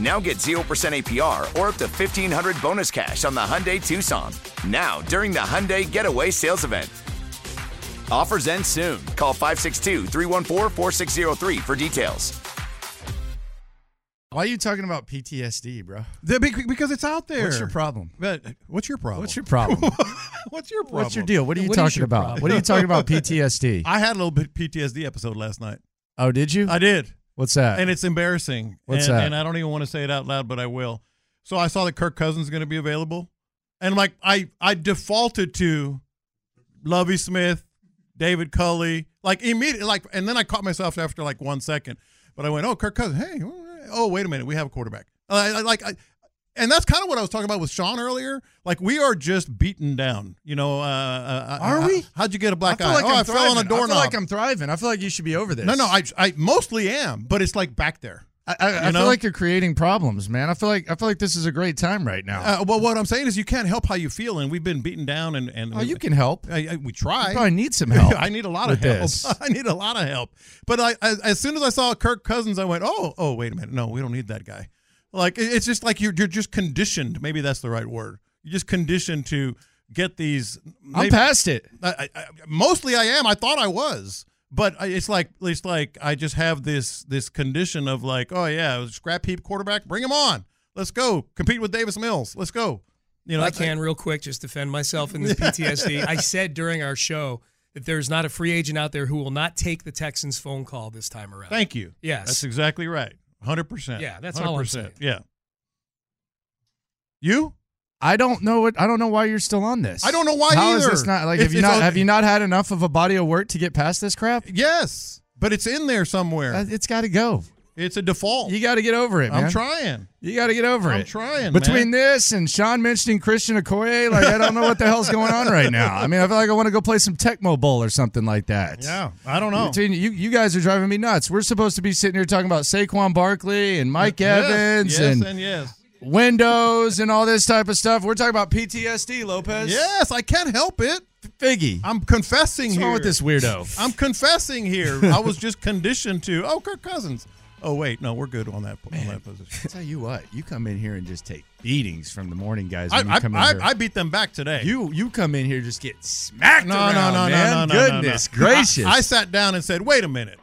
Now get 0% APR or up to 1500 bonus cash on the Hyundai Tucson. Now, during the Hyundai Getaway Sales Event. Offers end soon. Call 562 314 4603 for details. Why are you talking about PTSD, bro? The- bec- Because it's out there. What's your problem? But what's your problem? What's your problem? What's your problem? What's your deal? What are you What is talking your about? problem? What are you talking about PTSD? I had a little bit PTSD episode last night. oh, did you? I did. What's that? and it's embarrassing. What's and, that? And I don't even want to say it out loud, but I will. So I saw that Kirk Cousins is going to be available, and like I, I defaulted to Lovey Smith, David Culley, like immediately, like, and then I caught myself after like one second, but I went, oh, Kirk Cousins, hey, oh, wait a minute, we have a quarterback. Uh, I, I, like, I, and that's kind of what I was talking about with Sean earlier. Like we are just beaten down, you know. Uh, uh, Are uh, we? How'd you get a I black feel eye? like oh, I'm I thriving. fell on a I doorknob. feel like I'm thriving. I feel like you should be over this. no, no, I, I mostly am, but it's like back there. I, I, I you know? feel like you're creating problems, man. I feel like I feel like this is a great time right now. Uh, well, what I'm saying is you can't help how you feel, and we've been beaten down, and and oh, you can help. I, I- we I try. probably need some help. I need a lot of with help. this. I need a lot of help. But I, as, as soon as I saw Kirk Cousins, I went, oh, oh, wait a minute, no, we don't need that guy. Like it- it's just like you're you're just conditioned. Maybe that's the right word. You're just conditioned to get these. I'm maybe- past it. I, I, I- mostly I am. I thought I was, but I, it's like it's like I just have this this condition of like, oh yeah, scrap heap quarterback, bring him on. Let's go compete with Davis Mills. Let's go. You know, I can real quick just defend myself in the PTSD. I said during our show that there's not a free agent out there who will not take the Texans phone call this time around. Thank you. Yes. that's exactly right. Hundred percent. Yeah, that's all I'm saying. Yeah. You? I don't know what I don't know why you're still on this. I don't know why How is either. this not like? It's- have you it's not all- have you not had enough of a body of work to get past this crap? Yes, but it's in there somewhere. Uh, It's got to go. it's a default. You got to get over it, man. I'm trying. You got to get over I'm it. trying, Between man. this and Sean mentioning Christian Okoye, like I don't know what the hell's going on right now. I mean, I feel like I want to go play some Tecmo Bowl or something like that. Yeah, I don't know. Between you, you guys are driving me nuts. We're supposed to be sitting here talking about Saquon Barkley and Mike Evans yes, yes, and, and yes. windows and all this type of stuff. We're talking about PTSD, Lopez. Yes, I can't help it. Figgy. I'm confessing What's here. wrong with this weirdo? I'm confessing here. I was just conditioned to, oh, Kirk Cousins. Oh, wait, no, we're good on that, on that position. tell you what, you come in here and just take beatings from the morning guys. I, When I, you come in I, here. I beat them back today. you you come in here just get smacked no, around, no, no, no, no, man. no, no, no. Goodness I- gracious! I, sat down and said, wait a minute.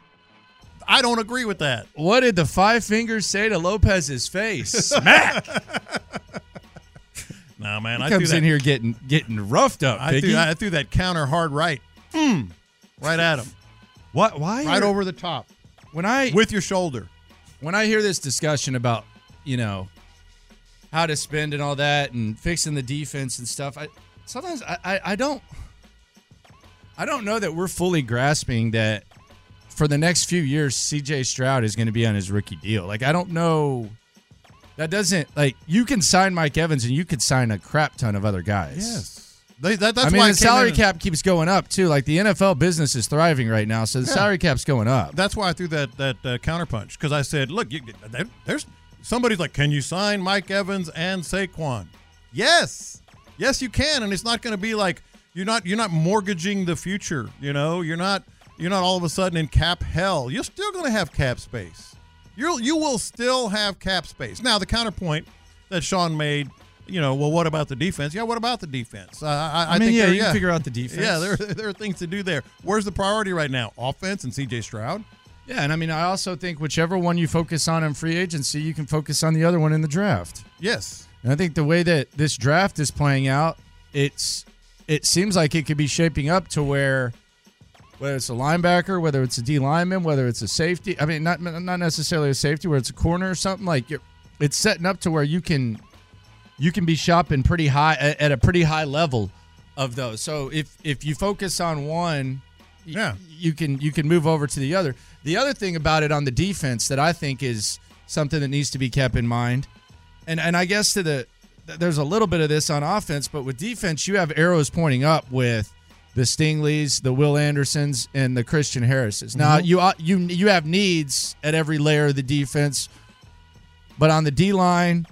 I don't agree with that. what did the five fingers say to Lopez's face? Smack. No, man, I threw comes that, in here getting getting roughed up, I threw, Figgy. I threw that counter hard right. Mm. right at him. what? Why? Right are- over the top. when I With your shoulder. when I hear this discussion about, you know, how to spend and all that and fixing the defense and stuff, I sometimes I, I, I don't I don't know that we're fully grasping that for the next few years CJ Stroud is going to be on his rookie deal. Like I don't know that doesn't like you can sign Mike Evans and you could sign a crap ton of other guys. They, that, that's I mean, why the I came salary in- cap keeps going up too. Like the NFL business is thriving right now, so the salary cap's going up. That's why I threw that that uh, counterpunch because I said, "Look, you, there, there's somebody's like, can you sign Mike Evans and Saquon?" Yes, yes, you can, and it's not going to be like you're not you're not mortgaging the future. You know, you're not you're not all of a sudden in cap hell. You're still going to have cap space. You'll you will still have cap space. Now the counterpoint that Sean made, you know, well, what about the defense? Yeah, what about the defense? Uh, I, I I mean, think yeah, there- you can figure out the defense. Yeah, there there are things to do there. Where's the priority right now? Offense and C.J. Stroud. Yeah, and I mean, I also think whichever one you focus on in free agency, you can focus on the other one in the draft. Yes, And I think the way that this draft is playing out, it's it seems like it could be shaping up to where whether it's a linebacker, whether it's a D lineman, whether it's a safety. I mean, not not necessarily a safety, where it's a corner or something like. You're, it's setting up to where you can you can be shopping pretty high at at a pretty high level of those. So if if you focus on one, y- Yeah. you can you can move over to the other. The other thing about it on the defense that I think is something that needs to be kept in mind, and and I guess to the th- there's a little bit of this on offense, but with defense you have arrows pointing up with the Stingleys, the Will Andersons, and the Christian Harrises. Now you ought- you you have needs at every layer of the defense, but on the D line,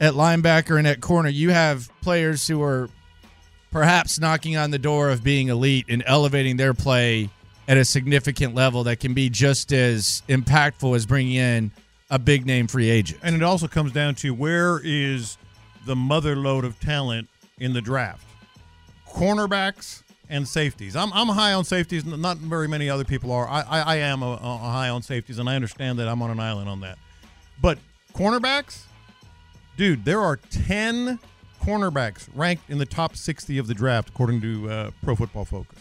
at linebacker and at corner, you have players who are perhaps knocking on the door of being elite and elevating their play at a significant level that can be just as impactful as bringing in a big name free agent. and it also comes down to where is the mother load of talent in the draft? Cornerbacks and safeties. I'm, I'm high on safeties. n- Not very many other people are. I, I, I am a, a high on safeties, and I understand that I'm on an island on that. But cornerbacks, dude, there are 10 cornerbacks ranked in the top 60 of the draft, according to uh, Pro Football Focus.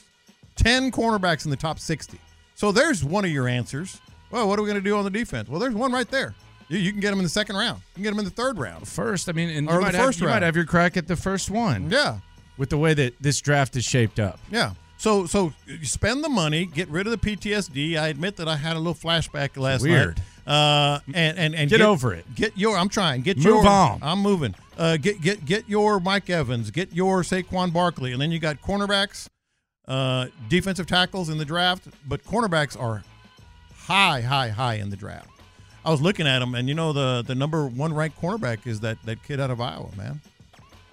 10 cornerbacks in the top 60. So there's one of your answers. Well, what are we going to do on the defense? Well, there's one right there. You, you can get them in the second round. You can get them in the third round. First, I mean, and Or you, the might first have, you round. might have your crack at the first one Yeah, with the way that this draft is shaped up. yeah. So so you spend the money, get rid of the PTSD. I admit that I had a little flashback last Weird. night. Uh, and and and Get over it. Get your. I'm trying. Get Move your. on. I'm moving. Uh, get get get your Mike Evans. Get your Saquon Barkley, and then you got cornerbacks, uh, defensive tackles in the draft. But cornerbacks are high, high, high in the draft. I was looking at them, and you know the the number one ranked cornerback is that that kid out of Iowa, man.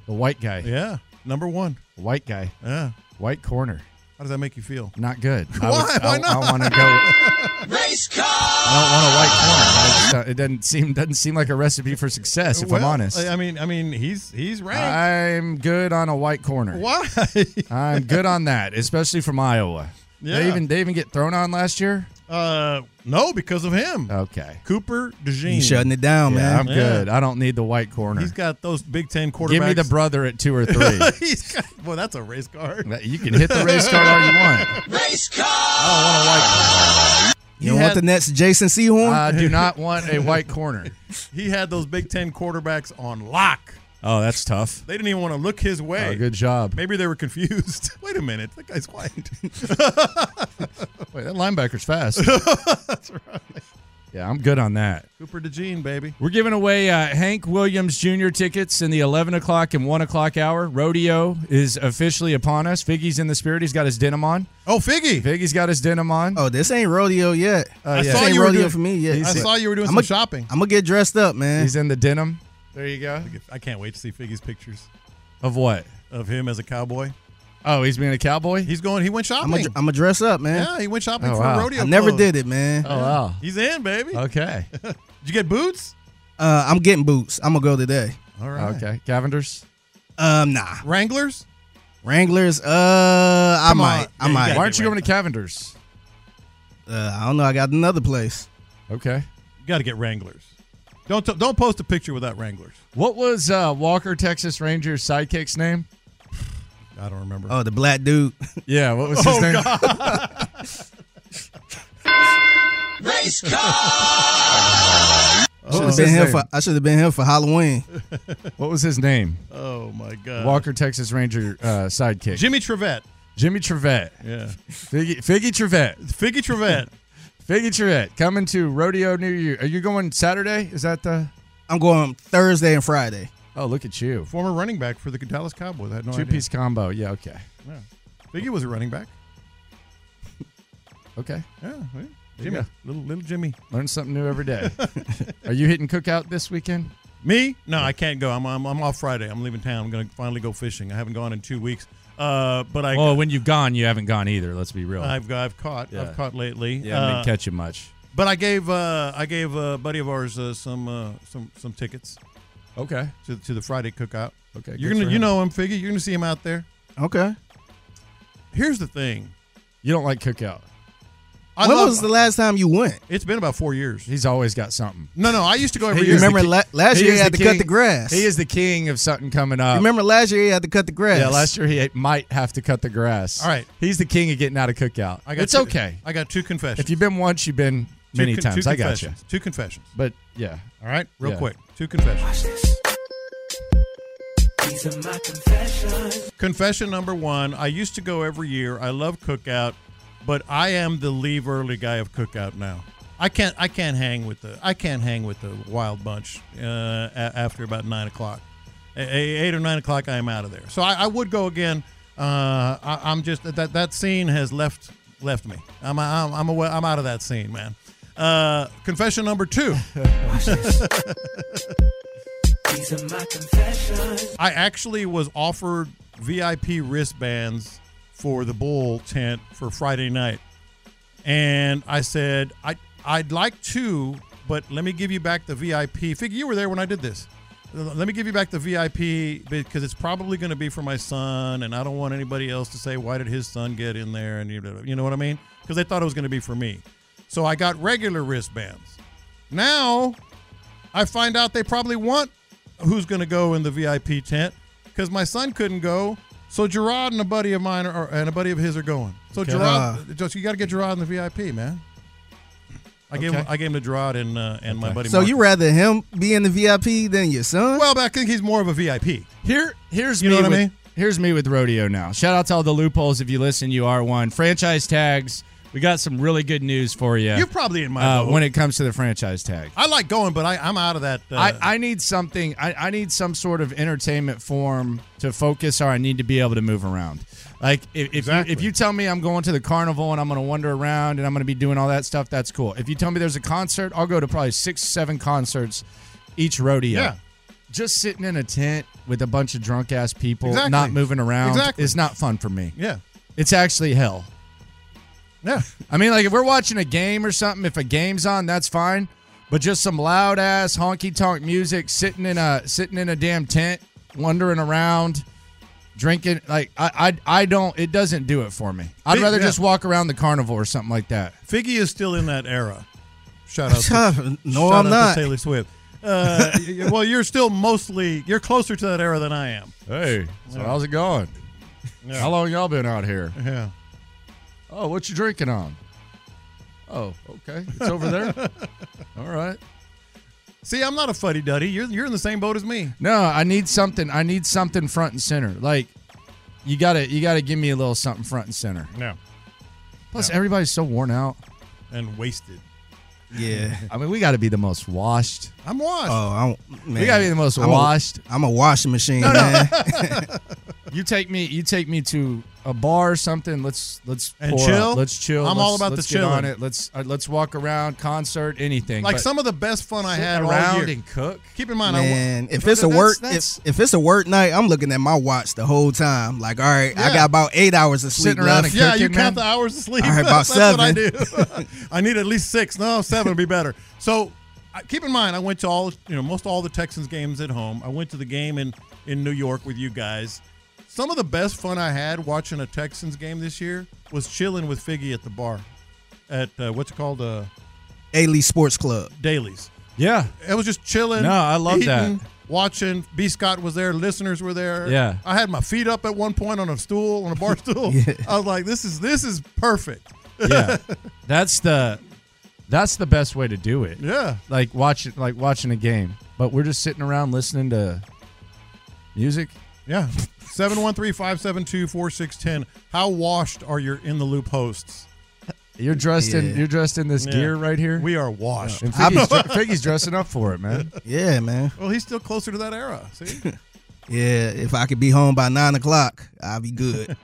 The white guy, Yeah, number one. white guy, Yeah. white corner. How does that make you feel? Not good. I Why? would- I, Why not? I want to go. I don't want a white corner. I just, uh, it doesn't seem doesn't seem like a recipe for success. If I'm Well, uh, honest, I I mean, I mean, he's he's ranked. I'm good on a white corner. Why? I'm good on that, especially from Iowa. Yeah. They even they even get thrown on last year. uh, no, because of him. Okay, Cooper DeJean. He's shutting it down, yeah, man. I'm good. I don't need the white corner. He's got those Big Ten quarterbacks. Give me the brother at two or three. he's got. Well, that's a race card. you can hit the race card all you want. Race card. I You don't want the next Jason don't Sehorn? want a white. Corner. I do not want a white corner. He had those Big Ten quarterbacks on lock. Oh, that's tough. They didn't even want to look his way. Oh, good job. Maybe they were confused. Wait a minute, that guy's white. Wait, that linebacker's fast. that's right. Yeah, I'm good on that. Cooper DeJean, baby. We're giving away uh, Hank Williams Jr. tickets in the 11 o'clock and 1 o'clock hour. Rodeo is officially upon us. Figgy's in the spirit. He's got his denim on. Oh, Figgy. Figgy's got his denim on. Uh, Oh, this ain't rodeo yet. I this saw ain't you were rodeo doing- for me yet. I saw you were doing I'm some a- shopping. I'm gonna get dressed up, man. He's in the denim. There you go. I can't wait to see Figgy's pictures Of what? of him as a cowboy. Oh, he's being a cowboy? Uh, He's going. He went I'm shopping. gonna I'm gonna dress up, man. yeah, he went shopping Oh, for wow. a rodeo. I never clothes. did it, man. oh, wow. He's in, baby. Okay. Did you get boots? Uh, I'm getting boots. I'm gonna go today. All right. okay. Cavenders? Um, nah. Wranglers? Wranglers. Uh, I Come on. might. Yeah, I you might. Why gotta aren't you going to Cavenders? Uh, I don't know. I got another place. Okay. You got to get Wranglers. Don't t- don't post a picture without Wranglers. What was uh, Walker, Texas Rangers sidekick's name? I don't remember. Oh, the black dude. Yeah, what was Oh, his name? Oh, should have been here for. I should have been here for Halloween. What was his name? oh my God. Walker, Texas Ranger uh, sidekick. Jimmy Trevette. Jimmy Trevette. Yeah. Figgy, Figgy Trevette. Figgy Trevette. Figgy Trevette coming to Rodeo New Year. Are you going Saturday? Is that the. I'm going Thursday and Friday. Oh, look at you. Former running back for the Dallas Cowboys. I had no Two idea. piece combo. Yeah, okay. Figgy was a running back. Okay. Yeah. yeah. Jimmy. go. Little little Jimmy. Learn something new every day. Are you hitting cookout this weekend? Me? No, I can't go. I'm, I'm, I'm off Friday. I'm leaving town. I'm going to finally go fishing. I haven't gone in two weeks. Uh, but I, Oh, when you've gone, you haven't gone either. Let's be real. I've, I've caught. Yeah. I've caught lately. yeah, I Uh, didn't catch you much. But I gave uh, I gave a buddy of ours uh, some uh, some some tickets Okay. to, to the Friday cookout. Okay, you're good gonna for you him. know him, Figgy. You're gonna see him out there. Okay. Here's the thing. You don't like cookout. I when love- was the last time you went? It's been about four years. He's always got something. No, no, I used to go every He year. is the Remember king- la- last he year is he had to cut king- the grass. He is the king of something coming up. Remember last year he had to cut the grass. Yeah, last year he had- might have to cut the grass. All right. He's the king of getting out of cookout. I got it's two- okay. I got two confessions. If you've been once, you've been Two many con- times. two I got you. confessions. Two confessions. But yeah. All right, real Yeah. quick. Two confessions. Confession number one I used to go every year. I love cookout, but I am the leave early guy of cookout now. I can't. I can't hang with the. I can't hang with the wild bunch uh, a- after about nine o'clock, A- a- eight or nine o'clock. I am out of there. So I, I would go again. Uh, I, I'm just that that scene has left left me. I'm I'm I'm, away, I'm out of that scene, man. Uh, confession number two. I actually was offered VIP wristbands for the bull tent for Friday night. And I said, I I'd like to, but let me give you back the VIP. Fig, you were there when I did this. L- Let me give you back the VIP because it's probably going to be for my son, and I don't want anybody else to say why did his son get in there, and you know, you know what I mean? Because they thought it was going to be for me. So I got regular wristbands. Now I find out they probably want who's going to go in the VIP tent because my son couldn't go. So Gerard and a buddy of mine are, and a buddy of his are going. So Gerard, Uh. just you got to get Gerard in the VIP, man. I gave him, Okay. I gave him to Gerard and uh, and my buddy. So you Marcus. rather him be in the VIP than your son? well, but I think he's more of a VIP. Here, here's You me know what I with, mean? Here's me with rodeo now. Shout out to all the loopholes. If you listen, you are one. Franchise tags. We got some really good news for you. You're probably in my uh, boat. when it comes to the franchise tag. I like going, but I, I'm out of that. Uh, I, I need something. I, I need some sort of entertainment form to focus, or I need to be able to move around. Like if if, Exactly. you, if you tell me I'm going to the carnival and I'm going to wander around and I'm going to be doing all that stuff, that's cool. If you tell me there's a concert, I'll go to probably six, seven concerts each rodeo. Yeah. Just sitting in a tent with a bunch of drunk ass people, Exactly. not moving around, Exactly. is not fun for me. yeah, It's actually hell. yeah. I mean, like if we're watching a game or something, if a game's on, that's fine. But just some loud ass honky tonk music, sitting in a sitting in a damn tent, wandering around, drinking. Like I, I, I don't. It doesn't do it for me. I'd Yeah. rather just walk around the carnival or something like that. Figgy is still in that era. Shout out. To, no, shout I'm out not. to Taylor Swift. Uh, y- y- well, you're still mostly you're closer to that era than I am. Hey, so how's it going? How long y'all been out here? Yeah. Oh, what you drinking on? Oh, okay, it's over there. All right. See, I'm not a fuddy duddy. You're you're in the same boat as me. No, I need something. I need something front and center. Like you gotta, you gotta give me a little something front and center. No. Plus, Yeah. everybody's so worn out. And wasted. yeah. I mean, we got to be the most washed. I'm washed. Oh, I don't, man. We got to be the most I'm washed. A, I'm a washing machine, man. You take me, you take me to a bar or something. Let's let's And pour chill? out. Let's chill. I'm Let's- all about the let's get on chilling. it. Let's uh, let's walk around, concert, anything. like But some of the best fun I sit had all around year. and cook. Keep in mind, I, Man, wa- if it's a That's- work that's- if, if it's a work night, I'm looking at my watch the whole time. Like, all right, I Yeah. got about eight hours of sleep Sitting around left. and yeah, cooking, you count man. the hours of sleep. All right, about That's what I do. I need at least six. No, seven would be better. So I- keep in mind, I went to all you know most all the Texans games at home. I went to the game in in New York with you guys. Some of the best fun I had watching a Texans game this year was chilling with Figgy at the bar, at uh, what's it called, uh, Ailey Sports Club. Dailies. Yeah, It was just chilling. No, I love eating, that. Watching B. Scott was there. Listeners were there. Yeah. I had my feet up at one point on a stool on a bar stool. I was like, "This is this is perfect." yeah. that's the that's the best way to do it. Yeah, Like watching like watching a game, but we're just sitting around listening to music. yeah. 713-572-4610. How washed are your in the loop hosts? You're dressed Yeah. in you're dressed in this Yeah. gear right here. We are washed. And Figgy's, dr- Figgy's dressing up for it, man. Yeah, man. Well, he's still closer to that era. See, Yeah, if I could be home by nine o'clock, I'd be good.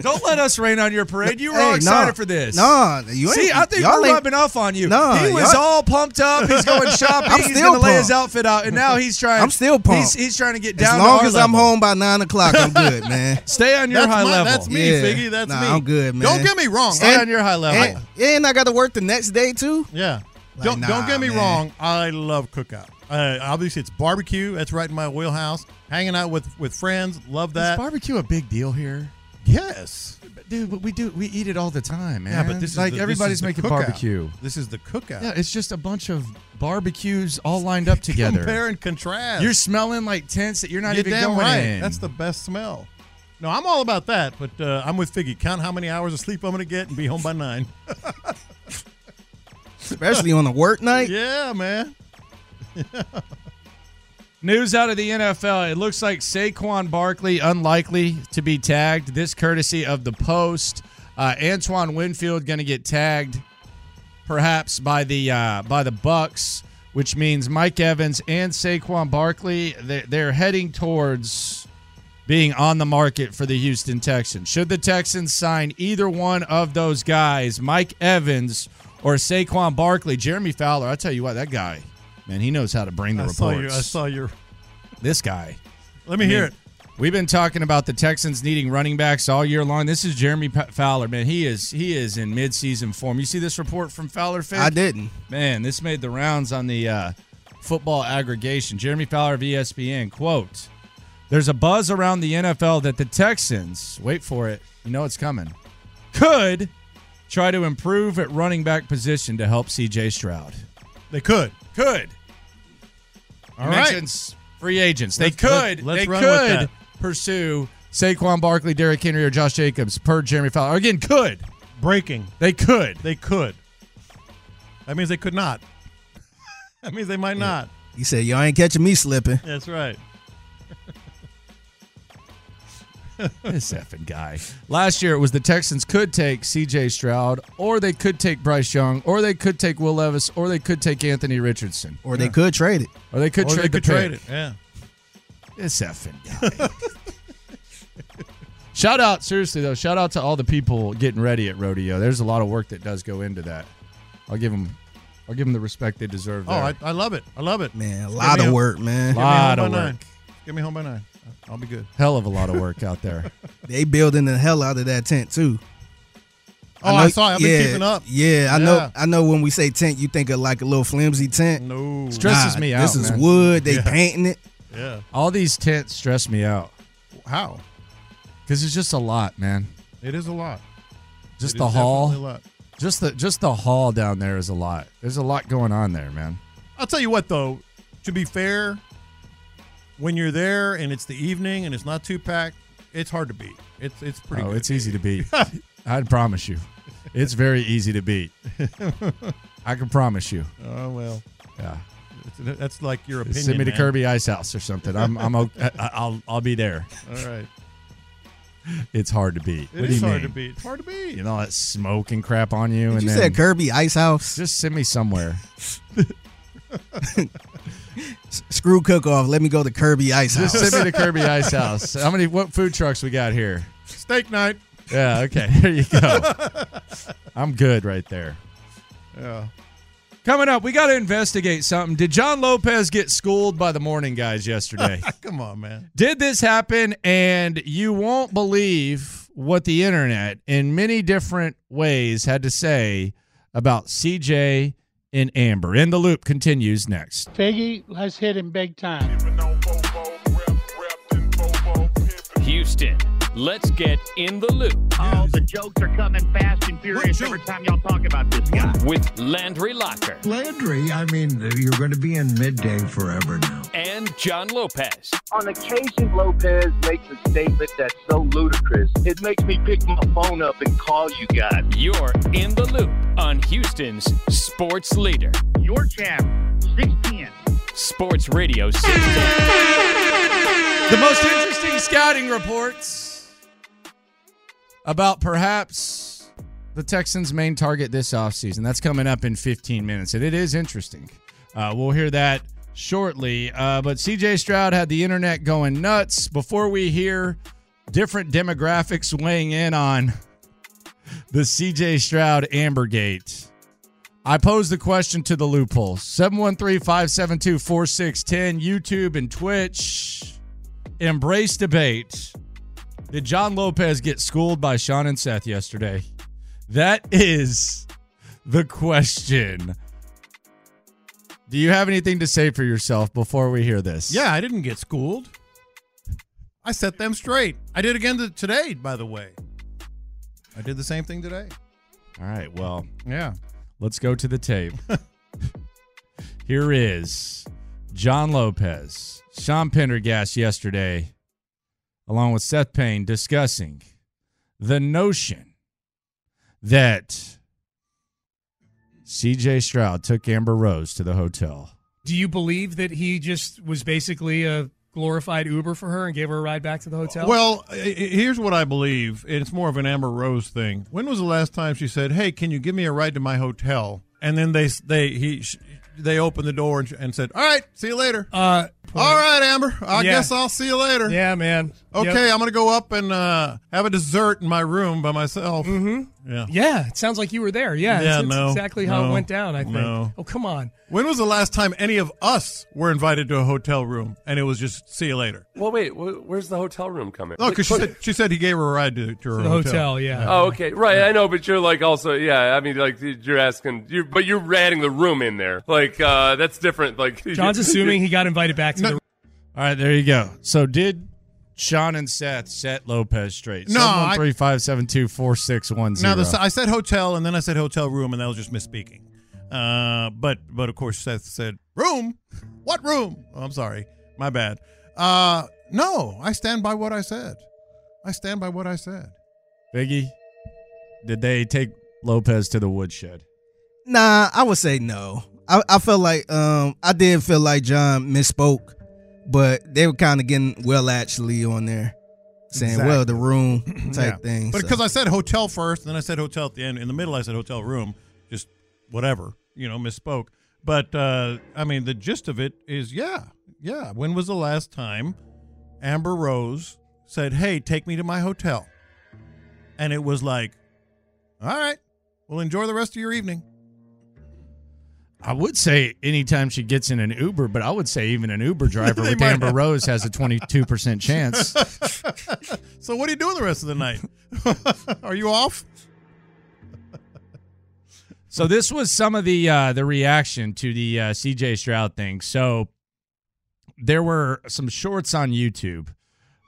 Don't let us rain on your parade. You were all Hey, excited nah. for this. Nah, you ain't. See, I think y'all we're ain't- rubbing off on you. Nah, he was y'all- all pumped up. He's going shopping. I'm he's still gonna lay his pumped. outfit out, and now he's trying. I'm still pumped. He's, he's trying to get As down. to long our as I'm level. home by nine o'clock, I'm good, man. stay on your That's high my- level. that's me. yeah. Figgy, that's nah, me. I'm good, man. Don't get me wrong. Stay I- on your high level. And, yeah, and I got to work the next day too. Yeah. Like, don't don't nah, get me man. wrong. I love cookout. Uh, obviously, it's barbecue. That's right in my wheelhouse. Hanging out with with friends, love that. Is barbecue a big deal here? yes. Dude, but we do we eat it all the time, man. Yeah, but this is like the- this everybody's is the making cookout. barbecue. This is the cookout. Yeah, it's just a bunch of barbecues all lined up together. Compare and contrast. You're smelling like tents that you're not You're even damn going right. in. That's the best smell. No, I'm all about that, but uh, I'm with Figgy. Count how many hours of sleep I'm going to get and be home by nine. Especially on a work night. yeah, man. News out of the NFL. It looks like Saquon Barkley unlikely to be tagged. This courtesy of the Post. Uh, Antoine Winfield going to get tagged, perhaps by the uh, by the Bucks, which means Mike Evans and Saquon Barkley they're, they're heading towards being on the market for the Houston Texans. Should the Texans sign either one of those guys, Mike Evans or Saquon Barkley, Jeremy Fowler, I tell you what, that guy, man, he knows how to bring the I reports saw you. I saw your. this guy. Let me I hear mean, it. We've been talking about the Texans needing running backs all year long. This is Jeremy Pa- Fowler, man. He is he is in midseason form. You see this report from Fowler? Fick? I didn't. Man, this made the rounds on the uh, football aggregation. Jeremy Fowler of E ESPN quote: "There's a buzz around the NFL that the Texans wait for it. You know it's coming. Could try to improve at running back position to help C.J. Stroud. They could. Could All right. mentions free agents. They Let's- could let- let's they run with could that. pursue Saquon Barkley, Derrick Henry, or Josh Jacobs per Jeremy Fowler. Again, could. Breaking. They could. They could. That means they could not. that means they might not. He said, "Y'all ain't catching me slipping." That's right. this effing guy. Last year it was the Texans could take CJ Stroud, or they could take Bryce Young, or they could take Will Levis, or they could take Anthony Richardson. Or they could trade it. Or they could or trade the they could trade pick. it. Yeah. This effing guy. shout out, seriously though, shout out to all the people getting ready at rodeo. There's a lot of work that does go into that. I'll give them, I'll give them the respect they deserve. Oh, There. I, I love it. I love it. Man, a Just lot get me of home- work, man. Get me home Lot by of nine. work. Get me home by nine. I'll be good. hell of a lot of work out there. They building the hell out of that tent too. Oh, I, know- saw. it. I've been yeah, keeping up. Yeah, I Yeah. know. I know. When we say tent, you think of like a little flimsy tent. No. Stresses Nah, me out. This is man. wood. They Yeah. painting it. Yeah. All these tents stress me out How? because it's just a lot, man. It is a lot. Just It the is hall, definitely a lot. just the just the hall down there is a lot. There's a lot going on there, man. I'll tell you what, though. To be fair, when you're there and it's the evening and it's not too packed, it's hard to beat. It's it's pretty. oh, good. it's easy to beat. I'd promise you, it's very easy to beat. I can promise you. Oh well, Yeah, It's- that's like your opinion. send me to man. Kirby Ice House or something. I'm I'm o- I- I'll I'll be there. All right. It's hard to beat. It what do is you hard mean? to beat. It's hard to beat. You know that smoke and crap on you, and you then said Kirby Ice House. just send me somewhere. Screw cook off. Let me go to Kirby Ice House. Just send me to Kirby Ice House. How many? What food trucks we got here? Steak night. Yeah. Okay. There you go. I'm good right there. Yeah. Coming up, we got to investigate something. Did John Lopez get schooled by the morning guys yesterday? Come on, man. Did this happen? And you won't believe what the internet, in many different ways, had to say about CJ and Amber. In the loop continues next. Figgy, let's hit him big time. Houston, let's get in the loop Oh, All the jokes are coming fast and furious every time y'all talk about this guy. with Landry Locker Landry, I mean, you're going to be in midday forever now. and John Lopez. On occasion, Lopez makes a statement that's so ludicrous, it makes me pick my phone up and call you guys. You're in the loop on Houston's sports leader, Your champ, 6'10. Sports Radio 610. The most interesting scouting reports about perhaps the Texans' main target this offseason. That's coming up in 15 minutes, and it is interesting. Uh, we'll hear that shortly. Uh, but CJ Stroud had the internet going nuts. Before we hear different demographics weighing in on the CJ Stroud Ambergate, I posed the question to the loophole 713 572 4610, YouTube and Twitch. Embrace debate. Did John Lopez get schooled by Sean and Seth yesterday? That is the question. Do you have anything to say for yourself before we hear this? Yeah, I didn't get schooled. I set them straight. I did again th- today, by the way. I did the same thing today. All right, well. Yeah. Let's go to the tape. Here is John Lopez, Sean Pendergast yesterday, along with Seth Payne, discussing the notion that CJ Stroud took Amber Rose to the hotel. Do you believe that he just was basically a glorified Uber for her and gave her a ride back to the hotel? Well, i- i- here's what I believe, and it's more of an Amber Rose thing. When was the last time she said, "Hey, can you give me a ride to my hotel?" And then they s- they he sh- they opened the door and, sh- and said, "All right, see you later." Uh, All right, Amber. I Yeah. guess I'll see you later. Yeah, man. Okay, Yep. I'm gonna go up and uh, have a dessert in my room by myself. Mm-hmm. Yeah. yeah, it sounds like you were there. Yeah, Yeah, it's, it's no, exactly how no, it went down. I think. no. Oh, come on. When was the last time any of us were invited to a hotel room and it was just see you later? Well, wait. wh- Where's the hotel room coming? No, because Oh, she said, she said he gave her a ride to, to her the hotel. hotel, yeah. Oh, okay, right. I know, but you're like also, yeah. I mean, like you're asking, you but you're adding the room in there. Like uh, that's different. Like John's assuming he got invited back to the. All right, there you go. So did Sean and Seth set Lopez straight? No, I- 713-572-4610. Now, the, I said hotel, and then I said hotel room, and that was just misspeaking. Uh, but but of course Seth said room. What room? Oh, I'm sorry, my bad. Uh, no, I stand by what I said. I stand by what I said. Biggie, did they take Lopez to the woodshed? Nah, I would say no. I, I felt like um I did feel like John misspoke, but they were kind of getting well actually on there, saying well the room type Yeah. thing. But so. because I said hotel first, and then I said hotel at the end. In the middle, I said hotel room. Just whatever, you know, misspoke. But uh, I mean, the gist of it is, yeah, yeah. When was the last time Amber Rose said, "Hey, take me to my hotel," and it was like, "All right, well, enjoy the rest of your evening." I would say anytime she gets in an Uber, but I would say even an Uber driver with Amber Rose has a 22% chance. so what are you doing the rest of the night? are you off? So this was some of the uh, the reaction to the uh, CJ Stroud thing. So there were some shorts on YouTube,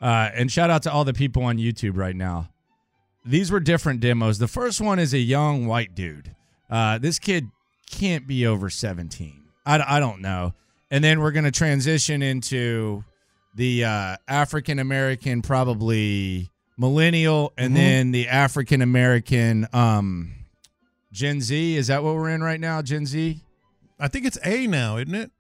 uh, and shout out to all the people on YouTube right now. These were different demos. The first one is a young white dude. Uh, this kid can't be over seventeen. I, I don't know. And then we're gonna transition into the uh, African American, probably millennial, and Mhm. then the African American. Um, Gen Z. Is that what we're in right now? Gen Z. I think it's A now, isn't it?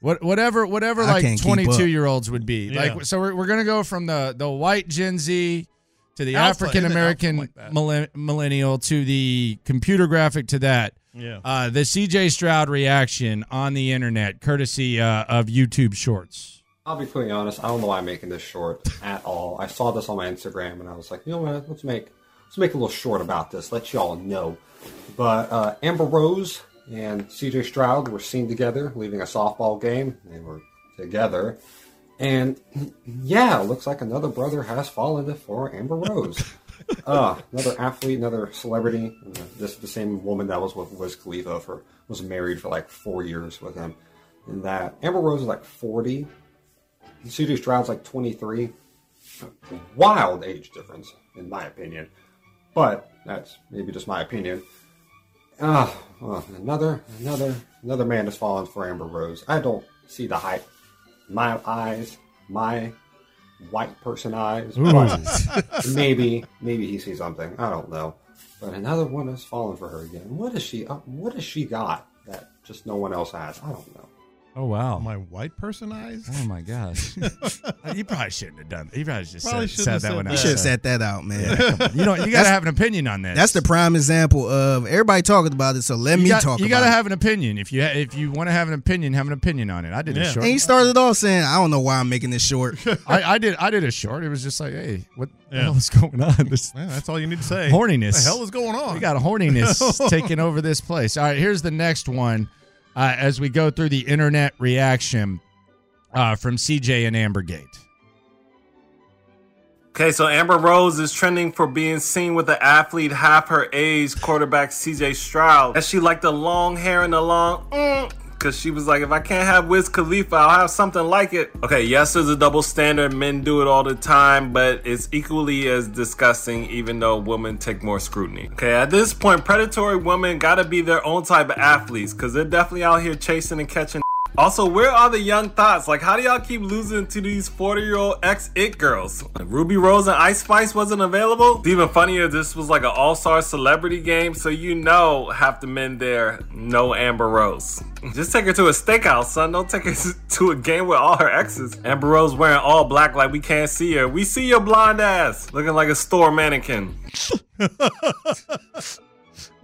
What whatever whatever I like can't keep up. twenty two year olds would be. Yeah. Like so we're, we're gonna go from the the white Gen Z to the Alpha, African American isn't it alpha millen- millennial to the computer graphic to that. Yeah. Uh, the CJ Stroud reaction on the internet, courtesy uh, of YouTube Shorts. I'll be completely honest. I don't know why I'm making this short at all. I saw this on my Instagram and I was like, you know what? Let's make let's make a little short about this. Let y'all know. But uh, Amber Rose and C.J. Stroud were seen together leaving a softball game. They were together, and yeah, looks like another brother has fallen for Amber Rose. uh, another athlete, another celebrity. Uh, this is the same woman that was with Wiz Khalifa for was married for like four years with him. And that Amber Rose is like forty. CJ Stroud's like 23. Wild age difference, in my opinion. But that's maybe just my opinion. Ah, well, another, another, another man has fallen for Amber Rose. I don't see the hype. My eyes, my white person eyes. Ooh. but maybe, maybe he sees something. I don't know. But another one uh, has fallen for her again. What is she? What has she got that just no one else has? I don't know. Oh wow. My white person eyes. Oh my gosh. you probably shouldn't have done. That. You probably just Probably said, said shouldn't that have one. said out. You should have sat that out, man. Yeah, come on. You don't. You gotta That's- have an opinion on this. That's the prime example of everybody talking about it. So let you me got, talk. You about gotta it. have an opinion. If you ha- if you want to have an opinion, have an opinion on it. I did a short. And he started off saying, "I don't know why I'm making this short." I, I did. I did a short. It was just like, hey, what the Yeah. hell is going on? This that's all you need to say. Horniness. The hell is going on? We got horniness taking over this place. All right, here's the next one. Uh, as we go through the internet reaction uh, from CJ and Ambergate. Okay, so Amber Rose is trending for being seen with the athlete half her age, quarterback CJ Stroud. And she liked the long hair and the long, because she was like, if I can't have Wiz Khalifa, I'll have something like it. Okay, yes, there's a double standard. Men do it all the time, but it's equally as disgusting, even though women take more scrutiny. Okay, at this point, predatory women gotta be their own type of athletes, because they're definitely out here chasing and catching. Also, where are the young thoughts? Like, how do y'all keep losing to these 40 year old ex it girls? Like, Ruby Rose and Ice Spice wasn't available? It's even funnier, this was like an all star celebrity game, so you know half the men there know Amber Rose. Just take her to a steakhouse, son. Don't take her to a game with all her exes. Amber Rose wearing all black like we can't see her. We see your blonde ass looking like a store mannequin.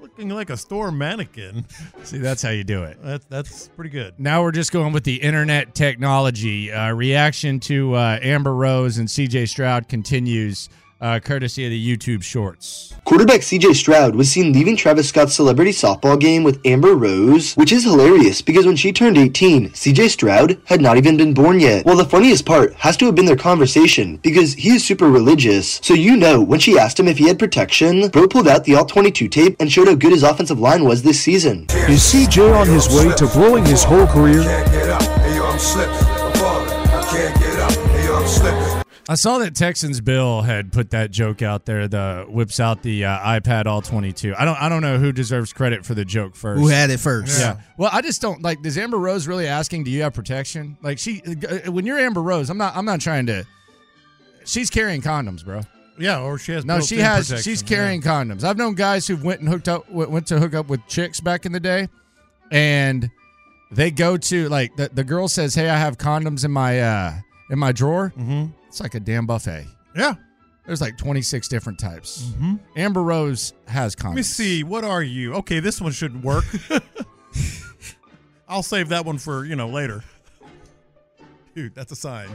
Looking like a store mannequin. See, that's how you do it. That's that's pretty good. Now we're just going with the internet technology. Uh, reaction to uh, Amber Rose and CJ Stroud continues, uh, courtesy of the YouTube Shorts. Quarterback CJ Stroud was seen leaving Travis Scott's celebrity softball game with Amber Rose, which is hilarious because when she turned 18, CJ Stroud had not even been born yet. Well, the funniest part has to have been their conversation because he is super religious. So you know, when she asked him if he had protection, Bro pulled out the All 22 tape and showed how good his offensive line was this season. Is CJ on his way to blowing his whole career? Get up, hey yo, I'm slipping. I'm falling. I can't get up, hey yo, I'm slipping. I saw that Texans Bill had put that joke out there. The whips out the uh, iPad all twenty two. I don't. I don't know who deserves credit for the joke first. Who had it first? Yeah. Well, I just don't like. Is Amber Rose really asking? Do you have protection? Like she, uh, when you're Amber Rose, I'm not. I'm not trying to. She's carrying condoms, bro. Yeah, or she has No, she built-in has. protection, She's yeah. carrying condoms. I've known guys who went and hooked up, went went to hook up with chicks back in the day, and they go to like the, the girl says, "Hey, I have condoms in my uh in my drawer." Mm-hmm. It's like a damn buffet. Yeah, there's like 26 different types. Mhm. Amber Rose has Let me condoms. see. What are you? Okay, this one should work. I'll save that one for you know later. Dude, that's a sign.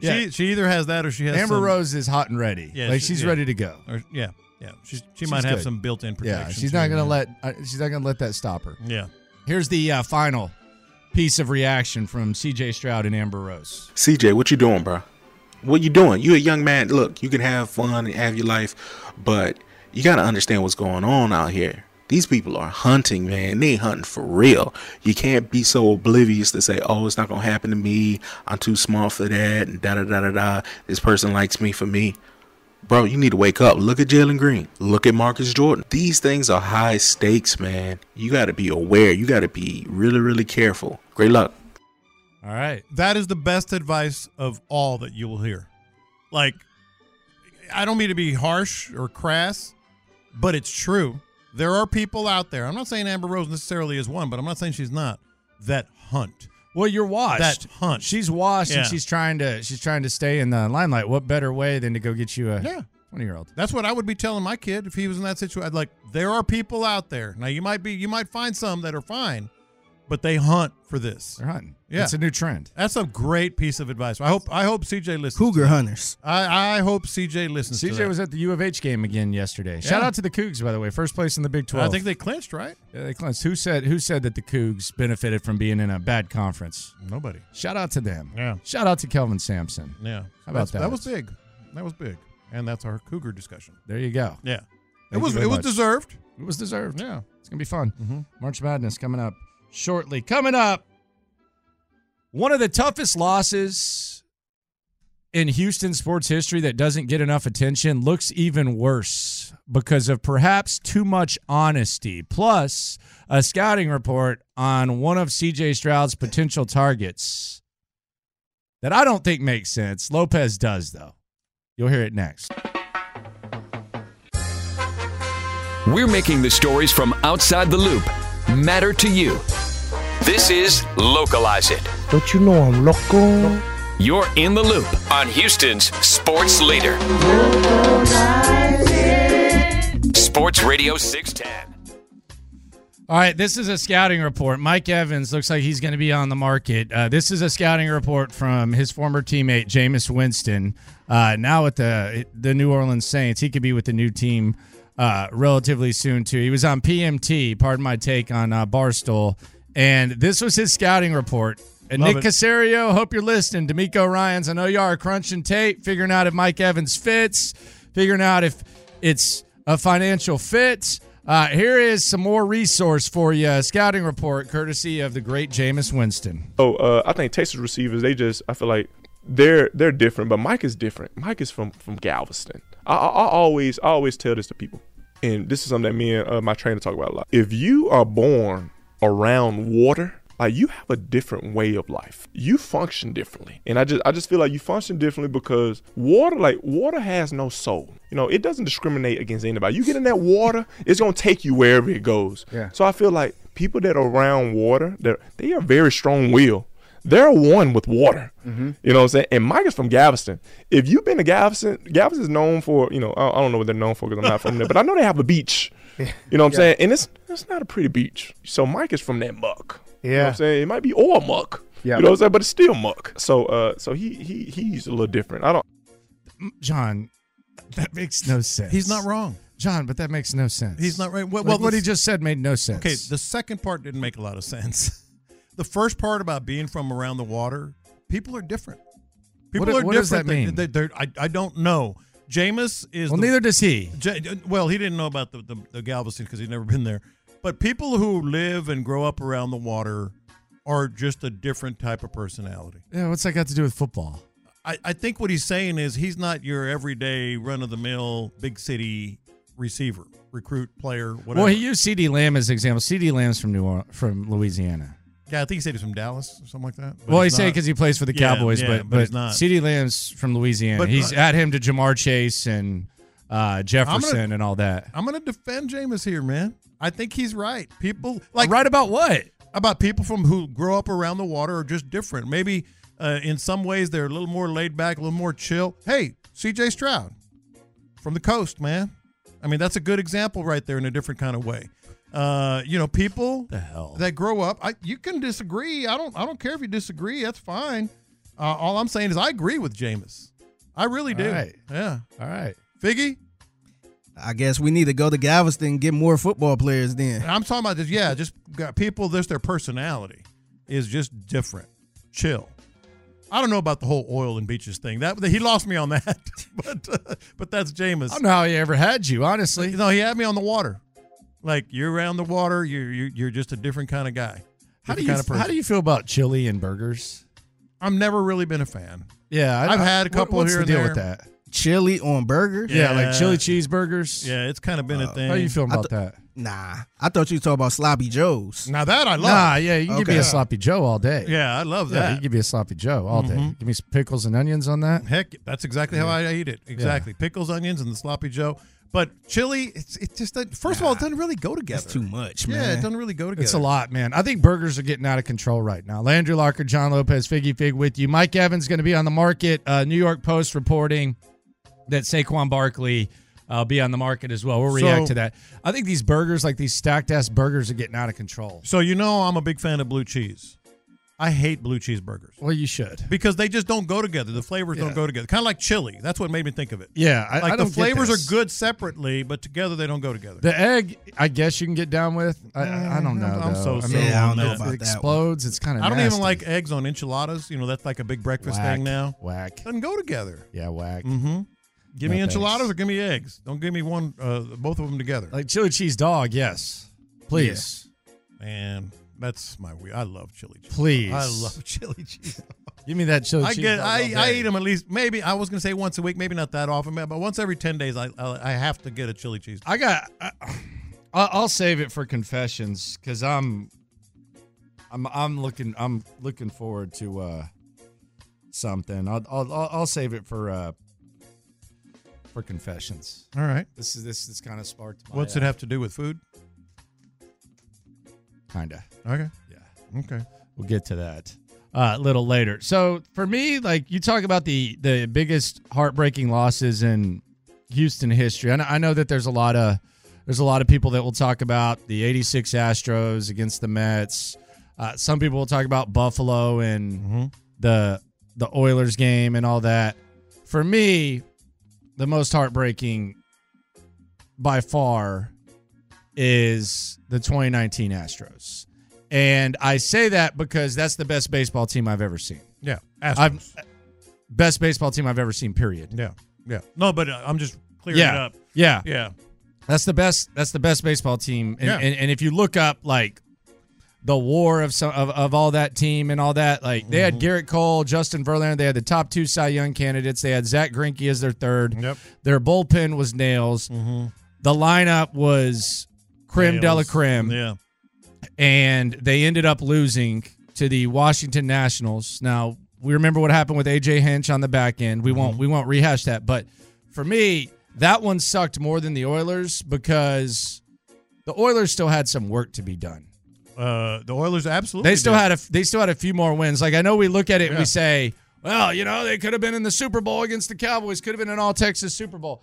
Yeah. She she either has that or she has Amber some- Rose is hot and ready. Yeah, like she- she's yeah. ready to go. Or- yeah, yeah. She's, she might have good. some built-in Yeah, protection. she's not too, gonna yeah. let. Uh, she's not gonna let that stop her. Yeah. Here's the uh, final piece of reaction from C.J. Stroud and Amber Rose. CJ, what you doing, bro? What you doing? You a young man. Look, you can have fun and have your life, but you gotta understand what's going on out here. These people are hunting, man. They hunting for real. You can't be so oblivious to say, "Oh, it's not gonna happen to me. I'm too small for that." And da da da da da. This person likes me for me. Bro, you need to wake up. Look at Jalen Green. Look at Marcus Jordan. These things are high stakes, man. You got to be aware. You got to be really, really careful. Great luck. All right. That is the best advice of all that you will hear. Like, I don't mean to be harsh or crass, but it's true. There are people out there. I'm not saying Amber Rose necessarily is one, but I'm not saying she's not. That hunt. Well, you're washed. That hunt. She's washed Yeah. and she's trying to she's trying to stay in the limelight. What better way than to go get you a Yeah. twenty year old? That's what I would be telling my kid if he was in that situation. Like, there are people out there. Now you might be, you might find some that are fine, but they hunt for this. They're hunting. Yeah, It's a new trend. That's a great piece of advice. I hope, I hope CJ listens. Cougar hunters. I, I hope CJ listens. to CJ that. was at the U of H game again yesterday. Shout Yeah. out to the Cougs, by the way, first place in the Big Twelve. I think they clinched, right? Yeah, they clinched. Who said who said that the Cougs benefited from being in a bad conference? Nobody. Shout out to them. Yeah. Shout out to Kelvin Sampson. Yeah. How about That's- that? That was big. That was big. And that's our Cougar discussion. There you go. Yeah. Thank it was you it very was much. deserved. It was deserved. Yeah. It's gonna be fun. March Madness coming up shortly. Coming up, one of the toughest losses in Houston sports history that doesn't get enough attention looks even worse because of perhaps too much honesty. Plus, a scouting report on one of CJ Stroud's potential targets that I don't think makes sense. Lopez does, though. You'll hear it next. We're making the stories from outside the loop matter to you. This is Localize It. Don't you know I'm loco? You're in the loop on Houston's sports leader. Sports Radio 610. All right, this is a scouting report. Mike Evans looks like he's going to be on the market. Uh, this is a scouting report from his former teammate Jameis Winston. Uh, now with the the New Orleans Saints, he could be with the new team uh, relatively soon too. He was on PMT, pardon my take on uh, Barstool, and this was his scouting report. And Love Nick it. Casario, hope you're listening. D'Amico Ryan's, I know you are crunching tape, figuring out if Mike Evans fits, figuring out if it's a financial fit. Uh, here is some more resource for you. A scouting report courtesy of the great Jameis Winston. Oh, uh, I think Texas receivers, they just, I feel like they're they're different, but Mike is different. Mike is from from Galveston. I, I, I always I always tell this to people, and this is something that me and uh, my trainer talk about a lot. If you are born around water, like you have a different way of life. You function differently, and I just I just feel like you function differently because water, like water, has no soul. You know, it doesn't discriminate against anybody. You get in that water, it's gonna take you wherever it goes. Yeah. So I feel like people that are around water, they're, they are very strong willed. They're one with water. Mhm. You know what I'm saying? And Mike is from Galveston. If you've been to Galveston, Galveston is known for, you know, I I don't know what they're known for because I'm not from there, but I know they have a beach. You know what I'm Yeah. saying? And it's it's not a pretty beach. So Mike is from that muck. You know what Yeah. I'm saying? It might be oil muck. Yeah. You know what I'm saying? But it's still muck. So uh so he he he's a little different. I don't John, that makes no sense. He's not wrong. John, but that makes no sense. He's not right. Well, Like, what the- he just said made no sense. Okay, the second part didn't make a lot of sense. The first part about being from around the water, people are different. People What- are what different. does that They- mean? They, they're, I, I don't know. Jameis is. Well, neither does he. J, well, he didn't know about the, the, the Galveston because he'd never been there. But people who live and grow up around the water are just a different type of personality. Yeah, what's that got to do with football? I, I think what he's saying is he's not your everyday run of the mill big city receiver, recruit, player, whatever. Well, he used CD Lamb as an example. CD Lamb's from New Orleans, from Louisiana. yeah, I think he said he's from Dallas or something like that. but well, he he's said not. because he plays for the Yeah, Cowboys, yeah, but but, he's not. CD Lamb's from Louisiana. But, he's uh, at him to Jamar Chase and uh, I'm Jefferson gonna- and all that. I'm going to defend Jameis here, man. I think he's right. People like right about what? About people from who grow up around the water are just different. Maybe uh, in some ways they're a little more laid back, a little more chill. Hey, C.J. Stroud from the coast, man. I mean, that's a good example right there in a different kind of way. Uh, you know, people that grow up. I, you can disagree. I don't. I don't care if you disagree. That's fine. Uh, all I'm saying is I agree with Jameis. I really do. All right. Yeah. All right. Figgy. I guess we need to go to Galveston and get more football players then. I'm talking about this. Yeah, just got people. This their personality is just different. Chill. I don't know about the whole oil and beaches thing. That he lost me on that, but uh, but that's Jameis. I don't know how he ever had you, honestly. No, he had me on the water. Like you're around the water, you're you're, you're just a different kind of guy. How do Different you kind of person. how do you feel about chili and burgers? I've never really been a fan. Yeah, I- I've had a what- couple what's here the and deal there. with that? Chili on burgers? Yeah, like chili cheeseburgers. Oh, Yeah, it's kind of been a thing. How you feeling I about th- that? Nah, I thought you were talking about sloppy joes. Now that I love. Nah, Ah, yeah, you can give me Okay. a sloppy Joe all day. Yeah, I love Yeah, that. you can give me a sloppy Joe all day. Mhm. Give me some pickles and onions on that. Heck, that's exactly how I eat it. Exactly, pickles, onions, and the sloppy Joe. But chili, it's it just doesn't- first of all, it doesn't really go together. too much, Yeah, man. it doesn't really go together. It's a lot, man. I think burgers are getting out of control right now. Landry Locker, John Lopez, Figgy Fig with you. Mike Evans going to be on the market. Uh, New York Post reporting that Saquon Barkley uh, will be on the market as well. We'll So- react to that. I think these burgers, like these stacked ass burgers, are getting out of control. So you know I'm a big fan of blue cheese. I hate blue cheeseburgers. Well, you should. Because they just don't go together. The flavors Yeah. don't go together. Kind of like chili. That's what made me think of it. Yeah, I- like I the don't get flavors this. are good separately, but together they don't go together. The egg, I guess you can get down with. I, I I don't know. I'm though. so I sorry. Yeah, I don't know it about that one. explodes. It's kind of. I don't even like eggs on enchiladas. You know, that's like a big breakfast Whack. thing now. Whack. Doesn't go together. Yeah, whack. Mm-hmm. Give No me thanks. enchiladas or give me eggs. Don't give me one, uh, both of them together. Like chili cheese dog, yes. Please. Man, that's my weird. I love chili cheese. Please. I love chili cheese. Give me that chili I cheese get. dog I, all I day. eat them at least maybe. I was gonna say once a week, maybe not that often, but once every ten days, I I, I have to get a chili cheese. I got. I, I- I'll save it for confessions because I'm, I'm, I'm looking, I'm looking forward to uh, something. I'll, I'll, I'll I'll save it for, uh, for confessions. All right. This is this is kind uh, of sparked. My, What's it have to do with food? Kinda. Okay. Yeah. Okay. We'll get to that uh, a little later. So for me, like you talk about the the biggest heartbreaking losses in Houston history. I know, I know that there's a lot of there's a lot of people that will talk about the '86 Astros against the Mets. Uh, some people will talk about Buffalo and the the Oilers game and all that. For me, the most heartbreaking by far is the 2019 Astros. And I say that because that's the best baseball team I've ever seen. Yeah, Astros. I've, uh, best baseball team I've ever seen, period. Yeah. Yeah. No, but uh, I'm just clearing yeah. it up. Yeah. Yeah. That's the best that's the best baseball team. And Yeah. and, and if you look up like the war of some of, of all that team and all that, like they Mm-hmm. had Garrett Cole, Justin Verlander, they had the top two Cy Young candidates. They had Zach Greinke as their third. Yep. Mm-hmm. Their bullpen was nails. The lineup was creme de la Nails. creme. Yeah. And they ended up losing to the Washington Nationals. Now, we remember what happened with AJ Hinch on the back end. We Mm-hmm. won't we won't rehash that, but for me, that one sucked more than the Oilers because the Oilers still had some work to be done. Uh, the Oilers absolutely. They still did. had a they still had a few more wins. Like I know we look at it and Yeah. we say, well, you know, they could have been in the Super Bowl against the Cowboys, could have been an All Texas Super Bowl.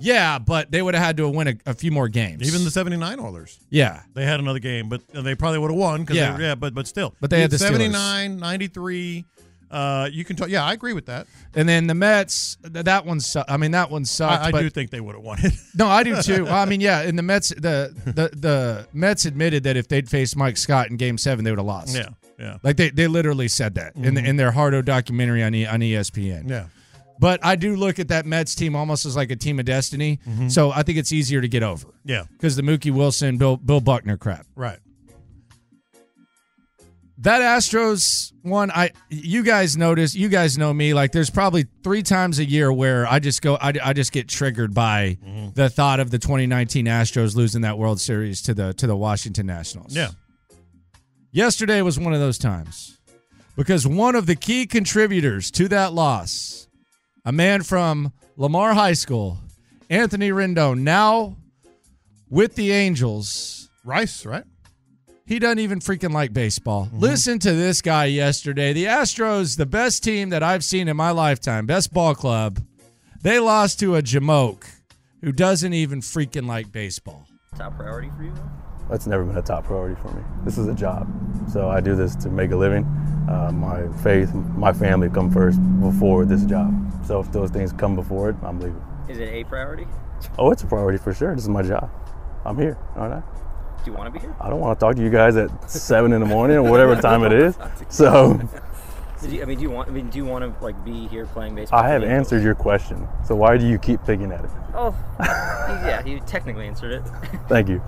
Yeah, but they would have had to win a, a few more games. Even the 79 Oilers. Yeah. They had another game, but they probably would have won. 'cause Yeah. They, yeah, but, but still. But they had the Steelers. 79, 93. Uh, you can talk. Yeah, I agree with that. And then the Mets, th- that one sucked. I mean, that one sucked. I, I but- do think they would have won it. No, I do too. Well, I mean, yeah, and the Mets, the the the Mets admitted that if they'd faced Mike Scott in Game Seven, they would have lost. Yeah, yeah. Like they, they literally said that in the, Mhm. in their Hardo documentary on e, on ESPN. Yeah. But I do look at that Mets team almost as like a team of destiny. Mhm. So I think it's easier to get over. Yeah. Because the Mookie Wilson, Bill Bill Buckner crap. Right. That Astros one, I you guys notice, you guys know me. Like, there's probably three times a year where I just go, I, I just get triggered by Mm-hmm. the thought of the 2019 Astros losing that World Series to the to the Washington Nationals. Yeah. Yesterday was one of those times because one of the key contributors to that loss, a man from Lamar High School, Anthony Rendon, now with the Angels. Rice, right? Mm-hmm. He doesn't even freaking like baseball. Listen to this guy yesterday. The Astros, the best team that I've seen in my lifetime, best ball club. They lost to a Jamoke who doesn't even freaking like baseball. Top priority for you? That's never been a top priority for me. This is a job, so I do this to make a living. Uh, my faith, my family come first before this job. So if those things come before it, I'm leaving. Is it a priority? Oh, it's a priority for sure. This is my job. I'm here, aren't I? Do you want to be here? I don't want to talk to you guys at seven in the morning or whatever time it is. So Did you, I mean, do you want? I mean, do you want to like be here playing baseball? I have for the Eagles? answered your question. So why do you keep picking at it? Oh, yeah, you technically answered it. Thank you.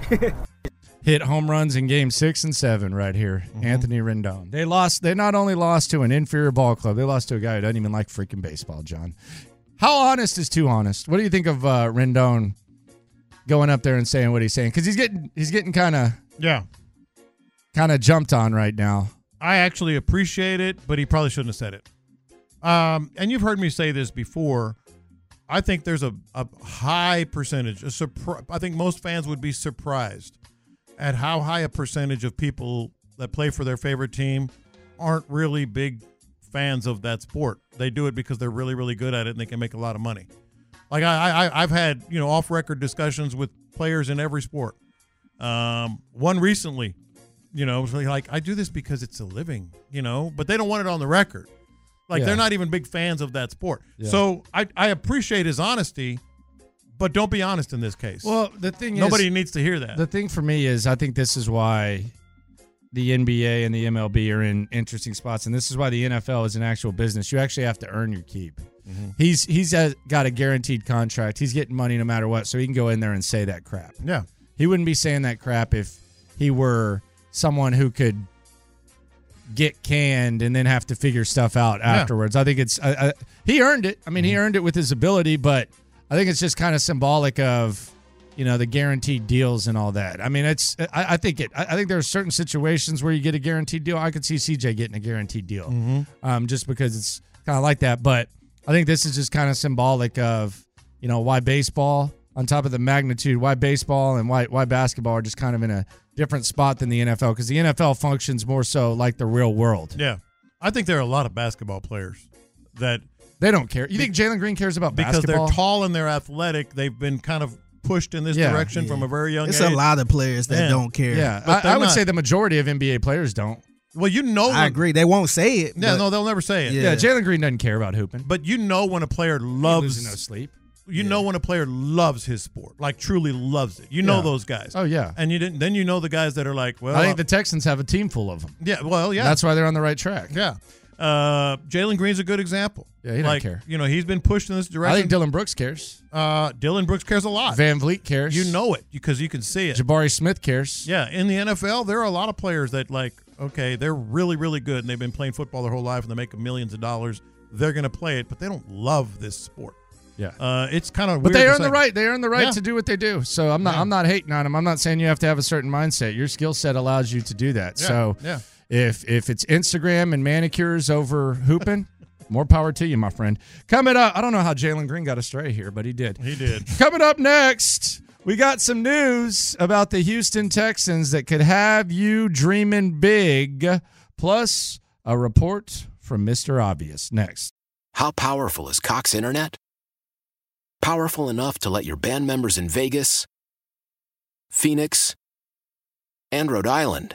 Hit home runs in game six and seven right here. Anthony Rendon. Mm-hmm. They lost, they not only lost to an inferior ball club, they lost to a guy who doesn't even like freaking baseball, John. How honest is too honest? What do you think of uh, Rendon going up there and saying what he's saying? Because he's getting he's getting kind of Yeah. kind of jumped on right now. I actually appreciate it, but he probably shouldn't have said it. Um, and you've heard me say this before. I think there's a, a high percentage. A surpri- I think most fans would be surprised at how high a percentage of people that play for their favorite team aren't really big fans of that sport. They do it because they're really, really good at it and they can make a lot of money. Like I, I I've had you know off record discussions with players in every sport. Um, one recently, you know, was really like I do this because it's a living, you know, but they don't want it on the record. Like Yeah. they're not even big fans of that sport. Yeah. So I, I appreciate his honesty, but don't be honest in this case. Well, the thing nobody is- needs to hear that. The thing for me is, I think this is why the NBA and the MLB are in interesting spots, and this is why the NFL is an actual business. You actually have to earn your keep. Mhm. He's he's has got a guaranteed contract. He's getting money no matter what, so he can go in there and say that crap. Yeah. he wouldn't be saying that crap if he were someone who could get canned and then have to figure stuff out Yeah. afterwards. I think it's I, I, he earned it. I mean, he earned it with his ability, but I think it's just kind of symbolic of you know the guaranteed deals and all that. I mean, it's I, I think it. I, I think there are certain situations where you get a guaranteed deal. I could see CJ getting a guaranteed deal, Mhm. um, just because it's kind of like that. But I think this is just kind of symbolic of you know why baseball on top of the magnitude why baseball and why why basketball are just kind of in a different spot than the NFL because the NFL functions more so like the real world. Yeah, I think there are a lot of basketball players that they don't care. You think Jalen Green cares about because basketball? they're tall and they're athletic. They've been kind of pushed in this Yeah. direction from a very young It's age. a lot of players that Yeah. don't care. Yeah, But I, I they're would not. say the majority of NBA players don't. Well, you know, I when- agree. They won't say it. Yeah, but- no, they'll never say it. Yeah, Jalen Green doesn't care about hooping. But you know when a player loves no sleep. You know when a player loves his sport, like truly loves it. You know Yeah. those guys. Oh, yeah. and you didn't. Then you know the guys that are like, well, I think the Texans have a team full of them. yeah, well, yeah. That's why they're on the right track. yeah. Uh, Jalen Green's a good example. Yeah, he don't like, care. You know, he's been pushed in this I direction. think Dylan Brooks cares. Uh, Dylan Brooks cares a lot. Van Vliet cares. You know it because you can see it. Jabari Smith cares. Yeah, in the NFL, there are a lot of players that like, okay, they're really, really good, and they've been playing football their whole life, and they make millions of dollars. They're going to play it, but they don't love this sport. Yeah. uh, it's kind of. But they are earn the right. They earn the right Yeah. to do what they do. So I'm not. I'm not hating on them. I'm not saying you have to have a certain mindset. Your skill set allows you to do that. Yeah, So yeah. if if it's Instagram and manicures over hooping, more power to you, my friend. Coming up, I don't know how Jalen Green got astray here, but he did. He did. Coming up next, we got some news about the Houston Texans that could have you dreaming big. Plus a report from Mr. Obvious. Next. How powerful is Cox Internet? Powerful enough to let your band members in Vegas, Phoenix, and Rhode Island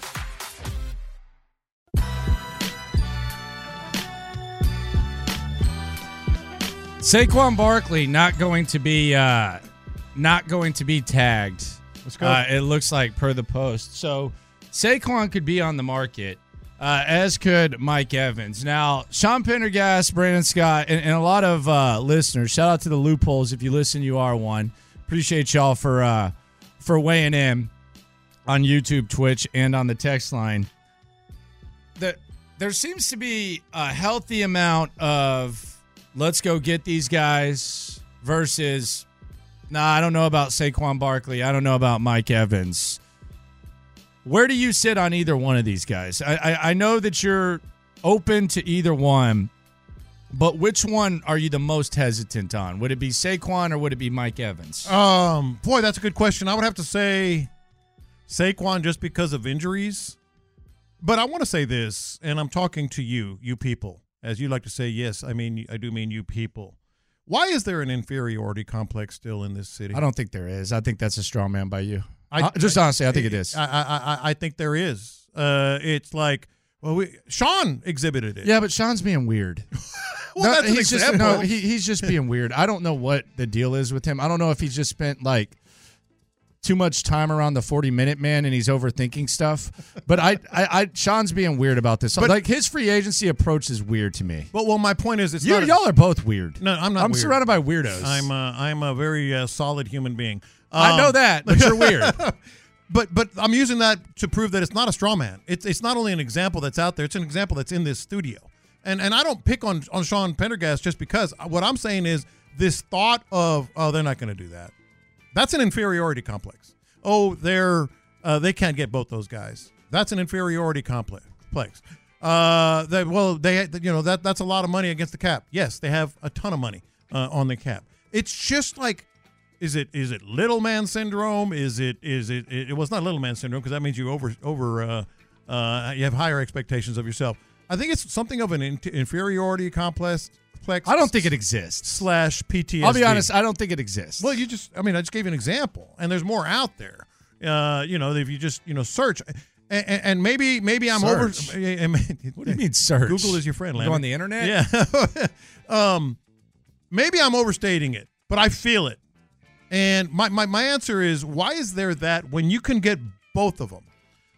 Saquon Barkley not going to be uh, not going to be tagged. Let's go. Uh, it looks like per the post. So Saquon could be on the market, uh, as could Mike Evans. Now Sean Pendergast, Brandon Scott, and, and a lot of uh, listeners. Shout out to the loopholes. If you listen, you are one. Appreciate y'all for uh, for weighing in on YouTube, Twitch, and on the text line that there seems to be a healthy amount of let's go get these guys versus nah, I don't know about Saquon Barkley. I don't know about Mike Evans. Where do you sit on either one of these guys? I, I, I know that you're open to either one, but which one are you the most hesitant on? Would it be Saquon or would it be Mike Evans? Um, boy, that's a good question. I would have to say Saquon just because of injuries. But I want to say this, and I'm talking to you, you people, as you like to say. Yes, I mean I do mean you people. Why is there an inferiority complex still in this city? I don't think there is. I think that's a strong man by you. I- I, just honestly, I think it is. I I, I, I think there is. Uh, it's like well, we, Sean exhibited it. Yeah, but Sean's being weird. Well, that's an he's just, example. no, he, he's just being weird. I don't know what the deal is with him. I don't know if he's just spent like too much time around the 40 minute man and he's overthinking stuff. But I, I, I Sean's being weird about this. But- like his free agency approach is weird to me. But well, my point is, it's You, not a- y'all are both weird. No, I'm not. I'm weird. surrounded by weirdos. I'm a, I'm a very uh, solid human being. Um, I know that, but you're weird. but but I'm using that to prove that it's not a straw man. It's it's not only an example that's out there. It's an example that's in this studio. And and I don't pick on on Sean Pendergast just because. What I'm saying is this thought of oh they're not going to do that. That's an inferiority complex. Oh they're uh, they can't get both those guys. That's an inferiority complex. Complex. Uh, they, well, they you know that that's a lot of money against the cap. Yes, they have a ton of money uh, on the cap. It's just like, is it is it little man syndrome? Is it is it it, was not little man syndrome because that means you over over uh, uh, you have higher expectations of yourself. I think it's something of an in- inferiority complex. Complex. I don't think it exists. Slash PTSD. I'll be honest, I don't think it exists. Well, you just I mean I just gave you an example, and there's more out there. Uh, you know, if you just you know search. And, and- and maybe maybe I'm Search. over. What do you mean search? Google is your friend. You go Landon. on the internet? Yeah. um, maybe I'm overstating it, but I feel it. And my, my, my answer is why is there that when you can get both of them?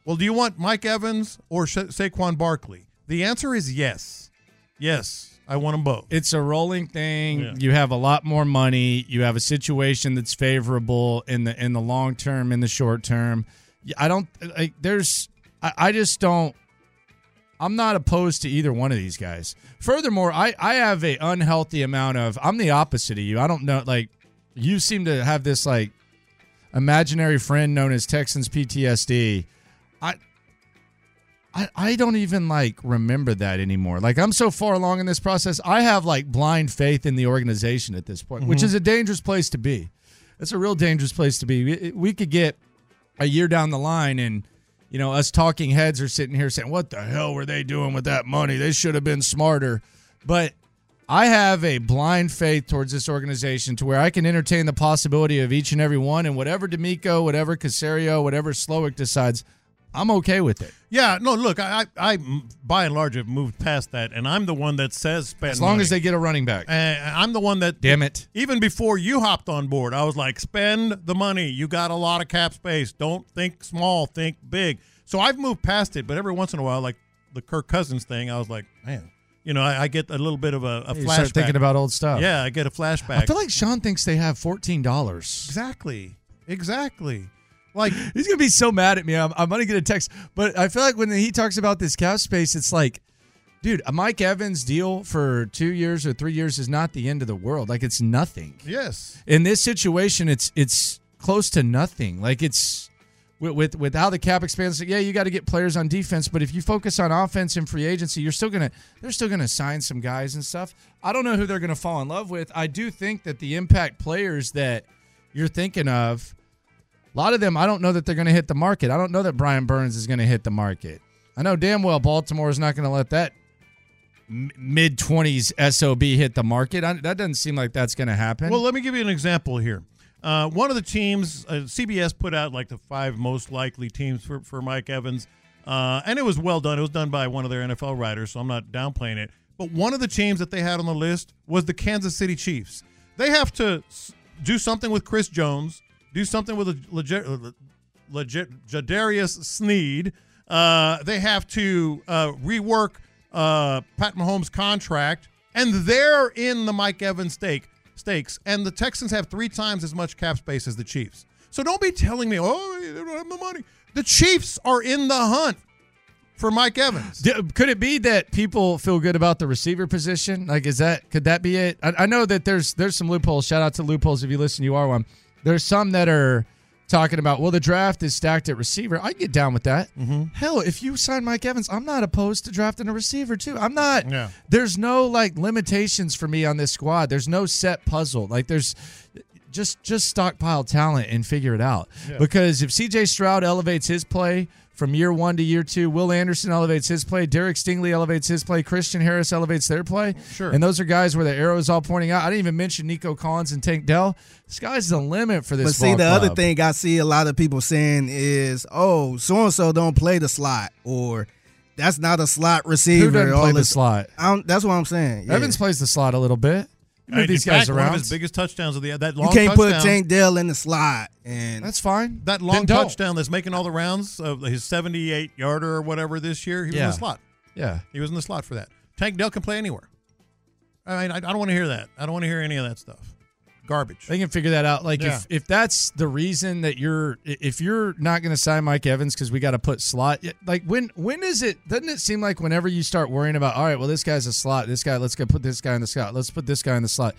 Well, do you want Mike Evans or Sha- Saquon Barkley? The answer is yes. Yes, I want them both. It's a rolling thing. Yeah. You have a lot more money. You have a situation that's favorable in the in the long term, in the short term. Yeah, I don't like. There's. I, I just don't. I'm not opposed to either one of these guys. Furthermore, I I have a unhealthy amount of. I'm the opposite of you. I don't know. Like you seem to have this like imaginary friend known as Texans PTSD. I I, I don't even like remember that anymore. Like I'm so far along in this process, I have like blind faith in the organization at this point, which Mhm. is a dangerous place to be. That's a real dangerous place to be. We, we could get a year down the line and you know us talking heads are sitting here saying, "What the hell were they doing with that money? They should have been smarter." But I have a blind faith towards this organization to where I can entertain the possibility of each and every one and whatever D'Amico, whatever Casario, whatever Slowick decides, I'm okay with it. Yeah, no, look, I, I, I by and large have moved past that, and I'm the one that says spend As long money. as they get a running back. Uh, I'm the one that. Damn it. Even before you hopped on board, I was like, spend the money. You got a lot of cap space. Don't think small, think big. So I've moved past it, but every once in a while, like the Kirk Cousins thing, I was like, man, you know, I, I get a little bit of a, a You flashback. start thinking about old stuff. Yeah, I get a flashback. I feel like Sean thinks they have fourteen dollars. Exactly. Exactly. Like he's gonna be so mad at me. I'm, I'm gonna get a text. But I feel like when he talks about this cap space, it's like, dude, a Mike Evans deal for two years or three years is not the end of the world. Like it's nothing. yes. in this situation it's it's close to nothing like it's with, with with how the cap expands yeah you got to get players on defense but if you focus on offense and free agency you're still gonna they're still gonna sign some guys and stuff i don't know who they're gonna fall in love with i do think that the impact players that you're thinking of a lot of them i don't know that they're gonna hit the market i don't know that brian burns is gonna hit the market i know damn well baltimore is not gonna let that mid 20s sob hit the market I, that doesn't seem like that's gonna happen Well, let me give you an example here. Uh, one of the teams, uh, CBS put out like the five most likely teams for, for Mike Evans, uh, and it was well done. It was done by one of their NFL writers, so I'm not downplaying it. But one of the teams that they had on the list was the Kansas City Chiefs. They have to s- do something with Chris Jones, do something with a legit, legit Jadarius Sneed. Uh, they have to uh, rework uh, Pat Mahomes' contract, and they're in the Mike Evans stake stakes. And the Texans have three times as much cap space as the Chiefs. So don't be telling me, oh, they don't have the money. The Chiefs are in the hunt for Mike Evans. D- Could it be that people feel good about the receiver position? Like, is that could that be it? I, I know that there's there's some loopholes. Shout out to loopholes if you listen, you are one. There's some that are talking about well, the draft is stacked at receiver. I get down with that. Hell, if you sign Mike Evans, I'm not opposed to drafting a receiver too. I'm not. Yeah. There's no like limitations for me on this squad. There's no set puzzle. Like there's just just stockpile talent and figure it out. Yeah. Because if CJ Stroud elevates his play from year one to year two, Will Anderson elevates his play, Derek Stingley elevates his play, Christian Harris elevates their play. Sure. And those are guys where the arrow is all pointing out. I didn't even mention Nico Collins and Tank Dell. Sky's the limit for this. But see, ball the other club. thing I see a lot of people saying is, "Oh, so and so don't play the slot," or "That's not a slot receiver." doesn't all play the this- slot? I don't- that's what I'm saying. yeah. Evans plays the slot a little bit. You move these in fact, guys One around. of his biggest touchdowns of the that You long can't touchdown, put Tank Dell in the slot, and that's fine. That long touchdown that's making all the rounds of his 78 yarder or whatever this year. He was in Yeah. the slot. Yeah. He was in the slot for that. Tank Dell can play anywhere. I mean, I, I don't want to hear that. I don't want to hear any of that stuff. Garbage. They can figure that out. Like Yeah. if, if that's the reason that you're i- if you're not going to sign Mike Evans because we got to put slot. y- Like when when is it? Doesn't it seem like whenever you start worrying about all right, well this guy's a slot. This guy, let's go put this guy in the slot. Let's put this guy in the slot.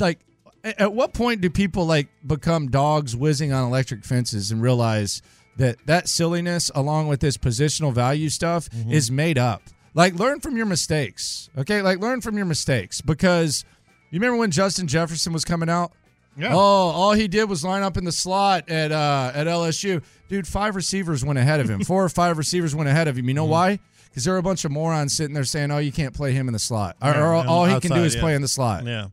Like a- at what point do people like become dogs whizzing on electric fences and realize that that silliness along with this positional value stuff Mm-hmm. is made up? Like learn from your mistakes. Okay, like learn from your mistakes because you remember when Justin Jefferson was coming out. Yeah. Oh, all he did was line up in the slot at uh, at LSU. Dude, five receivers went ahead of him. Four or five receivers went ahead of him. You know Mm-hmm. why? Because there are a bunch of morons sitting there saying, "Oh, you can't play him in the slot," or, Yeah, or and all he can do outside, is yeah. play in the slot. Yeah.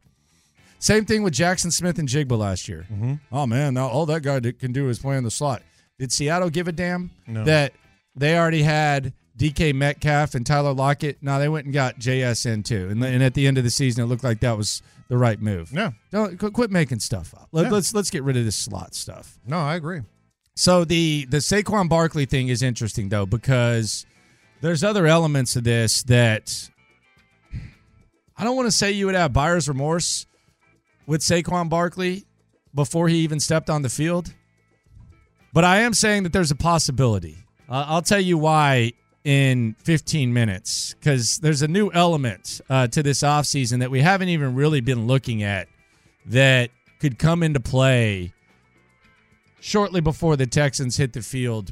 Same thing with Jackson Smith and Jigba last year. Mm-hmm. Oh man, now all that guy d- can do is play in the slot. Did Seattle give a damn No. that they already had DK Metcalf and Tyler Lockett? No, they went and got JSN too, and, and at the end of the season, it looked like that was the right move. Yeah. Don't qu- quit making stuff up. Let, Yeah. Let's let's get rid of this slot stuff. No, I agree. So the the Saquon Barkley thing is interesting though because there's other elements of this that I don't want to say you would have buyer's remorse with Saquon Barkley before he even stepped on the field, but I am saying that there's a possibility. Uh, I'll tell you why in 15 minutes because there's a new element uh, to this offseason that we haven't even really been looking at that could come into play shortly before the Texans hit the field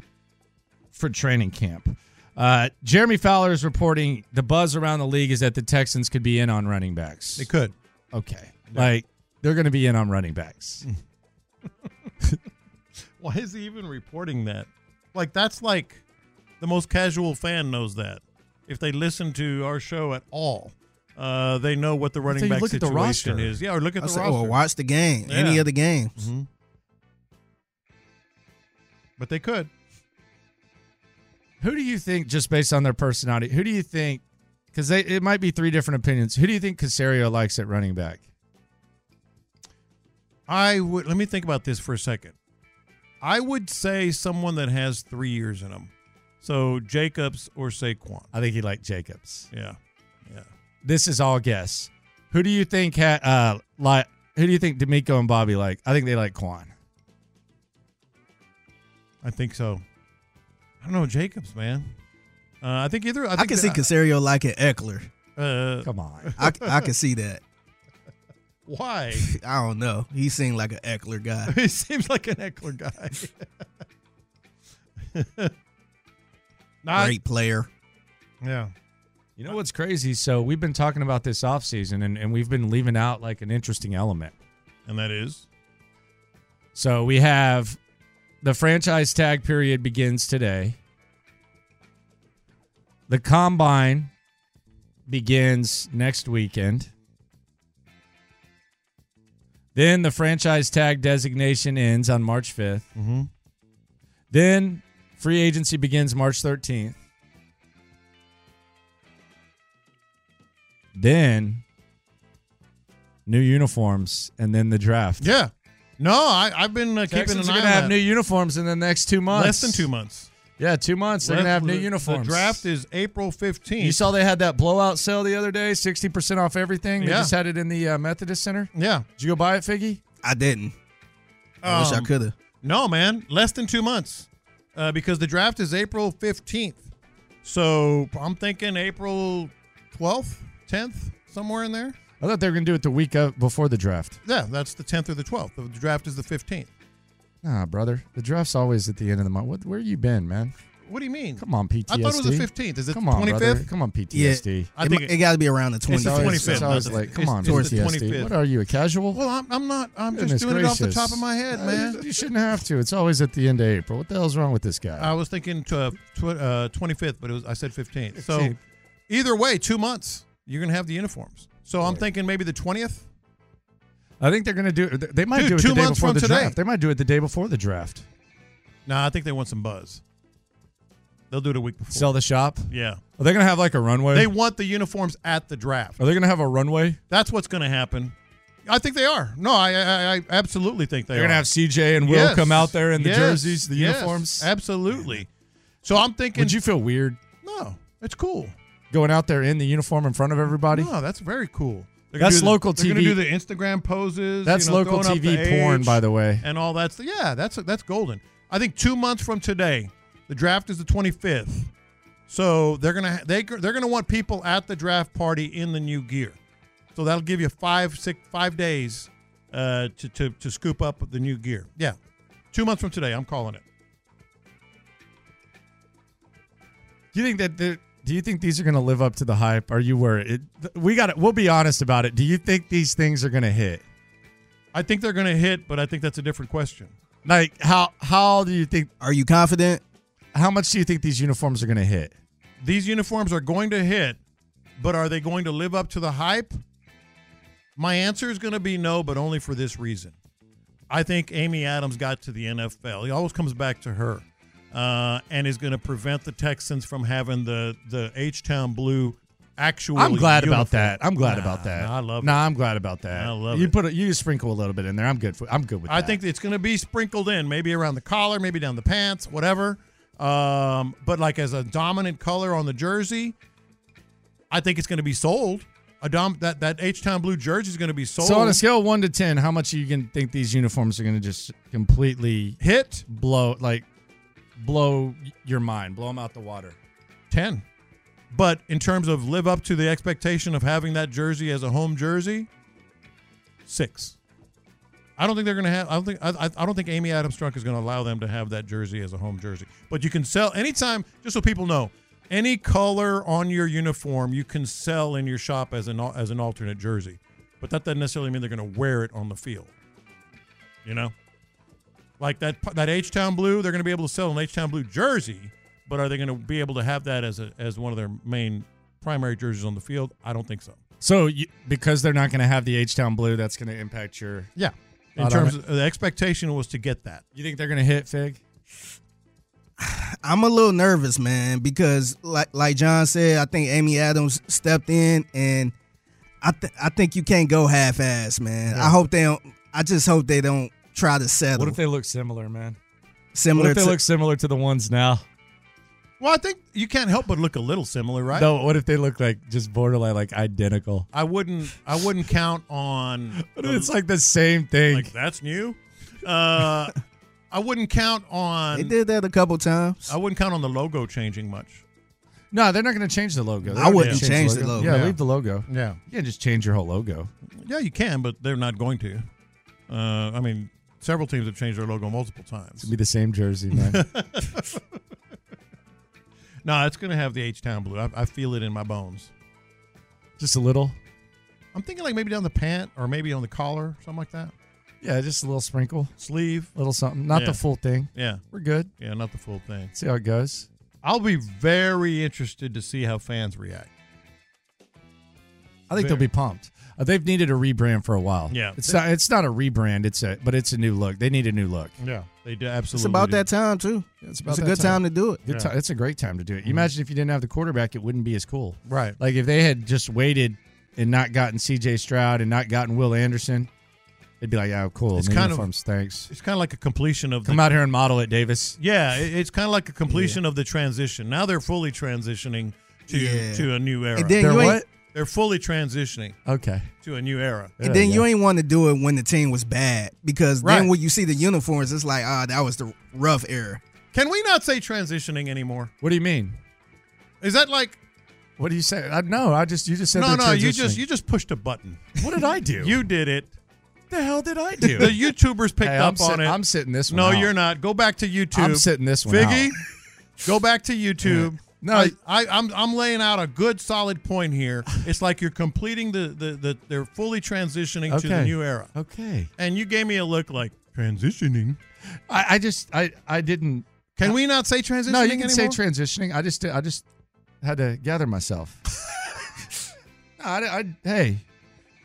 for training camp. Uh, Jeremy Fowler is reporting the buzz around the league is that the Texans could be in on running backs. They could. Okay. Like they're going to be in on running backs. Mm. Why is he even reporting that? Like that's like the most casual fan knows that. If they listen to our show at all, uh, they know what the running you back look at the situation roster. is. Yeah, or look at I the say, roster. well, watch the game, any Yeah. of the games. Mm-hmm. Mhm. But they could. Who do you think, just based on their personality, who do you think? Because it might be three different opinions. Who do you think Casario likes at running back? I would let me think about this for a second. I would say someone that has three years in them. So Jacobs or Saquon. I think he liked Jacobs. Yeah. Yeah. This is all guess. Who do you think? Ha- uh, li- who do you think D'Amico and Bobby like? I think they like Quan. I think so. I don't know Jacobs, man. Uh, I think either. I, I, think can see Casario liking Eckler. Uh, Come on. I, I can see that. Why? I don't know. He seemed like an Eckler guy. he seems like an Eckler guy. Not- Great player. Yeah. You know what's crazy? So we've been talking about this offseason and, and we've been leaving out like an interesting element. And that is? So we have the franchise tag period begins today. The combine begins next weekend. Then the franchise tag designation ends on March 5th. Mm-hmm. Then free agency begins March 13th. Then new uniforms and then the draft. Yeah. No, I, I've been uh, keeping an Texans eye are on gonna have that. new uniforms in the next two months. Less than two months. Yeah, two months. They're Left- gonna have new the- uniforms. The draft is April 15th. You saw they had that blowout sale the other day, sixty percent off everything. They Yeah. just had it in the uh, Methodist Center. Yeah. Did you go buy it, Figgy? I didn't. I wish I Um, coulda. No, man, less than two months, uh, because the draft is April fifteenth. So I'm thinking April twelfth, tenth, somewhere in there. I thought they were gonna do it the week of, before the draft. Yeah, that's the tenth or the twelfth. The draft is the fifteenth. Nah, brother. The draft's always at the end of the month. What, where you been, man? What do you mean? Come on, PTSD. I thought it was the fifteenth. Is it Come the on, twenty brother. fifth? Come on, PTSD. I think it, got to be around the it's 25th. the It's always, 25th, it's always not the- like, come it's- on, it's the PTSD. 25th. What are you, a casual? Well, I'm, I'm not. I'm Goodness just doing it off the gracious. top of my head, Uh, man. You shouldn't have to. It's always at the end of April. What the hell's wrong with this guy? I was thinking tw- uh, tw- uh, 25th, but it was I said 15th. So 15th. either way, two months you're gonna have the uniforms. So I'm thinking maybe the 20th. I think they're going to do. They might Dude, do it two the day months before from the today. draft. They might do it the day before the draft. Nah, I think they want some buzz. They'll do it a week before. Sell the shop. Yeah. Are they going to have like a runway? They want the uniforms at the draft. Are they going to have a runway? That's what's going to happen. I think they are. No, I I, I absolutely think they They're are. gonna have CJ and Will Yes. come out there in the Yes. jerseys, the Yes. uniforms. Absolutely. So I'm thinking. Would you feel weird No, it's cool. going out there in the uniform in front of everybody? No, that's very cool. They're gonna That's do the- local They're gonna do TV. the Instagram poses. That's you know, local throwing up TV the porn, age by the way. and all that. stuff. yeah, that's that's golden. I think two months from today, the draft is the 25th, so they're gonna ha- they they're gonna want people at the draft party in the new gear. So that'll give you five six five days uh, to to to scoop up the new gear. Yeah, two months from today, I'm calling it. Do you think that the do you think these are going to live up to the hype? Are you worried? It, we got We'll be honest about it. Do you think these things are going to hit? I think they're gonna hit, but I think that's a different question. Like how how do you think? Are you confident? How much do you think these uniforms are going to hit? These uniforms are going to hit, but are they going to live up to the hype? My answer is going to be no, but only for this reason. I think Amy Adams got to the NFL. He always comes back to her, uh, and is going to prevent the Texans from having the the H Town blue actual. I'm glad about uniform. that. I'm glad Nah, about that. nah, I love. No, it. I'm glad about that. I love you it. put a, you sprinkle a little bit in there. I'm good. For, I'm good with I that. think it's going to be sprinkled in, maybe around the collar, maybe down the pants, whatever. Um, but like as a dominant color on the jersey, I think it's going to be sold. A dom- that that H Town blue jersey is going to be sold. So on a scale of one to ten, how much you can think these uniforms are going to just completely hit, blow like blow your mind, blow them out the water? 10. But in terms of live up to the expectation of having that jersey as a home jersey, six. I don't think they're going to have. I don't think. I, I- I don't think Amy Adams Strunk is going to allow them to have that jersey as a home jersey. But you can sell anytime. Just so people know, any color on your uniform you can sell in your shop as an al- as an alternate jersey. But that doesn't necessarily mean they're going to wear it on the field. You know, like that that H Town blue, they're going to be able to sell an H Town blue jersey, but are they going to be able to have that as a as one of their main primary jerseys on the field? I don't think so. So you, because they're not going to have the H Town blue, that's going to impact your Yeah. In thought on terms it. of the expectation was to get that. you think they're going to hit Fig? I'm a little nervous, man, because like like John said, I think Amy Adams stepped in, and I th- I think you can't go half ass, man. I hope they don't. I just hope they don't try to settle. What if they look similar, man? Similar What if they to- look similar to the ones now? Well, I think you can't help but look a little similar, right? No. What if they look like just borderline like identical? I wouldn't. I wouldn't count on. It's like the same thing. Like that's new. Uh, I wouldn't count on. They did that a couple times. I wouldn't count on the logo changing much. No, they're not going to change the logo. They're I not gonna wouldn't change the logo. Yeah, Yeah. leave the logo. Yeah. you can't just change your whole logo. Yeah, you can, but they're not going to. Uh, I mean, several teams have changed their logo multiple times. It'd be the same jersey, man. No, it's going to have the H Town blue. I, I feel it in my bones. just a little. I'm thinking like maybe down the pant or maybe on the collar, something like that. Yeah, just a little sprinkle, sleeve, little something. Not Yeah. the full thing. Yeah. we're good. Yeah, not the full thing. See how it goes. I'll be very interested to see how fans react. I think they'll Very. be pumped. Uh, they've needed a rebrand for a while. Yeah. it's not. It's not a rebrand. It's a, but it's a new look. They need a new look. Yeah, they do It's absolutely. about do. that time too. It's, a good time. to do it. Good Yeah. ti- it's a great time to do it. You imagine if you didn't have the quarterback, it wouldn't be as cool. Mm-hmm. Right. Like if they had just waited and not gotten C.J. Stroud and not gotten Will Anderson, it'd be like, oh, cool. It's new kind of- uniforms, thanks. It's kind of like a completion of the. Come out here and model it, Davis. Yeah, it- it's kind of like a completion of the transition. Now they're fully transitioning to Yeah. to a new era. And then They're you ain't- what? They're fully transitioning. Okay. To a new era. And then you ain't want to do it when the team was bad because then Right. when you see the uniforms, it's like ah, that was the rough era. Can we not say transitioning anymore? What do you mean? Is that like? What do you say? I, no, I just you just said No, they're no, you transitioning. just you just pushed a button. What did I do? You did it. the hell did I do? The YouTubers picked Hey, I'm up on sit- it. I'm sitting this one No, out. you're not. Go back to YouTube. I'm sitting this one Figgy, out. go back to YouTube. No, I, I, I'm I'm laying out a good solid point here. It's like you're completing the the, the they're fully transitioning to the Okay. new era. Okay. And you gave me a look like transitioning. I, I just I I didn't. Can we not say transitioning? No, you can say anymore? transitioning. I just I just had to gather myself. No, I, I- hey.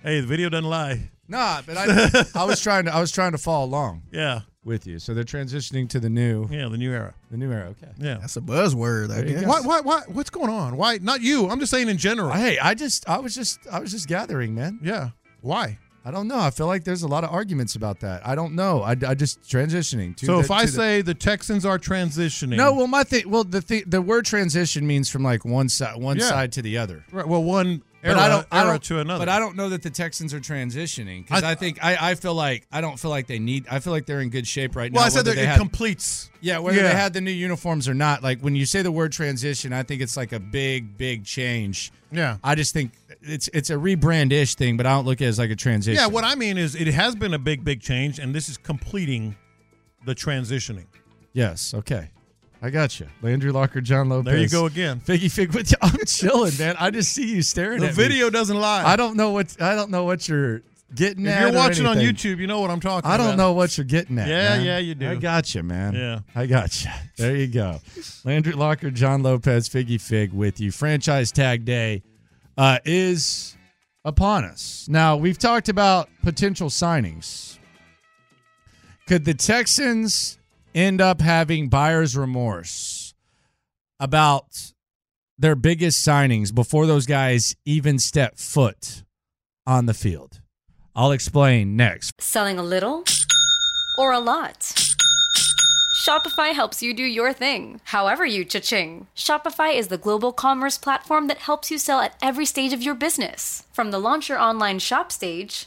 Hey, the video doesn't lie. Nah, but I I was trying to I was trying to follow along. Yeah. With you, so they're transitioning to the new. Yeah, the new era. The new era. Okay. Yeah. That's a buzzword, I There you guess. go. Why, why, why, what's going on? Why? Not you. I'm just saying in general. Hey, I just I was just I was just gathering, man. Yeah. Why? I don't know. I feel like there's a lot of arguments about that. I don't know. I, I just transitioning. To So the- if I to the- say the Texans are transitioning, no, well, my thing, well, the thi- the word transition means from like one side one Yeah. side to the other. Right, well, one But era, I don't- I era don't- to another. But I don't know that the Texans are transitioning because I, think I, I feel like I don't feel like they need. I feel like they're in good shape right well, now. I said whether that they it had- completes. Yeah, whether they had the new uniforms or not. Like when you say the word transition, I think it's like a big, big change. Yeah. I just think it's it's a rebrand ish thing, but I don't look at it as like a transition. Yeah, what I mean is it has been a big, big change, and this is completing the transitioning. Yes. Okay. I got you, Landry Locker, John Lopez. There you go again. Figgy fig with you. I'm chilling, man. I just see you staring. The at me. video doesn't lie. I don't know what I don't know what you're getting If at. you're or watching on anything. YouTube, you know what I'm talking I about. don't know what you're getting at. Yeah, man. yeah, you do. I got you, man. Yeah. I got you. There you go. Landry Locker, John Lopez, Figgy Fig with you. Franchise Tag Day uh, is upon us. Now we've talked about potential signings. Could the Texans end up having buyer's remorse about their biggest signings before those guys even step foot on the field? I'll explain next. Selling a little or a lot? Shopify helps you do your thing, however you cha-ching. Shopify is the global commerce platform that helps you sell at every stage of your business. From the launch your online shop stage,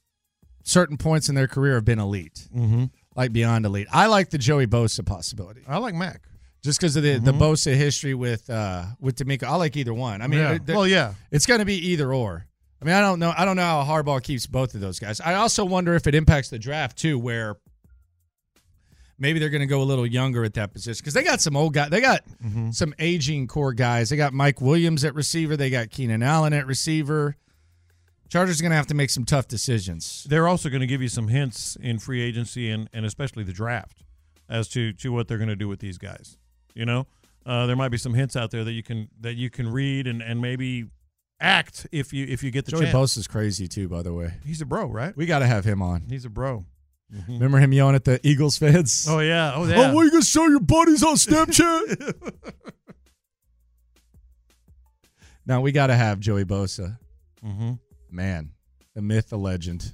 certain points in their career have been elite, Mhm. like beyond elite. I like the Joey Bosa possibility. I like Mac just because of the, the Mhm. Bosa history with uh, with D'Amico. I like either one. I mean, Yeah. it- there- Well, yeah. it's going to be either or. I mean, I don't know. I don't know how Harbaugh keeps both of those guys. I also wonder if it impacts the draft too, where maybe they're going to go a little younger at that position because they got some old guys. They got Mm-hmm. some aging core guys. They got Mike Williams at receiver. They got Keenan Allen at receiver. Chargers are going to have to make some tough decisions. They're also going to give you some hints in free agency and, and especially the draft as to, to what they're going to do with these guys. You know, uh, there might be some hints out there that you can that you can read and, and maybe act if you if you get the Joey chance. Bosa's crazy too, by the way. He's a bro, right? Mm-hmm. We got to have him on. Mm-hmm. He's a bro. Mhm. Remember him yelling at the Eagles fans? Oh yeah, oh yeah. what, you gonna show your buddies on Snapchat? Now we got to have Joey Bosa. Mm-hmm. Mhm. Man, the myth, the legend.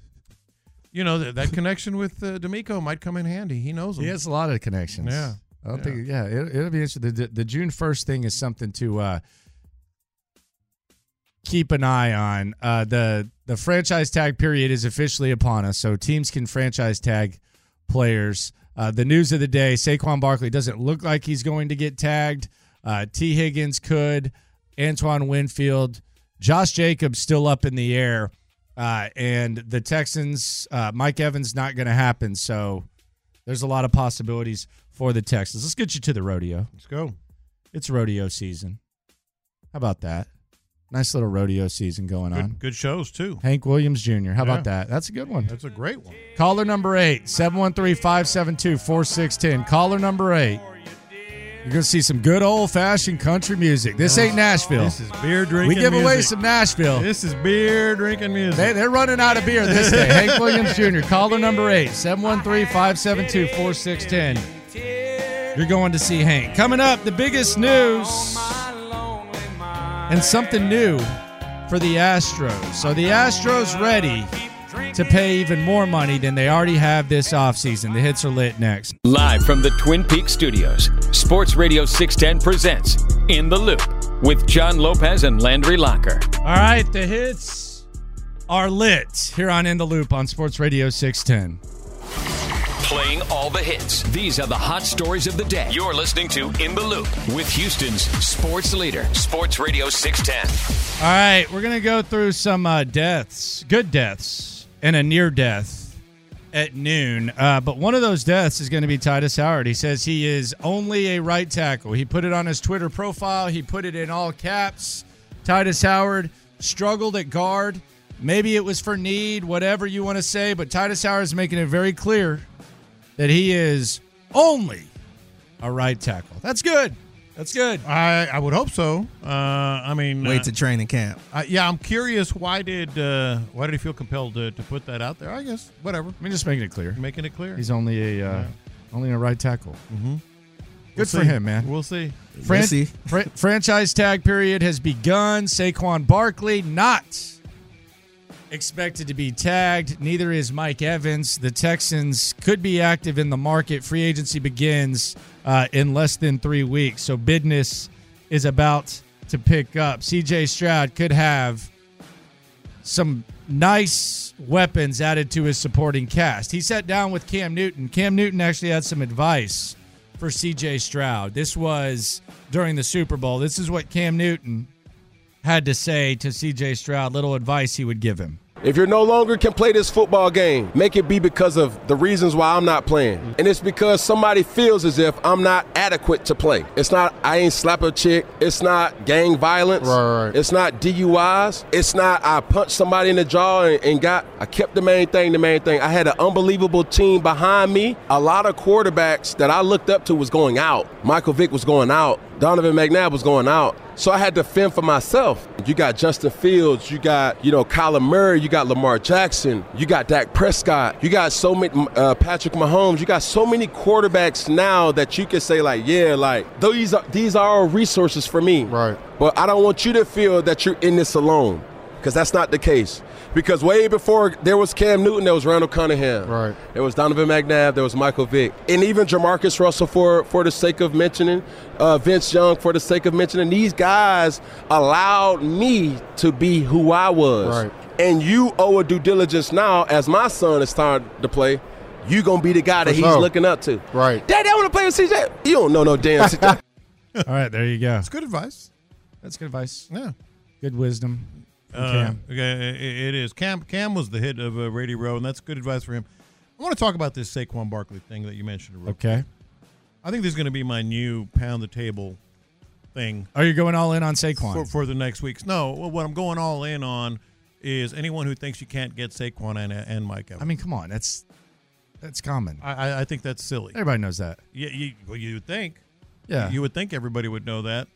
you know that, that connection with uh, D'Amico might come in handy. He knows him. He has a lot of connections. Yeah. I don't Yeah. think. Yeah, it, it'll be interesting. The, the June first thing is something to uh, keep an eye on. Uh, the the franchise tag period is officially upon us, so teams can franchise tag players. Uh, the news of the day: Saquon Barkley doesn't look like he's going to get tagged. Uh, T. Higgins could. Antoine Winfield, Josh Jacobs still up in the air, uh, and the Texans. Uh, Mike Evans not going to happen. So there's a lot of possibilities for the Texans. Let's get you to the rodeo. Let's go. It's rodeo season. How about that? Nice little rodeo season going on. Good, good shows too. Hank Williams Jr. How Yeah. about that? That's a good one. That's a great one. Caller number eight, 713 572 4610. Caller number eight. You're going to see some good old fashioned country music. This ain't Nashville. Oh, This is beer drinking. We give away music. some Nashville. This is beer drinking music. They, they're running out of beer this day. Hank Williams Jr., caller number eight, 713 572 4610. You're going to see Hank. Coming up, the biggest news and something new for the Astros. So the Astros ready to pay even more money than they already have this offseason. The hits are lit next. Live from the Twin Peaks studios, Sports Radio 610 presents In the Loop with John Lopez and Landry Locker. All right, the hits are lit here on In the Loop on Sports Radio 610. Playing all the hits. These are the hot stories of the day. You're listening to In the Loop with Houston's sports leader, Sports Radio 610. All right, we're gonna go through some uh, deaths, good deaths, and a near death at noon. Uh, but one of those deaths is going to be Titus Howard. He says he is only a right tackle. He put it on his Twitter profile. He put it in all caps. Titus Howard struggled at guard. Maybe it was for need, whatever you want to say. But Titus Howard is making it very clear that he is only a right tackle. That's good. That's good. I I would hope so. Uh, I mean, Wait uh, to training camp. I- yeah, I'm curious. Why did uh, why did he feel compelled to, to put that out there? I guess whatever. I mean, just making it clear. Making it clear. He's only a uh, Yeah. only a right tackle. Mm-hmm. Good for him, man. We'll see. Fran- fran- franchise tag period has begun. Saquon Barkley not expected to be tagged. Neither is Mike Evans. The Texans could be active in the market. Free agency begins uh, in less than three weeks, so business is about to pick up. CJ Stroud could have some nice weapons added to his supporting cast. He sat down with Cam Newton. Cam Newton actually had some advice for CJ Stroud. This was during the Super Bowl. This is what Cam Newton had to say to CJ Stroud, little advice he would give him. If you're no longer can play this football game, make it be because of the reasons why I'm not playing. And it's because somebody feels as if I'm not adequate to play. It's not I ain't slap a chick. It's not gang violence. Right, right. It's not DUIs. It's not I punched somebody in the jaw and, and got I kept the main thing, the main thing. I had an unbelievable team behind me. A lot of quarterbacks that I looked up to was going out. Michael Vick was going out. Donovan McNabb was going out. So I had to fend for myself. You got Justin Fields, you got, you know, Kyler Murray, you got Lamar Jackson, you got Dak Prescott, you got so many, uh, Patrick Mahomes, you got so many quarterbacks now that you can say like, yeah, like these are, these are all resources for me. Right. But I don't want you to feel that you're in this alone because that's not the case. Because way before there was Cam Newton, there was Randall Cunningham. Right. There was Donovan McNabb. There was Michael Vick, and even Jamarcus Russell for for the sake of mentioning, uh, Vince Young for the sake of mentioning. These guys allowed me to be who I was. Right. And you owe a due diligence now, as my son is starting to play. You gonna be the guy that For he's sure. looking up to. Right. Daddy, I want to play with CJ. You don't know no damn. CJ. All right, there you go. That's good advice. That's good advice. Yeah. Good wisdom. from Uh, Cam. okay, it- it is. Cam Cam was the hit of uh, Radio Row, and that's good advice for him. I want to talk about this Saquon Barkley thing that you mentioned. real Okay. quick. I think this is going to be my new pound the table thing. Are you going all in on Saquon? for, for the next weeks? No, well, what I'm going all in on is anyone who thinks you can't get Saquon and, and Mike Evans. I mean, come on, that's that's common. I, I- I think that's silly. Everybody knows that. Yeah, you, well, you would think. Yeah. you would think everybody would know that.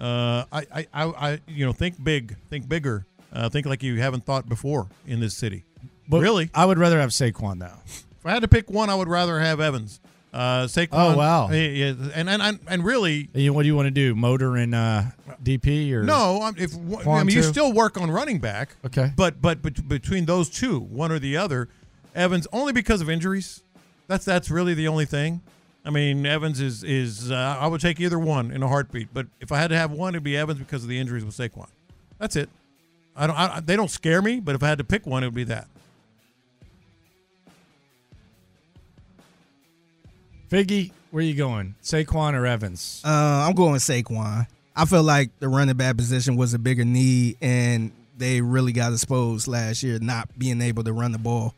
Uh, I, I, I, I, you know, think big, think bigger, uh, think like you haven't thought before in this city. But really, I would rather have Saquon though. if I had to pick one, I would rather have Evans. Uh, Saquon. Oh, wow. Yeah, yeah, and and and, and really, And you- what do you want to do? Motor and uh, DP or no. I'm- If one- I Quan mean, you too? still work on running back. Okay. But but bet- between those two, one or the other, Evans only because of injuries. That's that's really the only thing. I mean, Evans is is uh, I would take either one in a heartbeat. But if I had to have one, it'd be Evans because of the injuries with Saquon. That's it. I don't. I, I- they don't scare me. But if I had to pick one, it would be that. Figgy, where you going? Saquon or Evans? Uh, I'm going with Saquon. I feel like the running back position was a bigger need, and they really got exposed last year not being able to run the ball.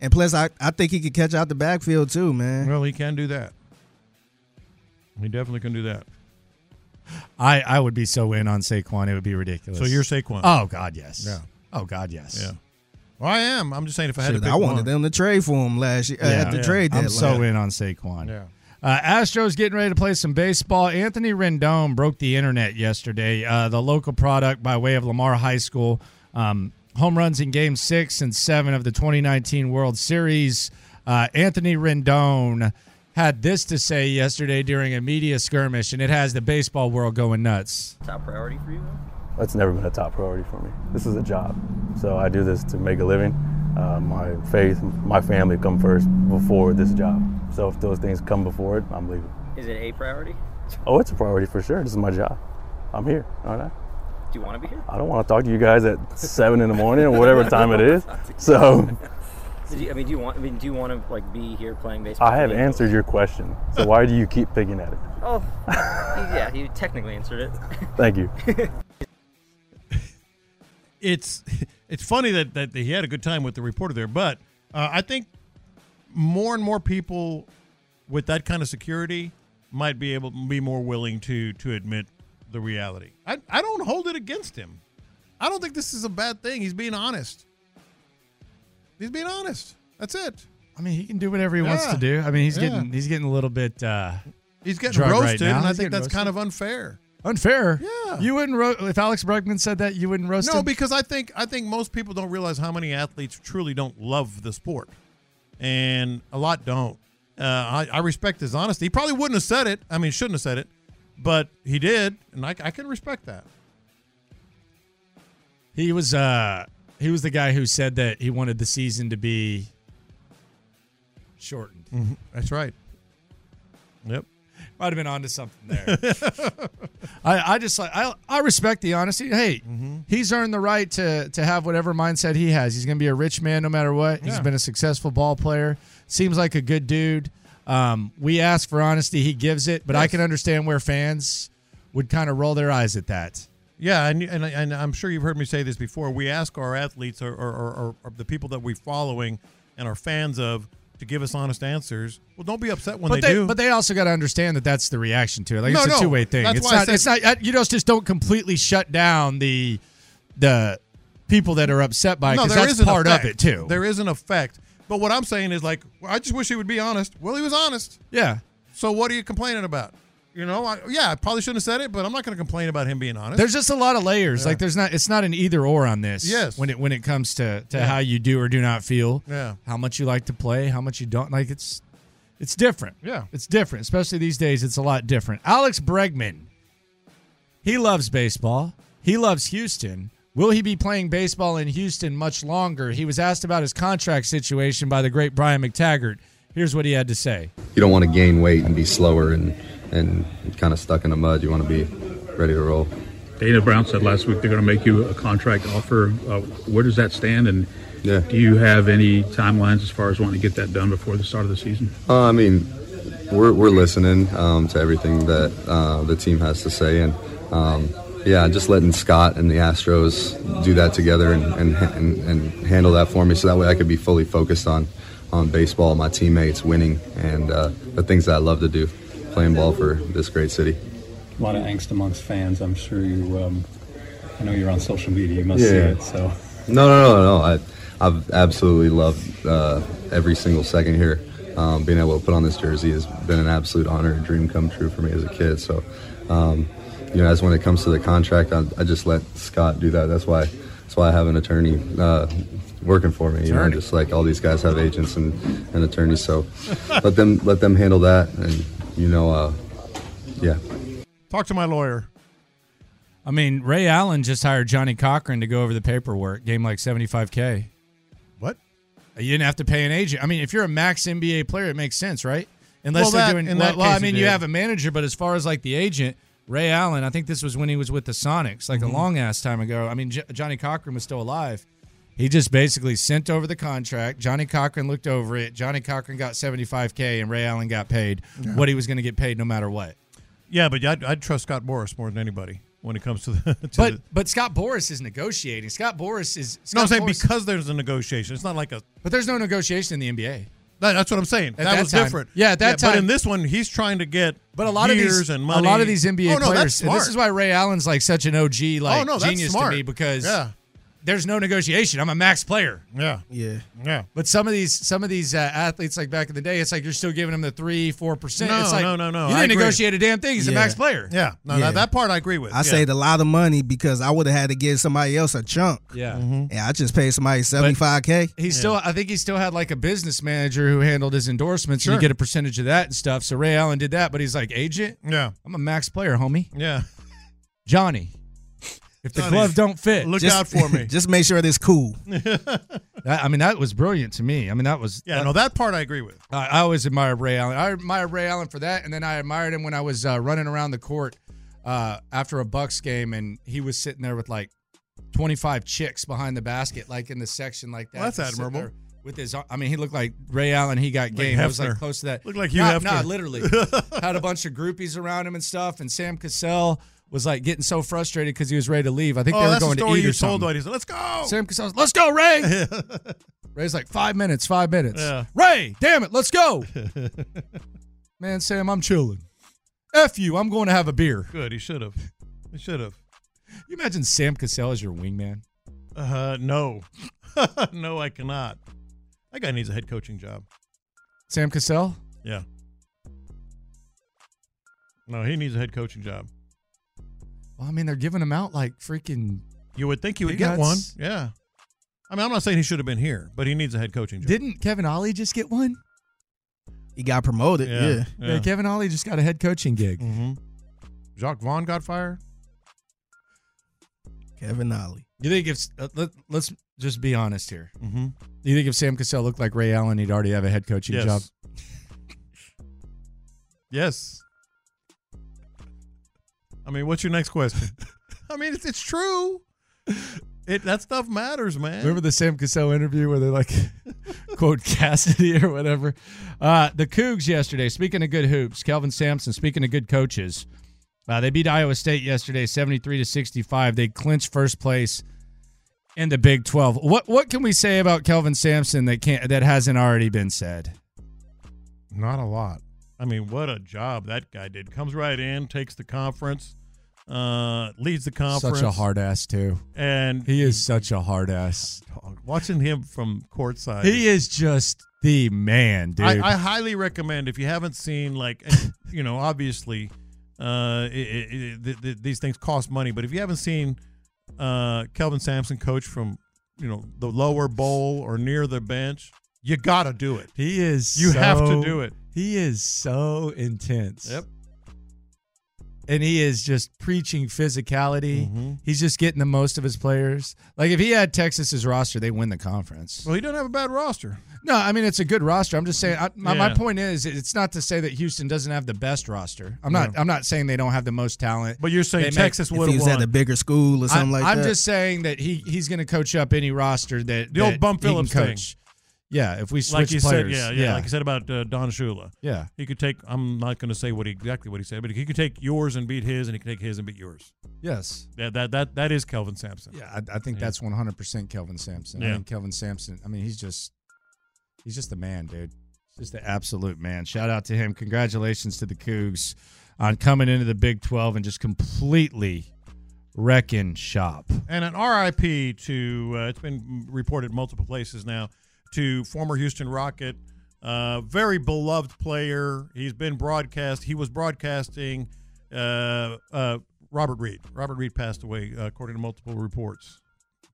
And plus, I, I think he could catch out the backfield too, man. Well, he can do that. He definitely can do that. I I would be so in on Saquon, it would be ridiculous. So you're Saquon. Oh God, yes. Yeah. Oh God, yes. Yeah. Well, I am. I'm just saying if I had Shit, to pick I wanted one. them to trade for him last year uh, at the trade I'm deadline. so in on Saquon. Yeah. Uh, Astros getting ready to play some baseball. Anthony Rendon broke the internet yesterday. Uh, the local product by way of Lamar High School. Um, home runs in game six and seven of the 2019 World Series. Uh, Anthony Rendon had this to say yesterday during a media skirmish, and it has the baseball world going nuts. Top priority for you? That's never been a top priority for me. This is a job. So I do this to make a living. Uh, my faith, my family come first before this job. So if those things come before it, I'm leaving. Is it a priority? Oh, it's a priority for sure. This is my job. I'm here, aren't I? Do you want to be here? I don't want to talk to you guys at seven in the morning or whatever time it is. So Did you, I mean, do you want? I mean, do you want to like be here playing baseball? I have Yeah. answered your question. So why do you keep picking at it? Oh, yeah. You technically answered it. Thank you. it's it's funny that, that he had a good time with the reporter there, but uh, I think more and more people with that kind of security might be able be more willing to to admit the reality. I, I don't hold it against him. I don't think this is a bad thing. He's being honest. He's being honest. That's it. I mean, he can do whatever he wants to do. I mean, he's getting he's getting a little bit uh, He's getting drug right roasted, now. and I He's think getting that's kind of unfair. Unfair. Yeah. You wouldn't ro- if Alex Bregman said that, you wouldn't roast No, him. because I think I think most people don't realize how many athletes truly don't love the sport, and a lot don't. Uh, I, I respect his honesty. He probably wouldn't have said it. I mean, shouldn't have said it, but he did, and I, I can respect that. He was uh he was the guy who said that he wanted the season to be shortened. Mm-hmm. That's right. Yep. Might have been onto something there. I, I just like I I respect the honesty. Hey, Mm-hmm. he's earned the right to to have whatever mindset he has. He's gonna be a rich man no matter what. He's Yeah. been a successful ball player. Seems like a good dude. Um, we ask for honesty, he gives it, but I Yes. can understand where fans would kind of roll their eyes at that. Yeah, and and, and I'm sure you've heard me say this before. We ask our athletes or, or, or, or- or the people that we're following and are fans of to give us honest answers. Well, don't be upset when but they, do. but they also got to understand that that's the reaction to it. Like No, it's a no. two way thing. That's it's why I not. said- it's not. uh, You just just don't completely shut down the the people that are upset by it no, because there that's is an part effect. of it too. There is an effect. But what I'm saying is like, well, I just wish he would be honest. Well, he was honest. Yeah. So what are you complaining about? You know, I, yeah, I probably shouldn't have said it, but I'm not going to complain about him being honest. There's just a lot of layers. Yeah. Like there's not. It's not an either or on this. Yes. When it when it comes to to Yeah. how you do or do not feel. Yeah. How much you like to play. How much you don't like. It's it's different. Yeah. It's different, especially these days. It's a lot different. Alex Bregman. He loves baseball. He loves Houston. Will he be playing baseball in Houston much longer? He was asked about his contract situation by the great Brian McTaggart. Here's what he had to say. you don't want to gain weight and be slower and and kind of stuck in the mud. You want to be ready to roll. Dana Brown said last week they're going to make you a contract offer. Uh, where does that stand? And do you have any timelines as far as wanting to get that done before the start of the season? Uh, I mean, we're, we're listening um, to everything that uh, the team has to say, and um, yeah, just letting Scott and the Astros do that together and, and, and, and handle that for me, so that way I could be fully focused on on baseball, my teammates, winning, and uh, the things that I love to do, playing ball for this great city. A lot of angst amongst fans. I'm sure you. Um, I know you're on social media. You must see it. So No, no, no, no. I, I've absolutely loved uh, every single second here. Um, being able to put on this jersey has been an absolute honor, a dream come true for me as a kid. So, um, you know, as when it comes to the contract, I, I just let Scott do that. That's why, that's why I have an attorney uh, working for me. You know, Attorney. just like all these guys have agents and, and attorneys. So, let them let them handle that. And you know, uh, yeah. Talk to my lawyer. I mean, Ray Allen just hired Johnny Cochran to go over the paperwork. Game like 75K. What? You didn't have to pay an agent. I mean, if you're a max NBA player, it makes sense, right? Unless Well, they're that- doing in well, that well, I case, it mean, you did. have a manager, but as far as like the agent, Ray Allen, I think this was when he was with the Sonics, like Mhm. Mm-hmm. a long ass time ago. I mean, J- Johnny Cochran was still alive. He just basically sent over the contract. Johnny Cochran looked over it. Johnny Cochran got 75K and Ray Allen got paid Yeah. what he was going to get paid no matter what. Yeah, but I'd, I'd trust Scott Boris more than anybody when it comes to the. To But the, but Scott Boris is negotiating. Scott Boris is Scott no, I'm saying Boras- because there's a negotiation. It's not like a. But there's no negotiation in the NBA. That, that's what I'm saying. At That, that was time. different. Yeah, at that But in time- this one, he's trying to get. But a lot of years these, and money. a lot of these NBA oh, no, players. That's and smart. This is why Ray Allen's like such an OG like Oh, no, that's genius smart. to me because Yeah. there's no negotiation. I'm a max player. Yeah, yeah, yeah. But some of these some of these uh, athletes like back in the day, it's like you're still giving them the three four percent. No, it's like, no, no, no. You I didn't agree. negotiate a damn thing. He's a Yeah. max player. Yeah, no, Yeah. no, that part I agree with. I yeah. saved a lot of money because I would have had to give somebody else a chunk. Yeah. Mm-hmm. Yeah, I just paid somebody seventy five k. He still, I think he still had like a business manager who handled his endorsements, and Sure. you get a percentage of that and stuff. So Ray Allen did that, but he's like agent. Yeah, I'm a max player, homie. Yeah, Johnny. If the glove don't fit, Just- just make sure it's cool. That- I mean, that was brilliant to me. I mean, that was uh, Yeah, no, that part I agree with. I, I always admired Ray Allen. I admired Ray Allen for that, and then I admired him when I was uh, running around the court uh, after a Bucks game, and he was sitting there with like twenty five chicks behind the basket, like in the section like that. Well, that's Just sitting admirable. there With his, I mean, he looked like Ray Allen. He got Like game. I was like Hefner. close to that. Looked like Hugh Nah, Hefner. nah, literally had a bunch of groupies around him and stuff. And Sam Cassell was like getting so frustrated because he was ready to leave. I think oh, they were that's going the story to eat you or something. told. Dwight. He said, "Let's go." Sam Cassell, let's go, Ray. Ray's like five minutes, five minutes. Yeah. Ray, damn it, let's go. Man, Sam, I'm chilling. F you, I'm going to have a beer. Good. He should have. He should have. You imagine Sam Cassell as your wingman? Uh, no, no, I cannot. That guy needs a head coaching job. Sam Cassell? Yeah. No, he needs a head coaching job. Well, I mean, they're giving him out like freaking. You would think he would get one. Yeah. I mean, I'm not saying he should have been here, but he needs a head coaching job. Didn't Kevin Ollie just get one? He got promoted. Yeah, Yeah. yeah. Mm-hmm. Kevin Ollie just got a head coaching gig. Jacques Vaughn got fired. Kevin Ollie. You think if uh, let, let's just be honest here? Mhm. You think if Sam Cassell looked like Ray Allen, he'd already have a head coaching Yes. job? Yes. I mean, what's your next question? I mean, it's, it's true. It that stuff matters, man. Remember the Sam Cassell interview where they like quote Cassidy or whatever? Uh, the Cougs yesterday, speaking of good hoops, Kelvin Sampson, speaking of good coaches, uh, they beat Iowa State yesterday 73 to 65. They clinched first place in the Big 12. What what can we say about Kelvin Sampson that can't that hasn't already been said? Not a lot. I mean, what a job that guy did. Comes right in, takes the conference, uh, leads the conference. Such a hard ass too. And he is such a hard ass. Watching him from courtside. He is just the man, dude. I, I highly recommend if you haven't seen like, and, you know, obviously, uh, it, it, it, th- th- these things cost money. But if you haven't seen uh, Kelvin Sampson coach from you know the lower bowl or near the bench, you gotta do it. He is. You have so- to do it. He is so intense. Yep. And he is just preaching physicality. Mhm. He's just getting the most of his players. Like if he had Texas's roster, they win the conference. Well, he doesn't have a bad roster. No, I mean it's a good roster. I'm just saying. I, my, my Yeah. point is, it's not to say that Houston doesn't have the best roster. I'm not. No. I'm not saying they don't have the most talent. But you're saying They make- Texas If he was at a bigger school or something I, like I'm that. just saying that he he's going to coach up any roster that The old that Bum he can Phillips coach. Yeah, if we switch like you players, said, yeah, yeah, like you said about uh, Don Shula. Yeah. he could take. I'm not going to say what he- exactly what he said, but he could take yours and beat his, and he could take his and beat yours. Yes. Yeah, that that that is Kelvin Sampson. Yeah, I, I think that's 100% Kelvin Sampson. I Yeah. think Kelvin Sampson. I mean, he's just he's just the man, dude. He's just the absolute man. Shout out to him. Congratulations to the Cougs on coming into the Big 12 and just completely wrecking shop. And an RIP to, uh, it's been reported multiple places now, to former Houston Rocket, uh, very beloved player. He's been broadcast. He was broadcasting uh, uh, Robert Reed. Robert Reed passed away, uh, according to multiple reports.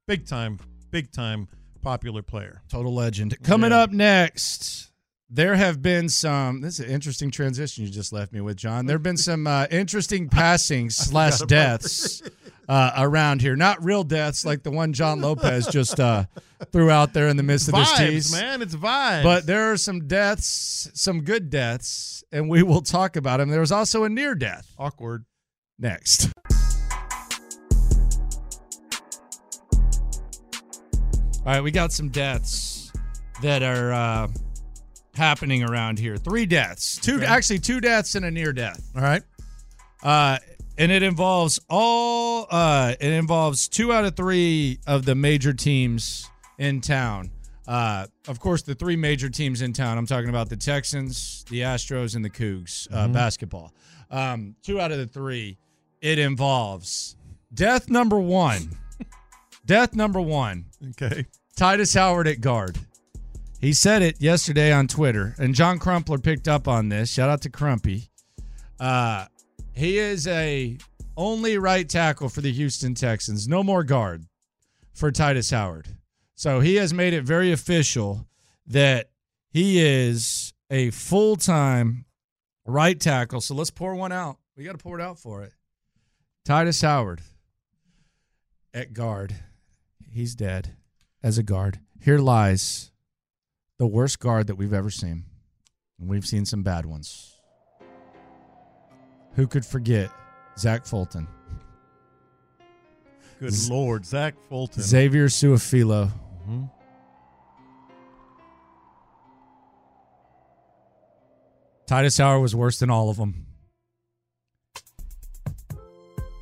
Big time, big time popular player. Total legend. Coming up next, there have been some. This is an interesting transition you just left me with, John. There have been some uh, interesting passings slash about deaths uh, around here. Not real deaths like the one John Lopez just uh, threw out there in the midst of his Vibes, tease. man. It's vibes. But there are some deaths, some good deaths, and we will talk about them. There was also a near death. Awkward. Next. All right, we got some deaths that are uh, happening around here. Three deaths, two Okay. actually two deaths and a near death. All right. Uh, and it involves all. Uh, it involves two out of three of the major teams in town. Uh, of course, the three major teams in town. I'm talking about the Texans, the Astros, and the Cougs uh, Mhm. basketball. Um, two out of the three. It involves death number one. death number one. Okay. Titus Howard at guard. He said it yesterday on Twitter, and John Crumpler picked up on this. Shout out to Crumpy. Uh, he is a only right tackle for the Houston Texans. No more guard for Titus Howard. So he has made it very official that he is a full time right tackle. So let's pour one out. We got to pour it out for it. Titus Howard at guard. He's dead as a guard. Here lies the worst guard that we've ever seen. And we've seen some bad ones. Who could forget Zach Fulton, Good Z- Lord. Zach Fulton. Xavier Suafilo, Mhm. Titus Howard was worse than all of them.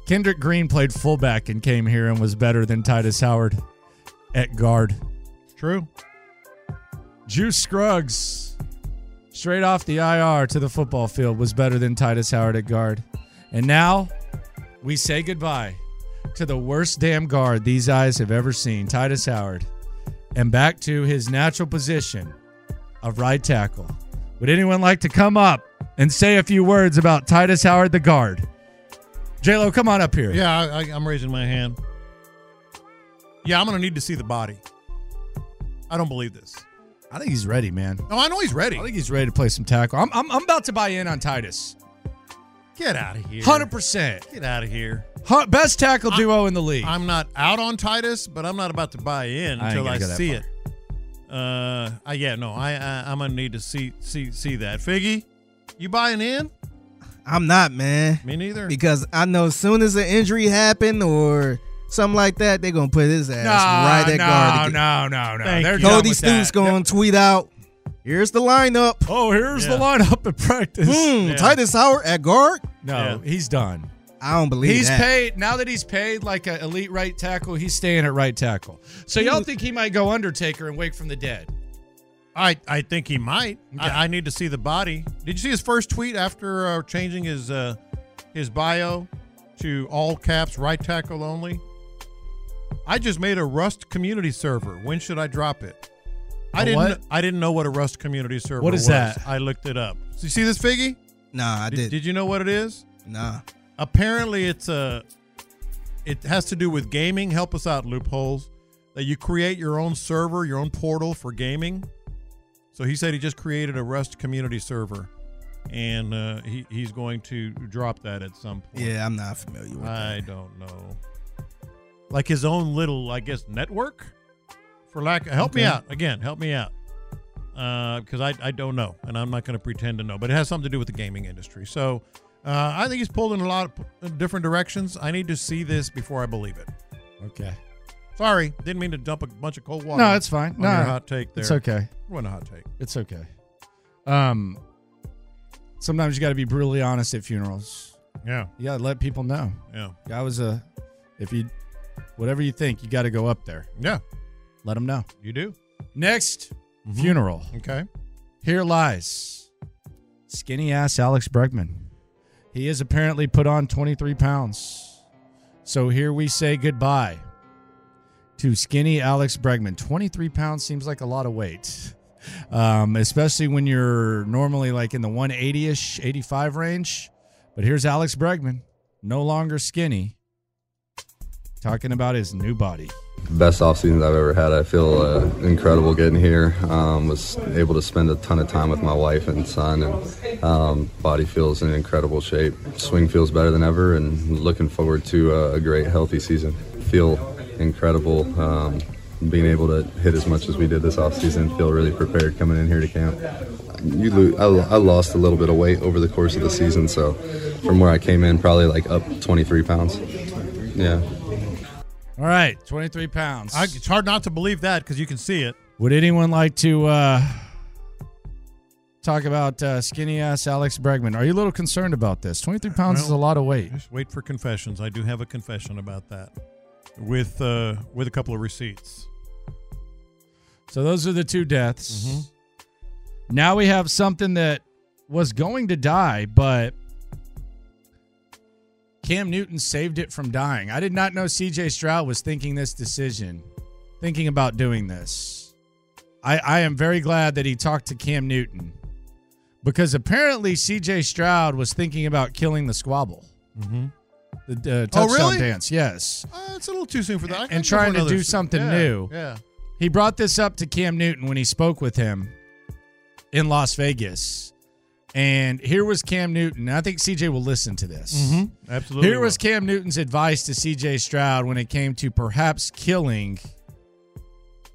Kendrick Green played fullback and came here and was better than Titus Howard at guard. True. Juice Scruggs, straight off the IR to the football field, was better than Titus Howard at guard. And now we say goodbye to the worst damn guard these eyes have ever seen, Titus Howard, and back to his natural position of right tackle. Would anyone like to come up and say a few words about Titus Howard, the guard. JLo, come on up here. Yeah, I, I, I'm raising my hand. Yeah, I'm gonna need to see the body. I don't believe this. I think he's ready, man. No, I know he's ready. I think he's ready to play some tackle. I'm, I'm, I'm about to buy in on Titus. Get out of here. 100%. Get out of here. Huh, Best tackle duo in the league. I'm not out on Titus, but I'm not about to buy in I ain't until gonna I go that see far. it. Uh, I, yeah, no, I, I I'm gonna need to see see see that. Figgy, you buying in? I'm not, man. Me neither. Because I know as soon as an injury happened or something like that, they're gonna put his ass right at no, guard. again. no, Oh, no, no. They're done Cody with that. Stoops gonna tweet out. Here's the lineup. Oh, here's the lineup at practice. Hmm, Yeah. Titus Howard at guard. No, he's done. I don't believe he's that. paid now that he's paid like an elite right tackle. He's staying at right tackle. So y'all think he might go Undertaker and wake from the dead? I I think he might. I, I need to see the body. Did you see his first tweet after uh, changing his uh his bio to all caps right tackle only? I just made a Rust community server. When should I drop it? I A didn't. what? I didn't know what a Rust community server. What is was. that? I looked it up. So you see this figgy? Nah, I did, didn't. Did you know what it is? Nah. Apparently, it's a. It has to do with gaming. Help us out, loopholes. That you create your own server, your own portal for gaming. So he said he just created a Rust community server, and uh, he he's going to drop that at some point. Yeah, I'm not familiar with I don't know. Like his own little, I guess, network. For lack, help me Okay. out again. Help me out. Uh, because I, I don't know, and I'm not going to pretend to know, but it has something to do with the gaming industry. So uh, I think he's pulled in a lot of p- different directions. I need to see this before I believe it. Okay. Sorry, didn't mean to dump a bunch of cold water. No, it's fine. on No, your hot take there. It's okay. What a hot take. It's okay. Um, sometimes you got to be brutally honest at funerals. Yeah. You got to let people know. Yeah. I was a. If you, whatever you think, you got to go up there. Yeah. Let them know. You do. Mm-hmm. Next funeral. Okay. Here lies skinny ass Alex Bregman. He has apparently put on 23 pounds. So here we say goodbye to skinny Alex Bregman. 23 pounds seems like a lot of weight, um, especially when you're normally like in the 180 ish, 85 range. But here's Alex Bregman, no longer skinny, talking about his new body. best off season I've ever had. I feel uh, incredible getting here. Um, was able to spend a ton of time with my wife and son, and um, body feels in incredible shape. Swing feels better than ever, and looking forward to uh, a great healthy season. Feel incredible. Um, being able to hit as much as we did this off season. feel really prepared coming in here to camp. You lo- I, I lost a little bit of weight over the course of the season, so from where I came in, probably like up 23 pounds. Yeah, All right, 23 pounds. I, it's hard not to believe that because you can see it. Would anyone like to uh, talk about uh, skinny ass Alex Bregman? Are you a little concerned about this? 23 pounds is a Well, lot of weight. Just wait for confessions. I do have a confession about that, with uh, with a couple of receipts. So those are the two deaths. Now we have something that was going to die, but Cam Newton saved it from dying. I did not know CJ Stroud was thinking this decision, thinking about doing this. I, I am very glad that he talked to Cam Newton because apparently CJ Stroud was thinking about killing the squabble. Mm-hmm. The uh, touchdown Oh, really? dance, yes Uh, it's a little too soon for that. I can and go trying for to another do se- something yeah, new. Yeah. He brought this up to Cam Newton when he spoke with him in Las Vegas. And here was Cam Newton. I think CJ will listen to this. Mhm. Absolutely Here was Cam Newton's advice to CJ Stroud when it came to perhaps killing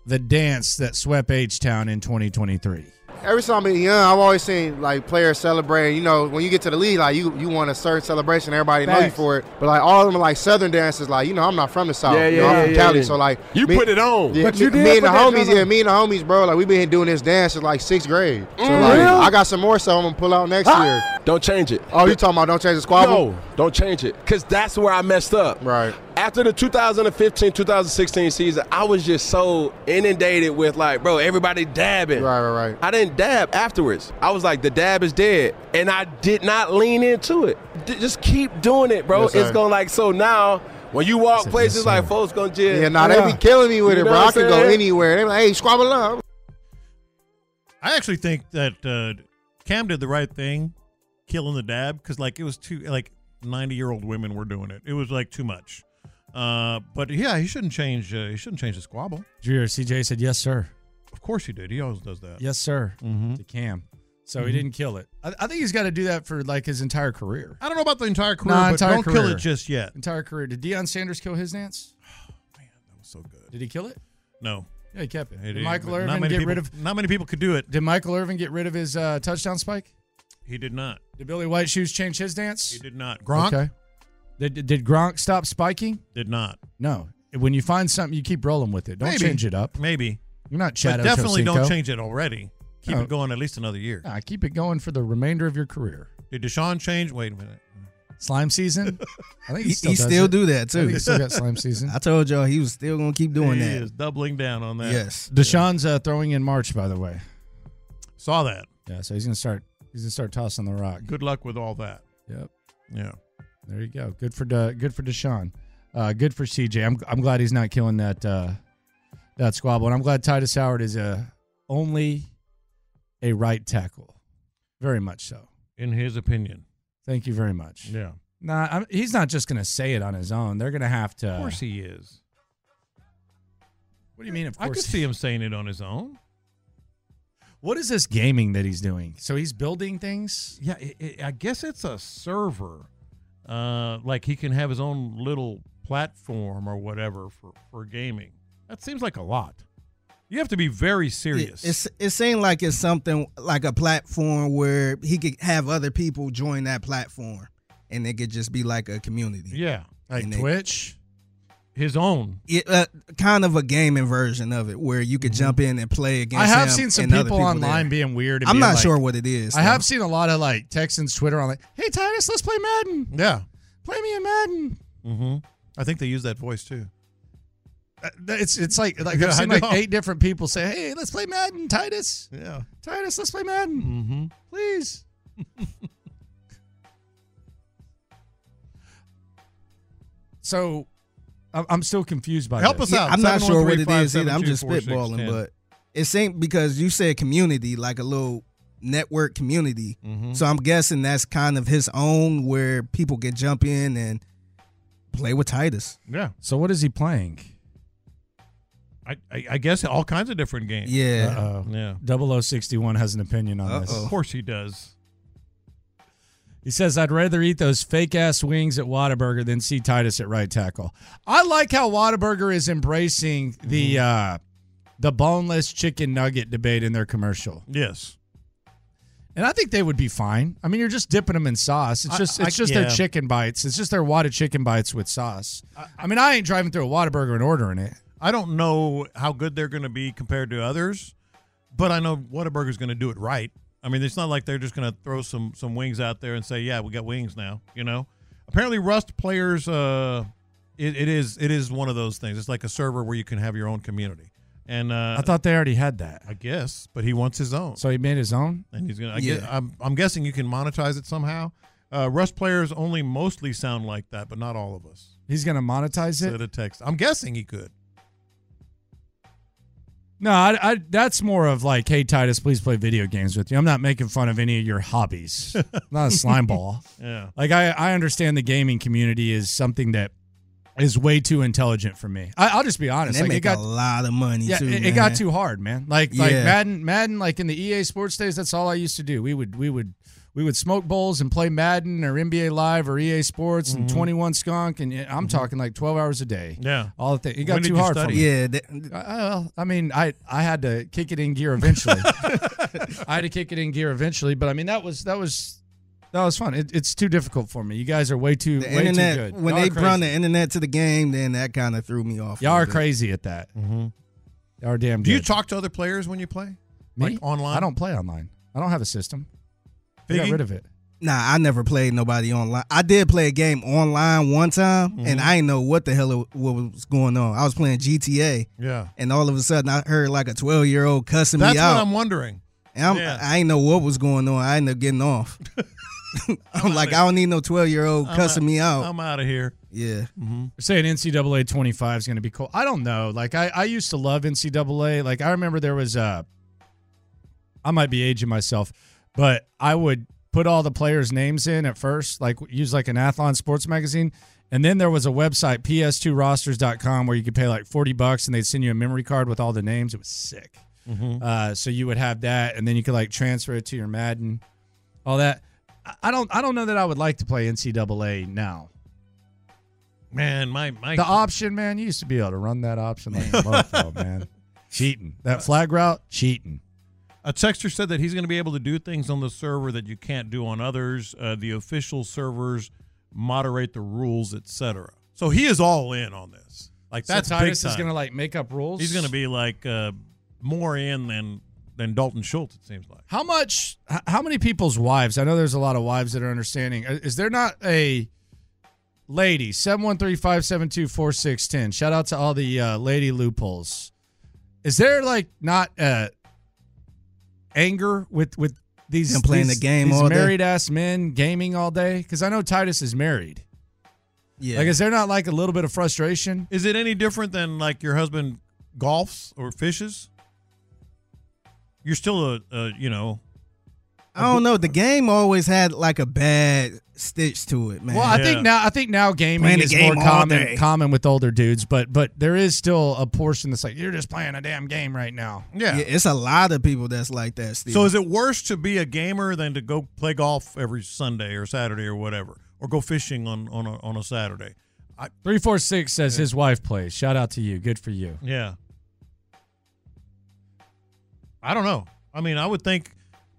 the dance that swept H Town in 2023. Every time I've been young, I've always seen like players celebrating. You know, when you get to the league, like you you want a certain celebration, everybody know you Facts. for it. But like all of them, are, like Southern dances, like you know, I'm not from the South. Yeah, you know, yeah, I'm from yeah, Cali, yeah. so like You put it on. Yeah, But me, you did me and the put that homies, joint yeah, me and the homies, bro. Like we been doing this dance since like sixth grade. So Mm, like really? I got some more, so I'm gonna pull out next Ah! year. Don't change it. Oh, you talking about don't change the squabble? No, don't change it. Cause that's where I messed up. Right. After the 2015-2016 season, I was just so inundated with like, bro, everybody dabbing. Right, right, right. I didn't dab afterwards. I was like, the dab is dead, and I did not lean into it. D- just keep doing it, bro. Yes, sir. it's gonna like so now. When you walk places, like folks gonna just Yeah, nah, they be killing me with You it, know bro. what I I'm could go saying? anywhere. They be like, hey, squabble up. I actually think that uh, Cam did the right thing killing the dab because like it was too like ninety year old women were doing it. It was like too much. Uh, but yeah, he shouldn't change. Uh, he shouldn't change the squabble. Dreer, CJ said, yes, sir. Of course he did. He always does that. Yes, sir. Mm-hmm. To Cam. So he Mhm. didn't kill it. I, I think he's got to do that for like his entire career. I don't know about the entire career, Nah, but entire don't kill career. it just yet. Entire career. Did Deion Sanders kill his Nance? That was so good. Did he kill it? No. Yeah, he kept it. It Did is, Michael but Irvin not get many people- rid of? Not many people could do it. Did Michael Irvin get rid of his uh, touchdown spike? He did not. Did Billy White Shoes change his dance? He did not. Gronk? Okay. Did, did Gronk stop spiking? Did not. No. When you find something, you keep rolling with it. Don't Maybe. change it up. Maybe. You're not But Chad definitely don't Ochocinco. change it already. Keep No. it going at least another year. Nah, keep it going for the remainder of your career. Did Deshaun change? Wait a minute. Slime season. I think he He, still, he does still it. do that I too. think he's still got slime season. I told y'all he was still gonna keep doing he that. is doubling down on that. Yes. Deshaun's uh, throwing in March, by the way. Saw that. Yeah, so he's gonna start. He's gonna start tossing the rock. Good luck with all that. Yep. Yeah. There you go. Good for De, good for Deshaun. Uh, good for CJ. I'm I'm glad he's not killing that uh, that squabble, and I'm glad Titus Howard is uh only a right tackle. Very much so. In his opinion. Thank you very much. Yeah. Nah, I'm, he's not just gonna say it on his own. They're gonna have to. Of course he is. What do you mean? Of I could course. see him saying it on his own. What is this gaming that he's doing? So he's building things. Yeah, i i I guess it's a server. Uh, like he can have his own little platform or whatever for, for gaming. That seems like a lot. You have to be very serious. It, it's, it seemed like it's something like a platform where he could have other people join that platform, and it could just be like a community. yeah, Like And they- Twitch. his own. It, uh, kind of a gaming version of it where you could jump in and play against. Mm-hmm. I have him seen some and other people, online there. being weird. And I'm being not like- sure what it is. I though. have seen a lot of like Texans Twitter on like, "Hey Titus, let's play Madden. Yeah. Play me in Madden." Mm-hmm. I think they use that voice too. Uh, It's it's like like Yeah, I I've seen like know. eight different people say, "Hey, let's play Madden, Titus. Yeah. Titus, let's play Madden, Mm-hmm. please." so, I- I'm still confused by Help this. us out. I'm not sure what it is either. I'm 713-572-4610. just spitballing, but it seemed because you said community, like a little network community. Mhm. So I'm guessing that's kind of his own where people can jump in and play with Titus. Yeah. So what is he playing? I, I, I guess all kinds of different games. Yeah. Yeah. Double O sixty one has an opinion on this. Of course he does. He says, I'd rather eat those fake ass wings at Whataburger than see Titus at right tackle. I like how Whataburger is embracing the Mm-hmm. uh, the boneless chicken nugget debate in their commercial. Yes. And I think they would be fine. I mean, you're just dipping them in sauce. It's I- just I- it's just yeah. their chicken bites. It's just their wad of chicken bites with sauce. I, mean, I ain't driving through a Whataburger and ordering it. I don't know how good they're going to be compared to others, but I know Whataburger's going to do it right. I mean, it's not like they're just going to throw some some wings out there and say, "Yeah, we got wings now." You know. Apparently, Rust players, uh, it, it is it is one of those things. It's like a server where you can have your own community. And uh, I thought they already had that. I guess, but he wants his own. So he made his own? and he's gonna. I Yeah. guess, I'm, I'm guessing you can monetize it somehow. Uh, Rust players only mostly sound like that, but not all of us. He's going to monetize it? Said a text. I'm guessing he could. No, I, I, that's more of like, hey, Titus, please play video games with you. I'm not making fun of any of your hobbies. I'm not a slime ball. Yeah. Like, I, I understand the gaming community is something that is way too intelligent for me. I, I'll just be And honest. they Like, make it got, a lot of money yeah, too. it, it got man. too hard, man. Like, like Yeah. Madden, Madden, like in the EA Sports days, that's all I used to do. We would, we would, we would smoke bowls and play Madden or NBA Live or EA Sports and Mhm. 21 Skunk, and I'm talking like 12 hours a day. Mm-hmm. Yeah. all the things. It got When did too you hard for study? me. Yeah, that- I, I- well, I mean, I I had to kick it in gear eventually. I had to kick it in gear eventually, but I mean that was that was that was fun. It, it's too difficult for me. You guys are way too The way internet too good. when Y'all they are crazy. run the internet to the game, then that kind of threw me off. a y'all are little bit. crazy at that. Mm-hmm. Y'all are damn. Do you good. talk to other players when you play? Me? Like online? I don't play online. I don't have a system. I got Figgy? rid of it. Nah, I never played nobody online. I did play a game online one time, Mm-hmm. and I didn't know what the hell it- what was going on. I was playing GTA, Yeah. and all of a sudden I heard like a twelve year old cussing That's me what out. I'm wondering. and I'm, yeah. I ain't know what was going on. I ended up getting off. I'm, like, I don't need no twelve year old I'm cussing out- me out. I'm out of here. yeah, Mm-hmm. saying NCAA 25 is going to be cool. I don't know. Like I, I used to love NCAA. uh, Like I remember there was a, I might be aging myself, but I would put all the players' names in at first, like use like an Athlon sports magazine. And then there was a website, ps2rosters.com, where you could pay like 40 bucks and they'd send you a memory card with all the names. It was sick. Mm-hmm. Uh, so you would have that, and then you could like transfer it to your Madden, all that. I- I don't. I don't know that I would like to play NCAA now. Man, my my the option, man, you used to be able to run that option like a mofo, man. Cheating Uh, that flag route, cheating. A texter said that he's going to be able to do things on the server that you can't do on others. Uh, the official servers moderate the rules, etc. So he is all in on this. Like So that's Titus big is time. gonna, like, make up rules? He's going to be like uh, more in than than Dalton Schultz. It seems like. How much? h- How many people's wives? I know there's a lot of wives that are understanding. Uh, Is there not a lady seven one three five seven two four six ten? Shout out to all the uh, lady loopholes. Is there like not uh, anger with with these Them playing these- the game these all day? married ass men gaming all day? Because I know Titus is married. Yeah. Like, is there not like a little bit of frustration? Is it any different than like your husband golfs or fishes? You're still a, a you know. I don't know. The game always had like a bad stitch to it, man. Well, I think now I think now gaming Playing the is game more all common day. common with older dudes, but but there is still a portion that's like you're just playing a damn game right now. it's a lot of people that's like that. Steve. So is it worse to be a gamer than to go play golf every Sunday or Saturday or whatever, or go fishing on on a, on a Saturday? I, Three four six says his wife plays. Shout out to you. Good for you. yeah. I don't know. I mean, I would think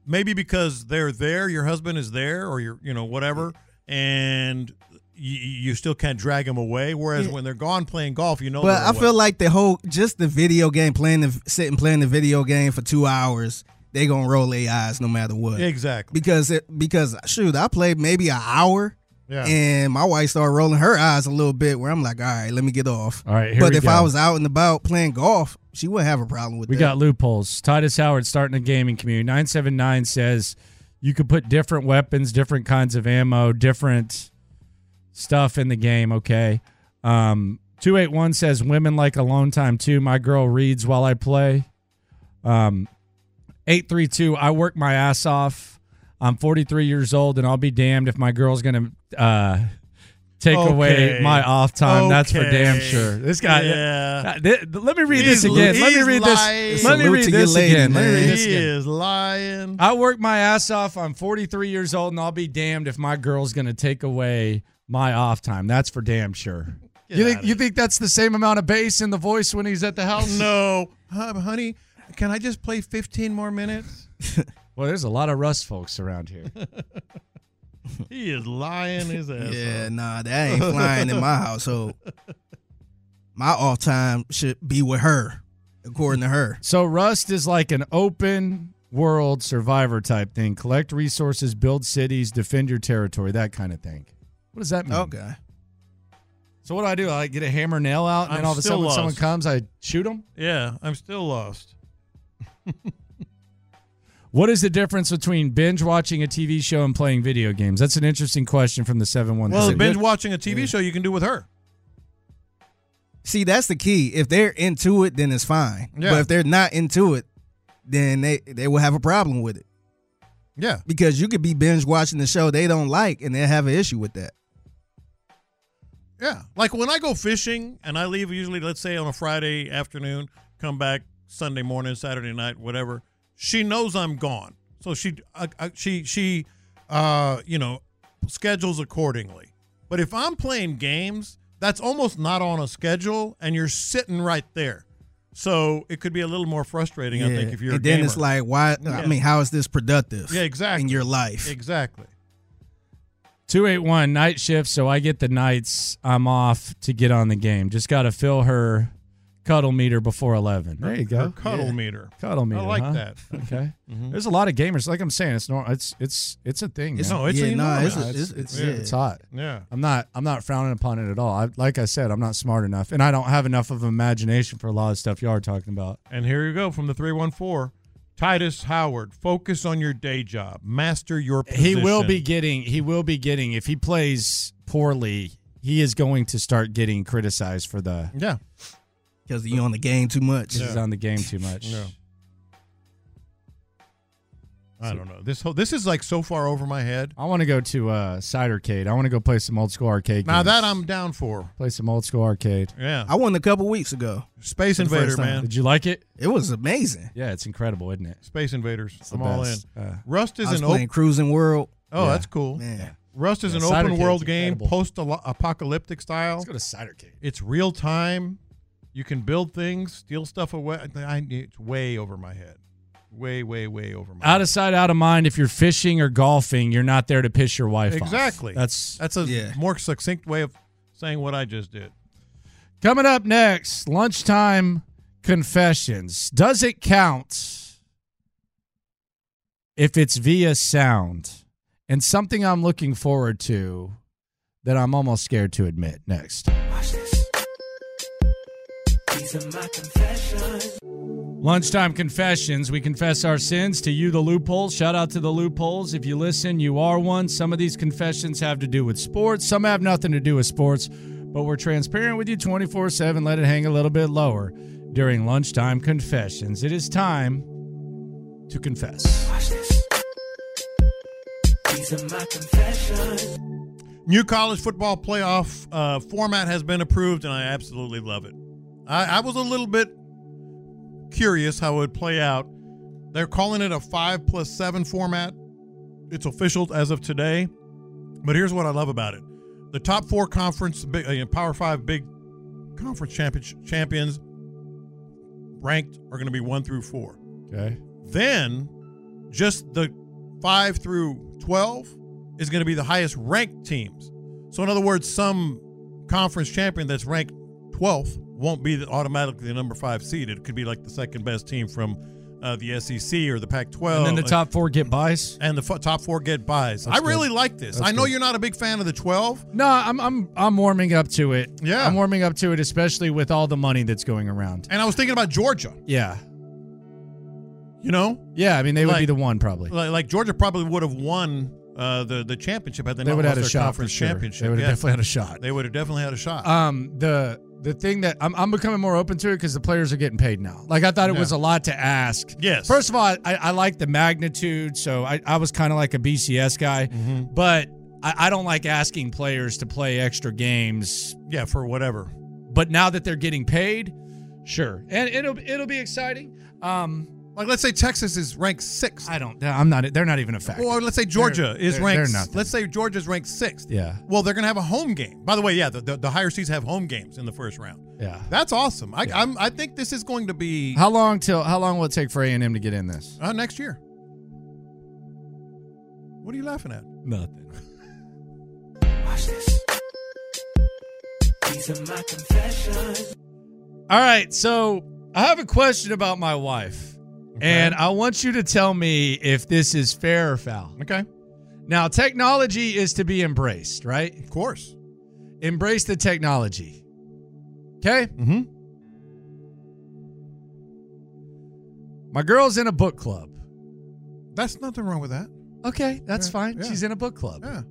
maybe because they're there, your husband is there, or your you know whatever, and you, you still can't drag them away. Whereas Yeah. when they're gone playing golf, you know. But they're I away. feel like the whole just the video game playing the sitting playing the video game for two hours, they gonna roll their eyes no matter what. Exactly. Because it because shoot, I played maybe an hour. Yeah. And my wife started rolling her eyes a little bit where I'm like, all right, let me get off. All right, here but we if go. I was out and about playing golf, she wouldn't have a problem with We that. got loopholes. Titus Howard starting a gaming community. 979 says you could put different weapons, different kinds of ammo, different stuff in the game. Okay. Um, 281 says women like alone time too. My girl reads while I play. Um, 832, I work my ass off. I'm 43 years old and I'll be damned if my girl's going to uh, take away Okay. my off time. That's for damn Okay. sure. This guy, Yeah. Th- th- let me read He's- this again. Let me he's read lying. this. Let me Salute read to your this lady, again. Let me read man. this He again. is lying. I work my ass off. I'm 43 years old, and I'll be damned if my girl's gonna take away my off time. That's for damn sure. you think you think that's the same amount of bass in the voice when he's at the house? no, Hon- honey, can I just play 15 more minutes? Well, there's a lot of Russ folks around here. He is lying his ass. Yeah, nah, that ain't flying in my household. My off time should be with her, according to her. So Rust is like an open world survivor type thing. Collect resources, build cities, defend your territory, that kind of thing. What does that mean? Okay. So what do I do? I get a hammer nail out, and I'm then all of a still sudden, when lost. someone comes, I shoot them. Yeah, I'm still lost. What is the difference between binge watching a TV show and playing video games? That's an interesting question from the 713. Well, binge watching a TV show you can do with her. See, that's the key. If they're into it, then it's fine. Yeah. But if they're not into it, then they they will have a problem with it. Yeah. Because you could be binge watching the show they don't like and they have an issue with that. Yeah. Like when I go fishing and I leave usually, let's say on a Friday afternoon, come back Sunday morning, Saturday night, whatever. She knows I'm gone, so she I, I, she she uh, you know schedules accordingly. But if I'm playing games, that's almost not on a schedule, and you're sitting right there. So it could be a little more frustrating, I think, if you're and a then gamer. it's like, why Yeah. I mean, how is this productive? yeah, exactly In your life. exactly. 281 night shift, so I get the nights I'm off to get on the game. Just got to fill her cuddle meter before 11. There you Her go. cuddle meter. Cuddle meter. I like huh? that. Okay. Mhm. There's a lot of gamers. Like I'm saying, it's normal. It's it's it's a thing. It's- man. no, it's Yeah, no, enormous. it's- it's, it's- it's, yeah. it's hot. Yeah. I'm not I'm not frowning upon it at all. I, like I said, I'm not smart enough, and I don't have enough of imagination for a lot of stuff you are talking about. And here you go from the 314. Titus Howard, focus on your day job. Master your position. He will be getting. He will be getting. If he plays poorly, he is going to start getting criticized for the. Yeah. Because you on the game too much. This is on the game too much. Yeah. I don't know. This whole this is like so far over my head. I want to go to uh, Cidercade. I want to go play some old school arcade. Now games. that I'm down for. play some old school arcade. Yeah. I won a couple weeks ago. Space For the Invader, first time. man. Did you like it? It was amazing. Yeah, it's incredible, isn't it? Space Invaders. the I'm all in. best. Uh, Rust is I was an playing open Cruising World. Oh, Yeah. that's cool. Man. Rust is Yeah, an Cider open Cake's world game, incredible. post apocalyptic style. Let's go to Cidercade. It's real time. You can build things, steal stuff away. I, it's way over my head. Way, way, way over my Out of sight, out of mind. If you're fishing or golfing, you're not there to piss your wife off. Exactly. That's that's a more succinct way of saying what I just did. Coming up next, lunchtime confessions. Does it count if it's via sound? And something I'm looking forward to that I'm almost scared to admit. Next. These are my confessions. Lunchtime confessions. We confess our sins to you, the loophole. Shout out to the loopholes. If you listen, you are one. Some of these confessions have to do with sports, some have nothing to do with sports, but we're transparent with you 24 7. Let it hang a little bit lower during lunchtime confessions. It is time to confess. These are my confessions. New college football playoff uh, format has been approved, and I absolutely love it. I, I was a little bit curious how it would play out. They're calling it a five plus seven format. It's official as of today. But here's what I love about it: the top four conference, big, uh, Power Five, big conference champion, champions, ranked are going to be one through four. Okay. Then, just the five through twelve is going to be the highest ranked teams. So, in other words, some conference champion that's ranked twelfth won't be the, automatically the number five seed. It could be like the second best team from uh, the SEC or the Pac-12. And then the top four get buys. And the f- top four get buys. That's I really good. like this. That's I know good. you're not a big fan of the twelve. No, I'm I'm I'm warming up to it. Yeah. I'm warming up to it, especially with all the money that's going around. And I was thinking about Georgia. Yeah. You know? Yeah, I mean they would be Like- the one probably. Like, like Georgia probably would have won uh, the the championship had they, They not would have lost had a their shot for conference sure. They championship. would have definitely had a shot. They would have definitely had a shot. Um, the the thing that I'm, I'm becoming more open to it because the players are getting paid now. Like I thought it Yeah. was a lot to ask. Yes. First of all, I, I like the magnitude, so I, I was kind of like a BCS guy, Mm-hmm. but I, I don't like asking players to play extra games. Yeah, for whatever. But now that they're getting paid, sure, and it'll it'll be exciting. Um, like let's say Texas is ranked sixth. I don't. uh, I'm not. They're not even a factor. Or let's say Georgia They're- is they're- ranked. They're nothing. let's say Georgia's ranked sixth. Yeah. Well, they're gonna have a home game. By the way, yeah, the, the, the higher seeds have home games in the first round. Yeah. That's awesome. I I'm, I think this is going to be How long till? How long will it take for A and M to get in this? uh, next year. What are you laughing at? Nothing. These are my confessions. All right, so I have a question about my wife, and I want you to tell me if this is fair or foul. Okay. Now, technology is to be embraced, right? Of course. Embrace the technology. Okay? Mm-hmm. My girl's in a book club. That's nothing wrong with that. Okay, that's Yeah, fine. yeah. She's in a book club. Yeah.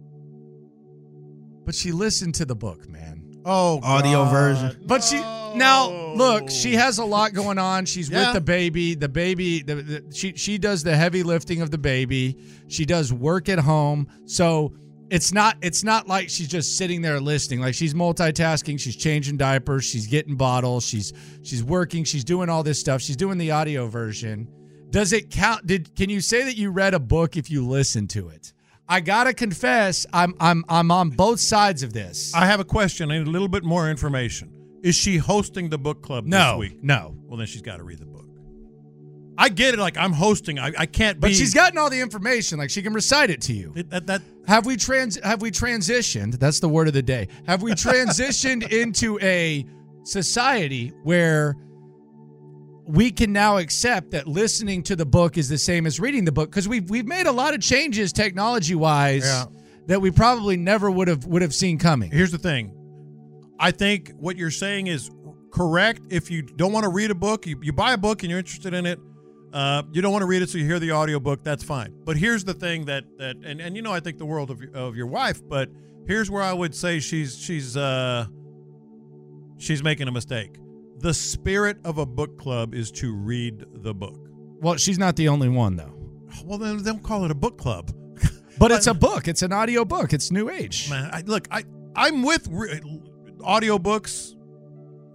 But she listened to the book, man. Oh, Audio God. version. But she now look, she has a lot going on. She's with the baby. The baby, the, the, she she does the heavy lifting of the baby. She does work at home, so it's not it's not like she's just sitting there listening. Like she's multitasking. She's changing diapers. She's getting bottles. She's she's working. She's doing all this stuff. She's doing the audio version. Does it count? Did can you say that you read a book if you listen to it? I gotta confess, I'm I'm I'm on both sides of this. I have a question. I need a little bit more information. Is she hosting the book club No, this week? No. Well, then she's got to read the book. I get it. Like I'm hosting. I, I can't. But be, she's gotten all the information. Like she can recite it to you. that, that have we trans have we transitioned? That's the word of the day. Have we transitioned into a society where we can now accept that listening to the book is the same as reading the book because we've we've made a lot of changes technology wise Yeah. that we probably never would have would have seen coming. Here's the thing. I think what you're saying is correct. If you don't want to read a book, you, you buy a book and you're interested in it. Uh, you don't want to read it, so you hear the audiobook. That's fine. But here's the thing that that and, and you know I think the world of your, of your wife, but here's where I would say she's she's uh, she's making a mistake. The spirit of a book club is to read the book. Well, she's not the only one though. Well, then they don't call it a book club. But it's a book. It's an audio book. It's new age. Man, I, look, I I'm with re- audiobooks,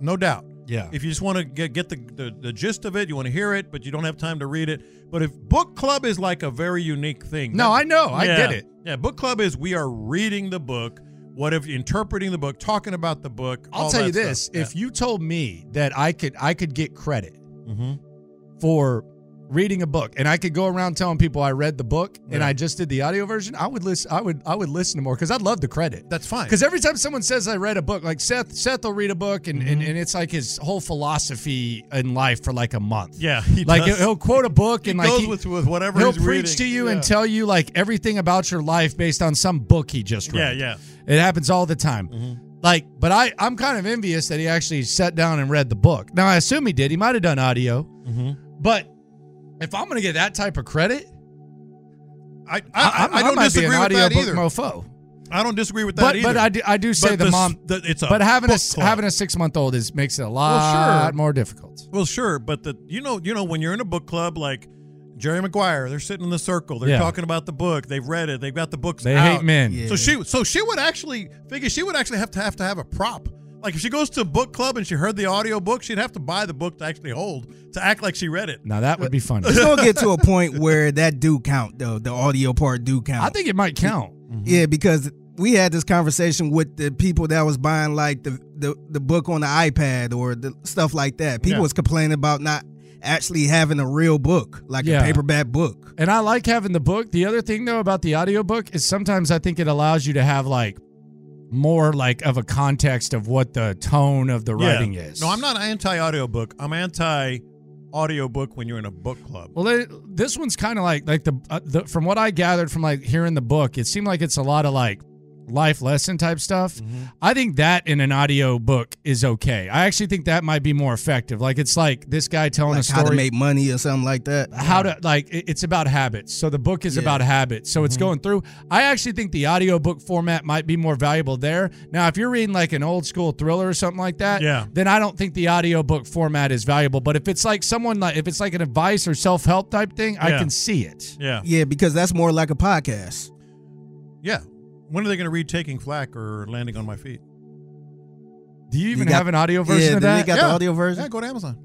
no doubt. Yeah. If you just want to get get the, the the gist of it, you want to hear it, but you don't have time to read it. But if book club is like a very unique thing. No, I know. I get it. Yeah, book club is we are reading the book, what if interpreting the book, talking about the book. I'll all tell that you this: stuff. Yeah. if you told me that I could, I could get credit Mhm. for reading a book, and I could go around telling people I read the book and Yeah. I just did the audio version, I would listen. I would, I would listen to more because I'd love the credit. That's fine. Because every time someone says I read a book, like Seth, Seth will read a book, and and, Mm-hmm. and it's like his whole philosophy in life for like a month. Yeah, he like does. he'll quote a book He and like goes with- with whatever he'll he's preach reading. to you Yeah. and tell you like everything about your life based on some book he just Yeah, read. yeah. Mm-hmm. It happens all the time. Like, but I, I'm kind of envious that he actually sat down and read the book. Now, I assume he did. He might have done audio. Mm-hmm. But if I'm going to get that type of credit, I, I, I'm- I, don't might be an disagree with that audiobook either. mofo. I don't disagree with that But, either. but I do, I do say But the, s- mom. the- it's a but having a book s- club. having a six month old is makes it a lot more difficult. Well, sure, but the you know you know when you're in a book club like Jerry Maguire, they're sitting in the circle, they're Yeah. talking about the book, they've read it, they've got the books. They out. hate men. So she so she would actually figure she would actually have to have to have a prop. Like if she goes to a book club and she heard the audio book, she'd have to buy the book to actually hold to act like she read it. Now that would be funny. It's gonna get to a point where that do count though. The audio part do count. I think it might count. Yeah, because we had this conversation with the people that was buying like the the, the book on the iPad or the stuff like that. People Yeah. was complaining about not actually having a real book, like a paperback book. And I like having the book. The other thing though about the audiobook is sometimes I think it allows you to have like more like of a context of what the tone of the writing Yeah. is. No, I'm not anti audiobook. I'm anti audiobook when you're in a book club. Well, they, this one's kind of like like the, uh, the from what I gathered from like hearing the book, it seemed like it's a lot of like life lesson type stuff. Mm-hmm. I think that in an audio book is okay. I actually think that might be more effective. Like it's like this guy telling a Like story how to make money or something like that. how to like it- it's about habits so the book is Yeah. about habits so it's Mm-hmm. Mhm. going through i actually think the audiobook format might be more valuable there now if you're reading like an old school thriller or something like that Yeah. then i don't think the audiobook format is valuable but if it's like someone like if it's like an advice or self-help type thing i Yeah. can see it Yeah. Yeah, because that's more like a podcast. Yeah. When are they going to read Taking Flack or Landing on My Feet? do you even got- have an audio version yeah, of then that they got the audio version? Yeah, go to Amazon.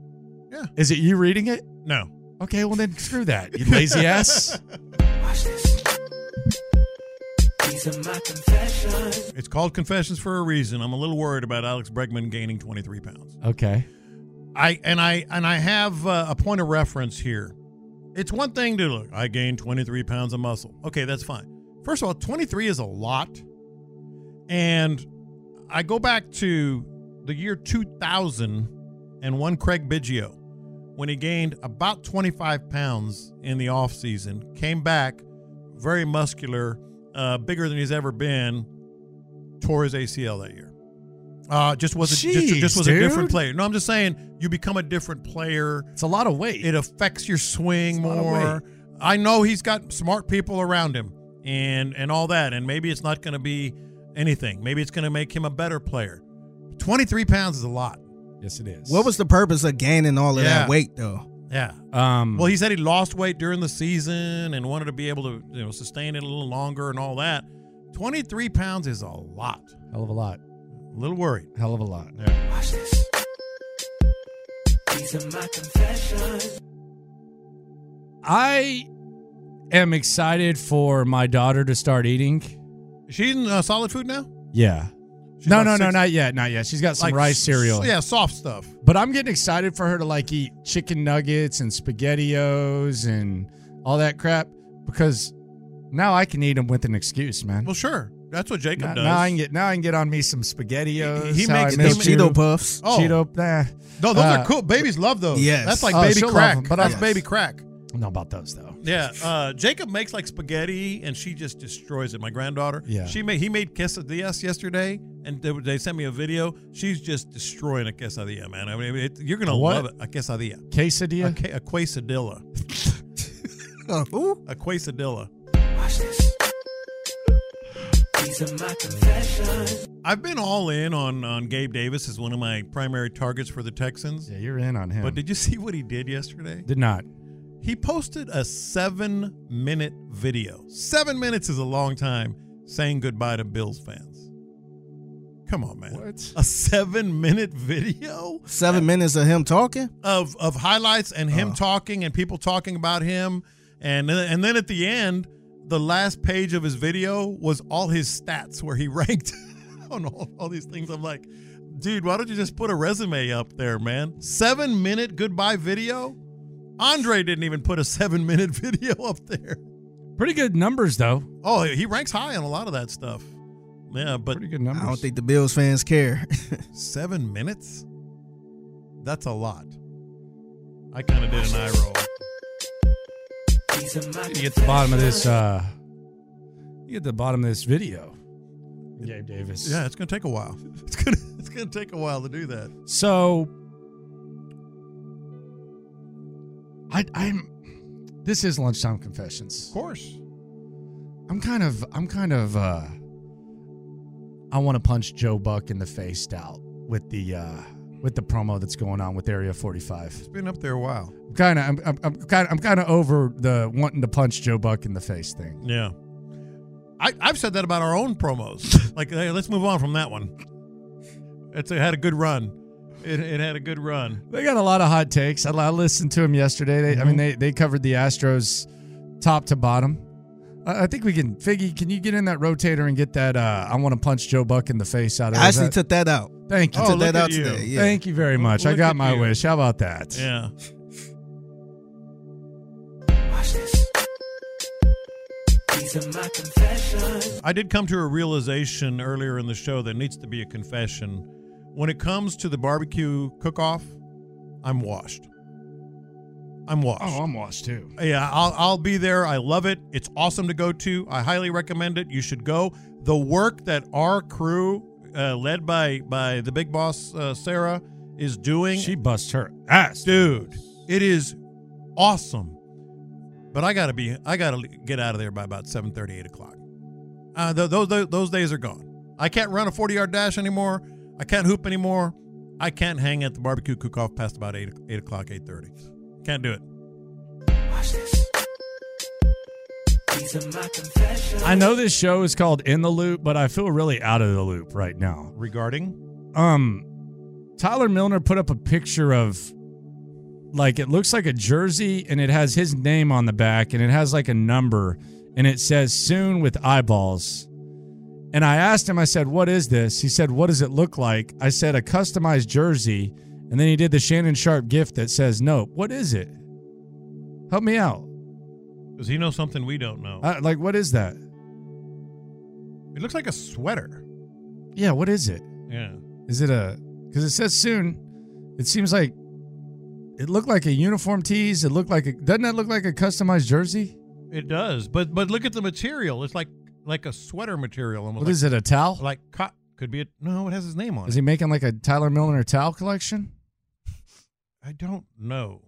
is it you reading it no okay well then screw that you lazy ass Watch this. These are my confessions. It's called Confessions for a reason. I'm a little worried about Alex Bregman gaining 23 pounds. okay I and I and I have uh, a point of reference here. It's one thing to look. I gained 23 pounds of muscle. Okay, that's fine. First of all, 23 is a lot, and I go back to the year 2000 and one Craig Biggio when he gained about 25 pounds in the offseason, came back very muscular, uh, bigger than he's ever been, tore his ACL that year. Uh, just was a, just, Jeez, just was a different dude. player. No, I'm just saying you become a different player. It's a lot of weight. It affects your swing lot of more. I know he's got smart people around him and and all that, and maybe it's not going to be anything. Maybe it's going to make him a better player. 23 pounds is a lot. yes it is What was the purpose of gaining all of Yeah. that weight though? Yeah. um Well, he said he lost weight during the season and wanted to be able to, you know, sustain it a little longer and all that. 23 pounds is a lot. hell of a lot A little worried. hell of a lot Watch this. These are my confessions. I am excited for my daughter to start eating. Is she eating uh, solid food now? Yeah. She's no, like no, no, six- not yet, not yet. She's got some Like rice s- cereal. yeah, soft stuff. But I'm getting excited for her to like eat chicken nuggets and spaghettios and all that crap because now I can eat them with an excuse, man. Well, sure. That's what Jacob now, does. now I can get now I can get on me some spaghettios. He- he how I makes- miss he you. ma- Cheeto Puffs. Oh. Cheeto. Nah. No, those Uh, are cool. Babies love those. Yes. That's like Oh, baby she'll love crack. 'em, but I- That's baby crack. I don't know about those though. Yeah. Uh, Jacob makes like spaghetti and she just destroys it. My granddaughter. Yeah. She made he made quesadillas yesterday and they, they sent me a video. She's just destroying a quesadilla, man. I mean, it, you're gonna What? love it. A quesadilla. Quesadilla. A, que- a quesadilla. A quesadilla. Watch this. These are my confessions. I've been all in on on Gabe Davis as one of my primary targets for the Texans. Yeah, you're in on him. But did you see what he did yesterday? Did not. He posted a seven minute video. Seven minutes is a long time saying goodbye to Bills fans. Come on, man. What? A seven minute video? Seven minutes of him talking? of of highlights and him Uh. talking and people talking about him and then- and then at the end the last page of his video was all his stats where he ranked on all, all these things i'm like dude why don't you just put a resume up there man seven minute goodbye video andre didn't even put a seven minute video up there pretty good numbers though oh he ranks high on a lot of that stuff yeah but pretty good I don't think the Bills fans care. Seven minutes? That's a lot. I kind of did an eye roll. You get the bottom of this. uh You get the bottom of this video. Gabe Davis. Yeah, it's gonna take a while. It's gonna it's gonna take a while to do that. So, I, I'm. This is lunchtime confessions. Of course. I'm kind of. I'm kind of. uh I want to punch Joe Buck in the face out with the uh with the promo that's going on with Area 45. It's been up there a while. I'm kind of. I'm. I'm- I'm kind. I'm kind of over the wanting to punch Joe Buck in the face thing. Yeah. I, I've said that about our own promos. like, hey, let's move on from that one. It's, it had a good run. It, it had a good run. They got a lot of hot takes. I, I listened to them yesterday. They, Mm-hmm. I mean, they they covered the Astros top to bottom. I, I think we can. Figgy, can you get in that rotator and get that? Uh, I want to punch Joe Buck in the face out of. I actually took that out. Thank you. I took that out today. Yeah. Thank you very much. I Look got at my you. wish. How about that? Yeah. These are my confessions. I did come to a realization earlier in the show that needs to be a confession. When it comes to the barbecue cook off, I'm washed. I'm washed. Oh, I'm washed too. Yeah, I'll, I'll be there. I love it. It's awesome to go to. I highly recommend it. You should go. The work that our crew, uh, led by by the big boss uh, Sarah, is doing. She busts her ass, dude. It is awesome. But I gotta be. I gotta get out of there by about 7, 8 o'clock. Uh, th- those, those those days are gone. I can't run a forty yard dash anymore. I can't hoop anymore. I can't hang at the barbecue cook off past about eight eight o'clock, eight thirty. Can't do it. These are my confessions. I know this show is called In the Loop, but I feel really out of the loop right now. Regarding? Um Tyler Milner put up a picture of like it looks like a jersey and it has his name on the back and it has like a number and it says soon with eyeballs. And I asked him, I said, What is this? He said, What does it look like? I said, A customized jersey. And then he did the Shannon Sharp gift that says, Nope, what is it? Help me out. Does he know something we don't know? Uh, like, what is that? It looks like a sweater. Yeah, what is it? Yeah. Is it a because it says soon? It seems like it looked like a uniform tease. It looked like a doesn't that look like a customized jersey? It does, but but look at the material. It's like like a sweater material. Almost What like, is it, a towel? Like co- could be a no. It has his name on Is it. he making like a Tyler Milner towel collection? I don't know.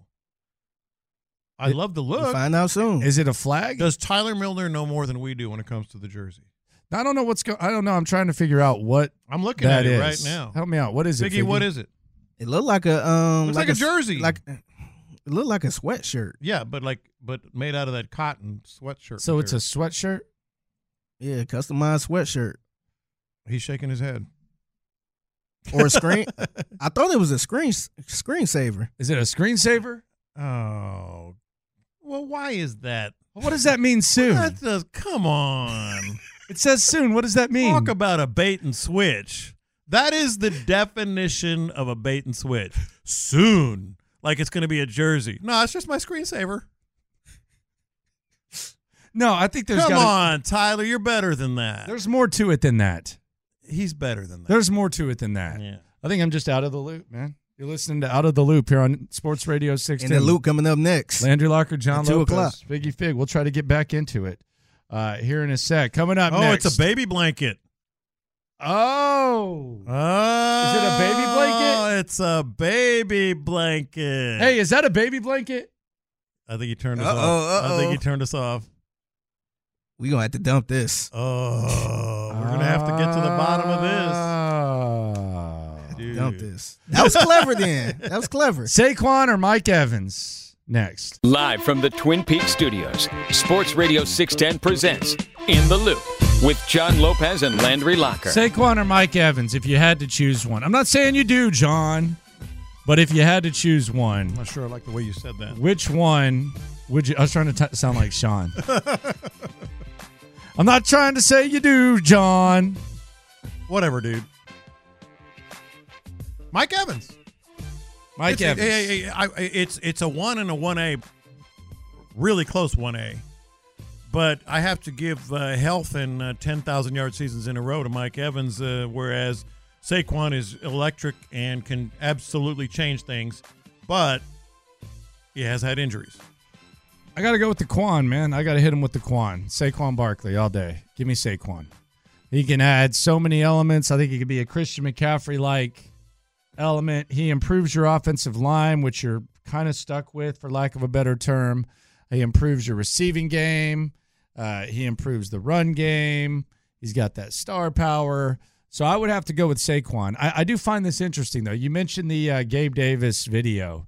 I love the look. Find out soon. Is it a flag? Does Tyler Milner know more than we do when it comes to the jersey? I don't know what's going. I don't know. I'm trying to figure out what I'm looking at it right now. Help me out. What is it, Biggie, what is it? It looked like a um Looks like a s- jersey. Like it looked like a sweatshirt. Yeah, but like but made out of that cotton sweatshirt. So it's a sweatshirt. Yeah, customized sweatshirt. He's shaking his head. Or a screen. I thought it was a screen screensaver. Is it a screensaver? Oh. Well, why is that? What does that mean soon? That does, come on. it says soon. What does that mean? Talk about a bait and switch. That is the definition of a bait and switch. Soon. Like it's going to be a jersey. No, it's just my screensaver. No, I think there's Come gotta- on, Tyler, you're better than that. There's more to it than that. He's better than that. There's more to it than that. Yeah. I think I'm just out of the loop, man. You're listening to Out of the Loop here on Sports Radio 16. And the loop coming up next. Landry Locker, John At two Lopez, o'clock. Figgy Fig. We'll try to get back into it uh, here in a sec. Coming up Oh, next. it's a baby blanket. Oh. Oh. Is it a baby blanket? It's a baby blanket. Hey, is that a baby blanket? I think you turned us Uh-oh, off. I think uh-oh. you turned us off. We gonna have to dump this. Oh, we're gonna have to Uh, get to the bottom of this. Ah. Dump this. That was clever then. That was clever. Saquon or Mike Evans? next. Live from the Twin Peaks studios, Sports Radio 610 presents In the Loop with John Lopez and Landry Locker. Saquon or Mike Evans, if you had to choose one. I'm not saying you do, John, but if you had to choose one, I'm not sure I like the way you said that. which one would you? I was trying to t- sound like Sean. I'm not trying to say you do, John. Whatever, dude. Mike Evans. Mike it's, Evans. eh, eh, eh, I- it's it's a one and a one A, really close one A, but I have to give uh, health and uh, ten thousand yard seasons in a row to Mike Evans, uh, whereas Saquon is electric and can absolutely change things, but he has had injuries. I got to go with the Quan, man. I got to hit him with the Quan. Saquon Barkley all day. Give me Saquon. He can add so many elements. I think he could be a Christian McCaffrey like element. He improves your offensive line, which you're kind of stuck with, for lack of a better term. He improves your receiving game. Uh, he improves the run game. He's got that star power. So I would have to go with Saquon. I, I do find this interesting, though. You mentioned the uh, Gabe Davis video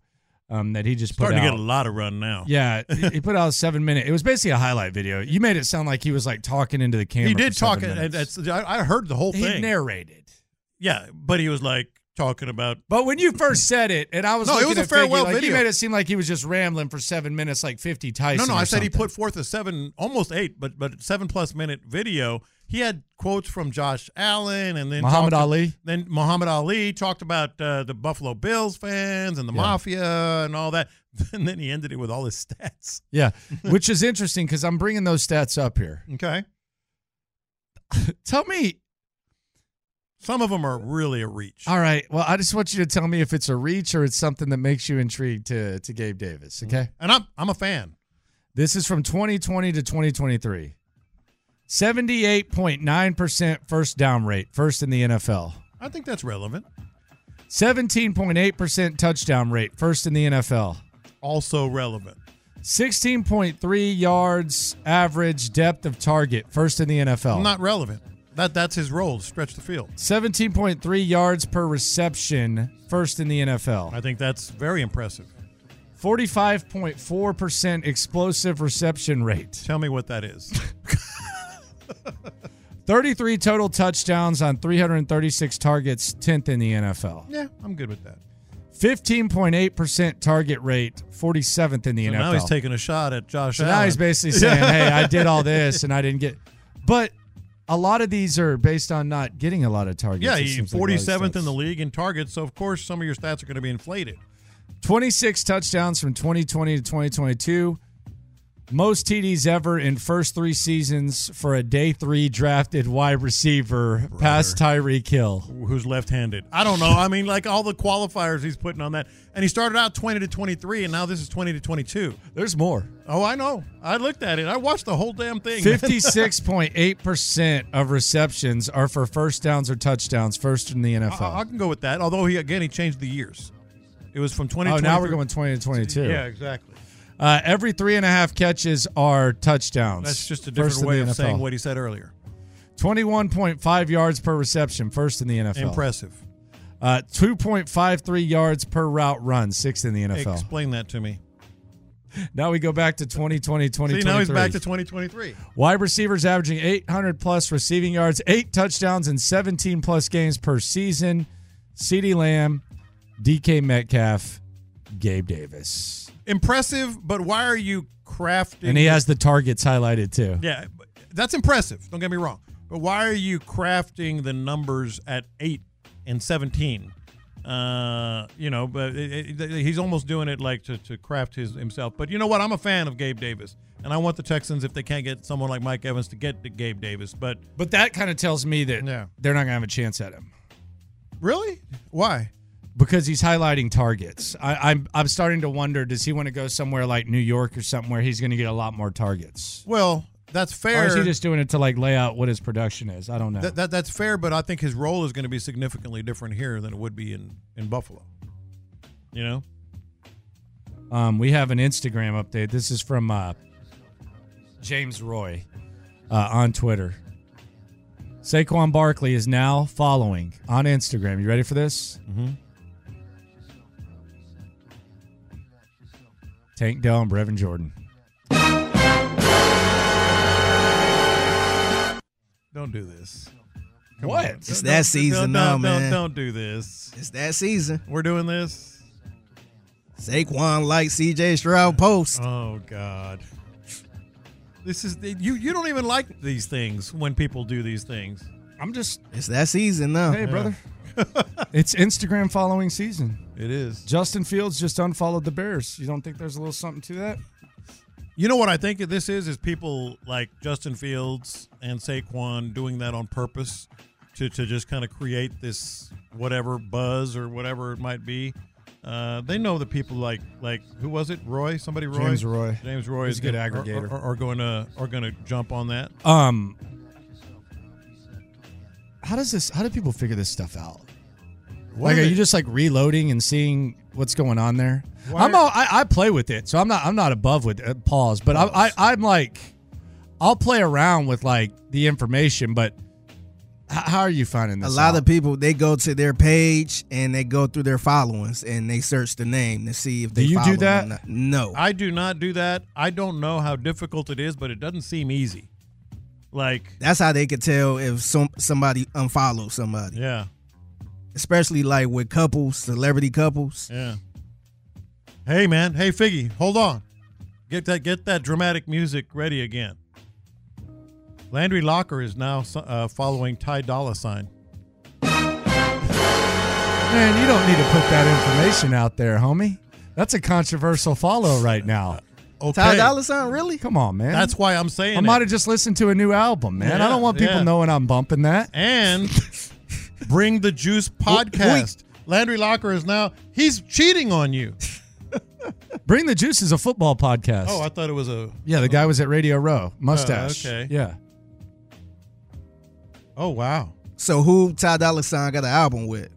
um, that he just put Starting to out. get a lot of run now. Yeah, he he put out a seven minute. It was basically a highlight video. You made it sound like he was like talking into the camera. he for did talk. seven And minutes. that's, I I heard the whole He thing. narrated. Yeah, but he was like talking about. But when you first said it, and I was no, it looking was a at Figgy, farewell like, video. You made it seem like he was just rambling for seven minutes, like fifty Tyson. No, no, or I said he something. put forth a seven, almost eight, but but seven plus minute video. He had quotes from Josh Allen and then Muhammad talked- Ali. Then Muhammad Ali talked about uh, the Buffalo Bills fans and the Yeah. mafia and all that, and then he ended it with all his stats. Yeah, which is interesting because I'm bringing those stats up here. Okay, tell me. Some of them are really a reach. All right. Well, I just want you to tell me if it's a reach or it's something that makes you intrigued to to Gabe Davis. Okay. And I'm Mm-hmm. I'm a fan. This is from 2020 to 2023. 78.9% first down rate, first in the NFL. I think that's relevant. 17.8% touchdown rate, first in the NFL. Also relevant. 16.3 yards average depth of target, first in the NFL. Not relevant. That that's his role. to Stretch the field. 17.3 yards per reception, first in the NFL. I think that's very impressive. 45.4% explosive reception rate. Tell me what that is. 33 total touchdowns on 336 targets, 10th in the NFL. Yeah, I'm good with that. 15.8% target rate, 47th in the So NFL. now he's taking a shot at Josh So Allen. now he's basically saying, "Hey, I did all this and I didn't get." But a lot of these are based on not getting a lot of targets. Yeah, it he seems like a lot of 47th stats. in the league in targets, so of course some of your stats are going to be inflated. 26 touchdowns from 2020 to 2022. Most TDs ever in first three seasons for a day three drafted wide receiver past Tyree Kill. Who's left-handed? I don't know. I mean, like all the qualifiers he's putting on that, and he started out 20 to 23, and now this is 20 to 22. There's more. Oh, I know. I looked at it. I watched the whole damn thing. 56.8% of receptions are for first downs or touchdowns, first in the NFL. I, I can go with that. Although he again he changed the years. It was from 20. Oh, to now we're 23. going 20 to 22. Yeah, exactly. Uh, every three and a half catches are touchdowns. That's just a First different in way the of NFL. saying what he said earlier. 21.5 yards per reception, first in the NFL. Impressive. Uh, 2.53 yards per route run, sixth in the NFL. Explain that to me. now we go back to 2020, 2023. See, now he's back to 2023. Wide receivers averaging 800 plus receiving yards, eight touchdowns, and 17 plus games per season. CeeDee Lamb, DK Metcalf, Gabe Davis. Impressive, but why are you crafting? And he has the targets highlighted too. Yeah, but that's impressive. Don't get me wrong. But why are you crafting the numbers at eight and seventeen? Uh, you know, but it, it, he's almost doing it like to, to craft his himself. But you know what? I'm a fan of Gabe Davis, and I want the Texans if they can't get someone like Mike Evans to get to Gabe Davis. But But that kind of tells me that they're not going to have a chance at him. Really? Why? Because he's highlighting targets. I, I'm I'm starting to wonder: Does he want to go somewhere like New York or something where he's going to get a lot more targets? well, that's fair. Or is he just doing it to like lay out what his production is? I don't know. that, that that's fair, but I think his role is going to be significantly different here than it would be in in Buffalo. You know. Um, we have an Instagram update. This is from uh, James Roy uh, on Twitter. Saquon Barkley is now following on Instagram. You ready for this? Mm-hmm. Tank Dell and Brevin Jordan. Don't do this. What? on. It's Don't- that don't- season don't, now, don't, man. Don't, don't do this. It's that season. We're doing this. Saquon like CJ Stroud post. Oh God. This is you. You don't even like these things when people do these things. I'm just. It's that season now. Hey, brother. it's Instagram following season. It is. Justin Fields just unfollowed the Bears. You don't think there's a little something to that? You know what I think this is? Is people like Justin Fields and Saquon doing that on purpose to, to just kind of create this whatever buzz or whatever it might be. Uh, they know that people like like who was it? Roy? Somebody Roy? James Roy. James Roy He's is a good gonna- are- aggregator. Are, are going to are going to jump on that. Um, how does this? How do people figure this stuff out? like, What are are they- you just like reloading and seeing what's going on there? Why I'm are- all, I, I play with it, so I'm not I'm not above with uh, pause, but I, I I'm like I'll play around with like the information, but h- how are you finding A this? lot out? of people they go to their page and they go through their followings and they search the name to see if they you do follow 'em or that? not. No. I do not do that. I don't know how difficult it is, but it doesn't seem easy. Like That's how they could tell if some somebody unfollows somebody. Yeah. Especially like with couples, celebrity couples. Yeah. Hey man, hey Figgy, hold on. Get that get that dramatic music ready again. Landry Locker is now uh, following Ty Dolla Sign. Man, you don't need to put that information out there, homie. That's a controversial follow right now. Okay. Ty Dolla Sign, really? Come on, man. That's why I'm saying I it. might have just listened to a new album, man. I Yeah, don't want people yeah. knowing I'm bumping that. And Bring the Juice podcast. Landry Locker is now he's cheating on you. Bring the Juice is a football podcast. Oh, I thought it was a yeah, the guy was at Radio Row, mustache. Oh, okay. Yeah. Oh wow. So who Ty Dolla Sign got an album with?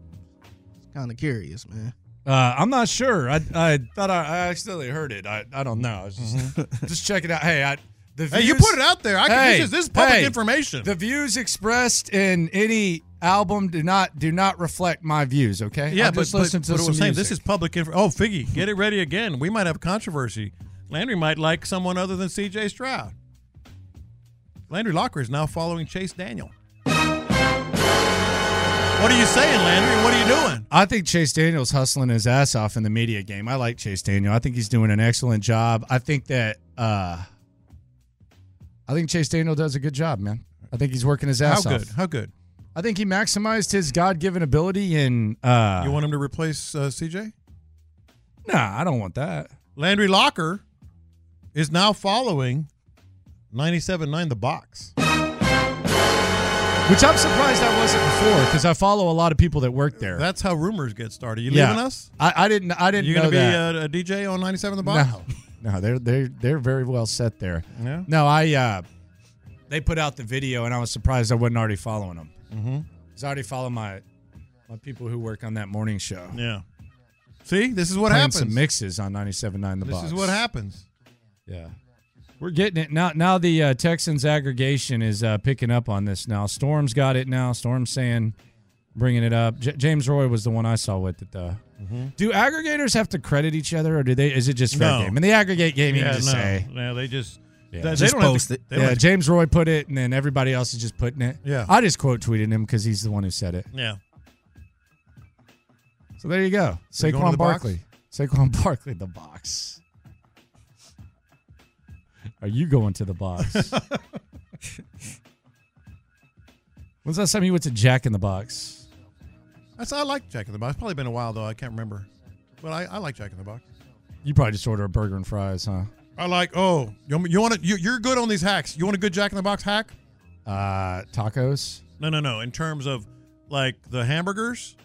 Kind of curious, man. Uh, I'm not sure. I, I thought I, I accidentally heard it. I, I don't know. I was just, just check it out. Hey, I, the views, Mm-hmm. Hey, you put it out there. I can- this is- this is public hey, information. The views expressed in any album do not do not reflect my views. Okay. Yeah, I but, just but, listen to but some it was saying music. this is public info. Oh, Figgy, get it ready again. We might have controversy. Landry might like someone other than C.J. Stroud. Landry Locker is now following Chase Daniel. What are you saying, Landry? What are you doing? I think Chase Daniel's hustling his ass off in the media game. I like Chase Daniel. I think he's doing an excellent job. I think that uh I think Chase Daniel does a good job, man. I think he's working his ass How off. good? How good? I think he maximized his God-given ability in uh you want him to replace uh, C.J.? Nah, I don't want that. Landry Locker is now following 97.9 The Box. Which I'm surprised I wasn't before because I follow a lot of people that work there. That's how rumors get started. You Yeah. leaving us? I, I didn't. I didn't You know gonna be uh, that. A, a DJ on 97 The Box? no, no, they're they're they're very well set there. Yeah. No, I uh they put out the video and I was surprised I wasn't already following them. Mm-hmm. Because I already follow my my people who work on that morning show. Yeah. See, this is what Playing happens. Some mixes on 97.9 The this Box. is what happens. Yeah. We're getting it now. Now the uh, Texans aggregation is uh, picking up on this now. Storm's got it now. Storm's saying, bringing it up. J- James Roy was the one I saw with it. Uh, Mhm. Do aggregators have to credit each other, or do they? Is it just fair No. game? And the aggregate game, you Yeah, can just no. say, Yeah, they just they, they just don't have post to- it. they don't Yeah, have to- James Roy put it, and then everybody else is just putting it. Yeah. I just quote tweeted him because he's the one who said it. yeah. So there you go. We're going to Saquon the box? Barkley. Saquon Barkley, the box. Are you going to the box? When's the last time you went to Jack in the Box? That's I like Jack in the Box. Probably been a while though. I can't remember. But I, I like Jack in the Box. You probably just order a burger and fries, huh? I like. Oh, you, you want to? You, you're good on these hacks. You want a good Jack in the Box hack? Uh, tacos. No, no, no. In terms of like the hamburgers,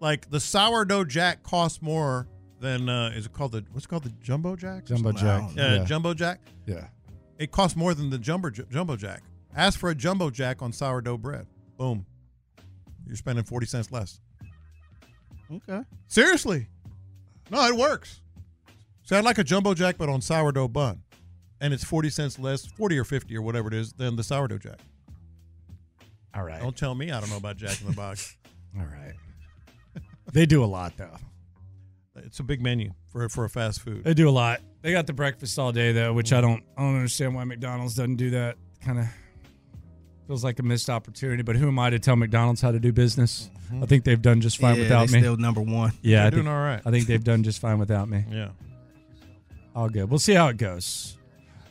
like the sourdough Jack costs more than uh, is it called the what's it called the jumbo Jack? or Jumbo something? Jack, I don't know. Yeah, yeah. jumbo Jack. Yeah. It costs more than the jumbo jumbo Jack. Ask for a jumbo Jack on sourdough bread. Boom. You're spending forty cents less. Okay. Seriously. No, it works. So I'd like a jumbo jack, but on sourdough bun. And it's 40 cents less, 40 or 50 or whatever it is, than the sourdough jack. All right. Don't tell me I don't know about Jack in the Box. All right. They do a lot though. It's a big menu for for a fast food. They do a lot. They got the breakfast all day though, which I don't. I don't understand why McDonald's doesn't do that. Kind of feels like a missed opportunity. But who am I to tell McDonald's how to do business? I think they've done just fine Mm-hmm. Yeah, without they me. still number one. Yeah, They're I doing think- all right. I think they've done just fine without me. Yeah. All good. We'll see how it goes.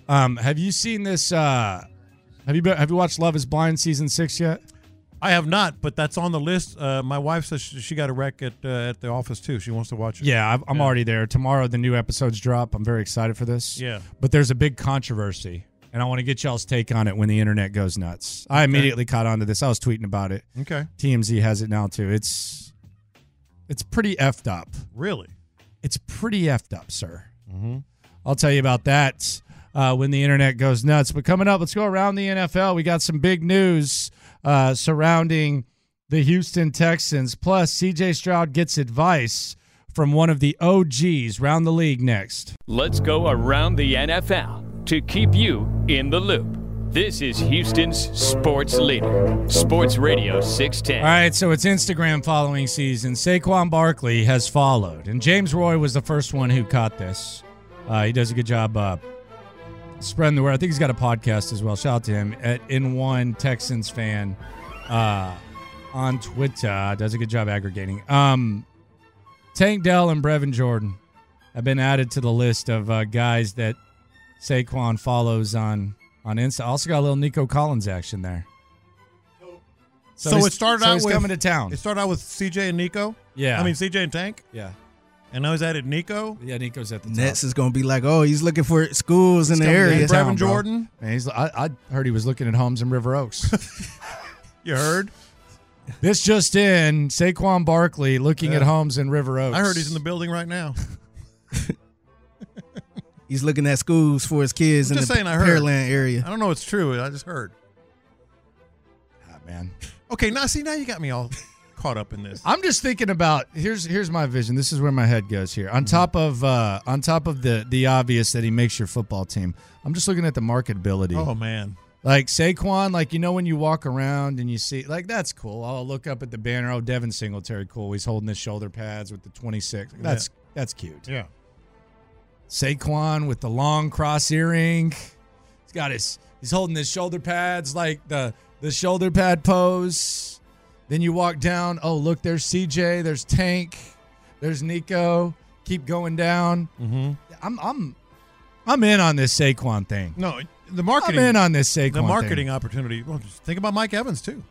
Um, have you seen this? Uh, have you been, have you watched Love Is Blind season six yet? I have not, but that's on the list. Uh, my wife says she she got a wreck at uh, at the office too. She wants to watch it. Yeah, I've, I'm already there. Tomorrow the new episodes drop. I'm very excited for this. Yeah. But there's a big controversy, and I want to get y'all's take on it when the internet goes nuts. I Okay. immediately caught on to this. I was tweeting about it. Okay. TMZ has it now too. It's it's pretty effed up. Really? It's pretty effed up, sir. Mm-hmm. I'll tell you about that uh, when the internet goes nuts. But coming up, let's go around the NFL. We got some big news uh, surrounding the Houston Texans. Plus, CJ Stroud gets advice from one of the OGs round the league next. Let's go around the NFL to keep you in the loop. This is Houston's sports leader, Sports Radio 610. All right, so it's Instagram following season. Saquon Barkley has followed, and James Roy was the first one who caught this. Uh, he does a good job uh, spreading the word. I think he's got a podcast as well. Shout out to him at N1 Texans fan uh, on Twitter. Does a good job aggregating. Um, Tank Dell and Brevin Jordan have been added to the list of uh, guys that Saquon follows on on Insta. Also got a little Nico Collins action there. So, he's- it started so out he's with coming to town. It started out with CJ and Nico. Yeah. I mean CJ and Tank. Yeah. And now he's added Nico. Yeah, Nico's at the Nets is gonna be like, oh, he's looking for schools in the area. Town, bro. Man, he's, I, I heard he was looking at homes in River Oaks. You heard? this just in: Saquon Barkley looking Yeah. at homes in River Oaks. I heard he's in the building right now. He's looking at schools for his kids I'm in just the saying, I heard. Pearland area. I don't know. It's true. I just heard. Ah, man. Okay, now see, now you got me all caught up in this. I'm just thinking about here's here's my vision. This is where my head goes here. On top Mm-hmm. of uh on top of the the obvious that he makes your football team. I'm just looking at the marketability. Oh man. Like Saquon, like you know when you walk around and you see like that's cool. I'll look up at the banner. Oh, Devin Singletary, cool. He's holding his shoulder pads with the 26. That's that's cute. Yeah. Saquon with the long cross earring. He's got his he's holding his shoulder pads like the the shoulder pad pose. Then you walk down. Oh, look, there's CJ, there's Tank, there's Nico. Keep going down. Mm-hmm. I'm I'm I'm in on this Saquon thing. No, the marketing. I'm in on this Saquon The marketing thing. opportunity. Well, just think about Mike Evans too.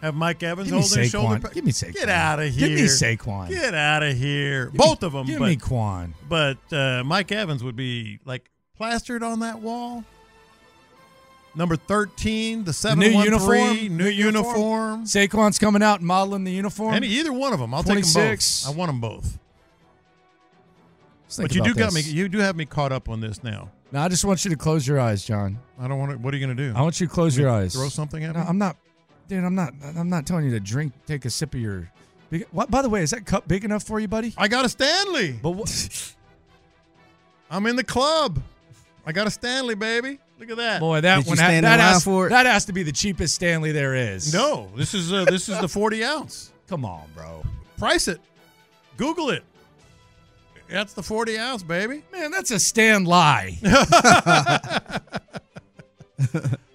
Have Mike Evans Give me holding his shoulder. Saquon. pa- Give me Saquon. Get out of here. Give me Saquon. Get out of here. Give me- Both of them. give but, me Quan. But uh, Mike Evans would be like plastered on that wall. Number thirteen, the seven new uniform. new uniform. Saquon's coming out and modeling the uniform. Any either one of them, I'll take 26. them both. I want them both. Just think But you do about got me. this. You do have me caught up on this now. No, I just want you to close your eyes, John. I don't want to. What are you going to do? I want you to close You your gonna eyes. Throw something at No, me. I'm not, dude. I'm not. I'm not telling you to drink. Take a sip of your. big- What? By the way, is that cup big enough for you, buddy? I got a Stanley. But what? Eh. I'm in the club. I got a Stanley, baby. Look at that. Boy, that one. ha- had that has, that has to be the cheapest Stanley there is. No, this is uh, this is the 40 ounce. Come on, bro. Price it. Google it. That's the 40 ounce, baby. Man, that's a Stan lie.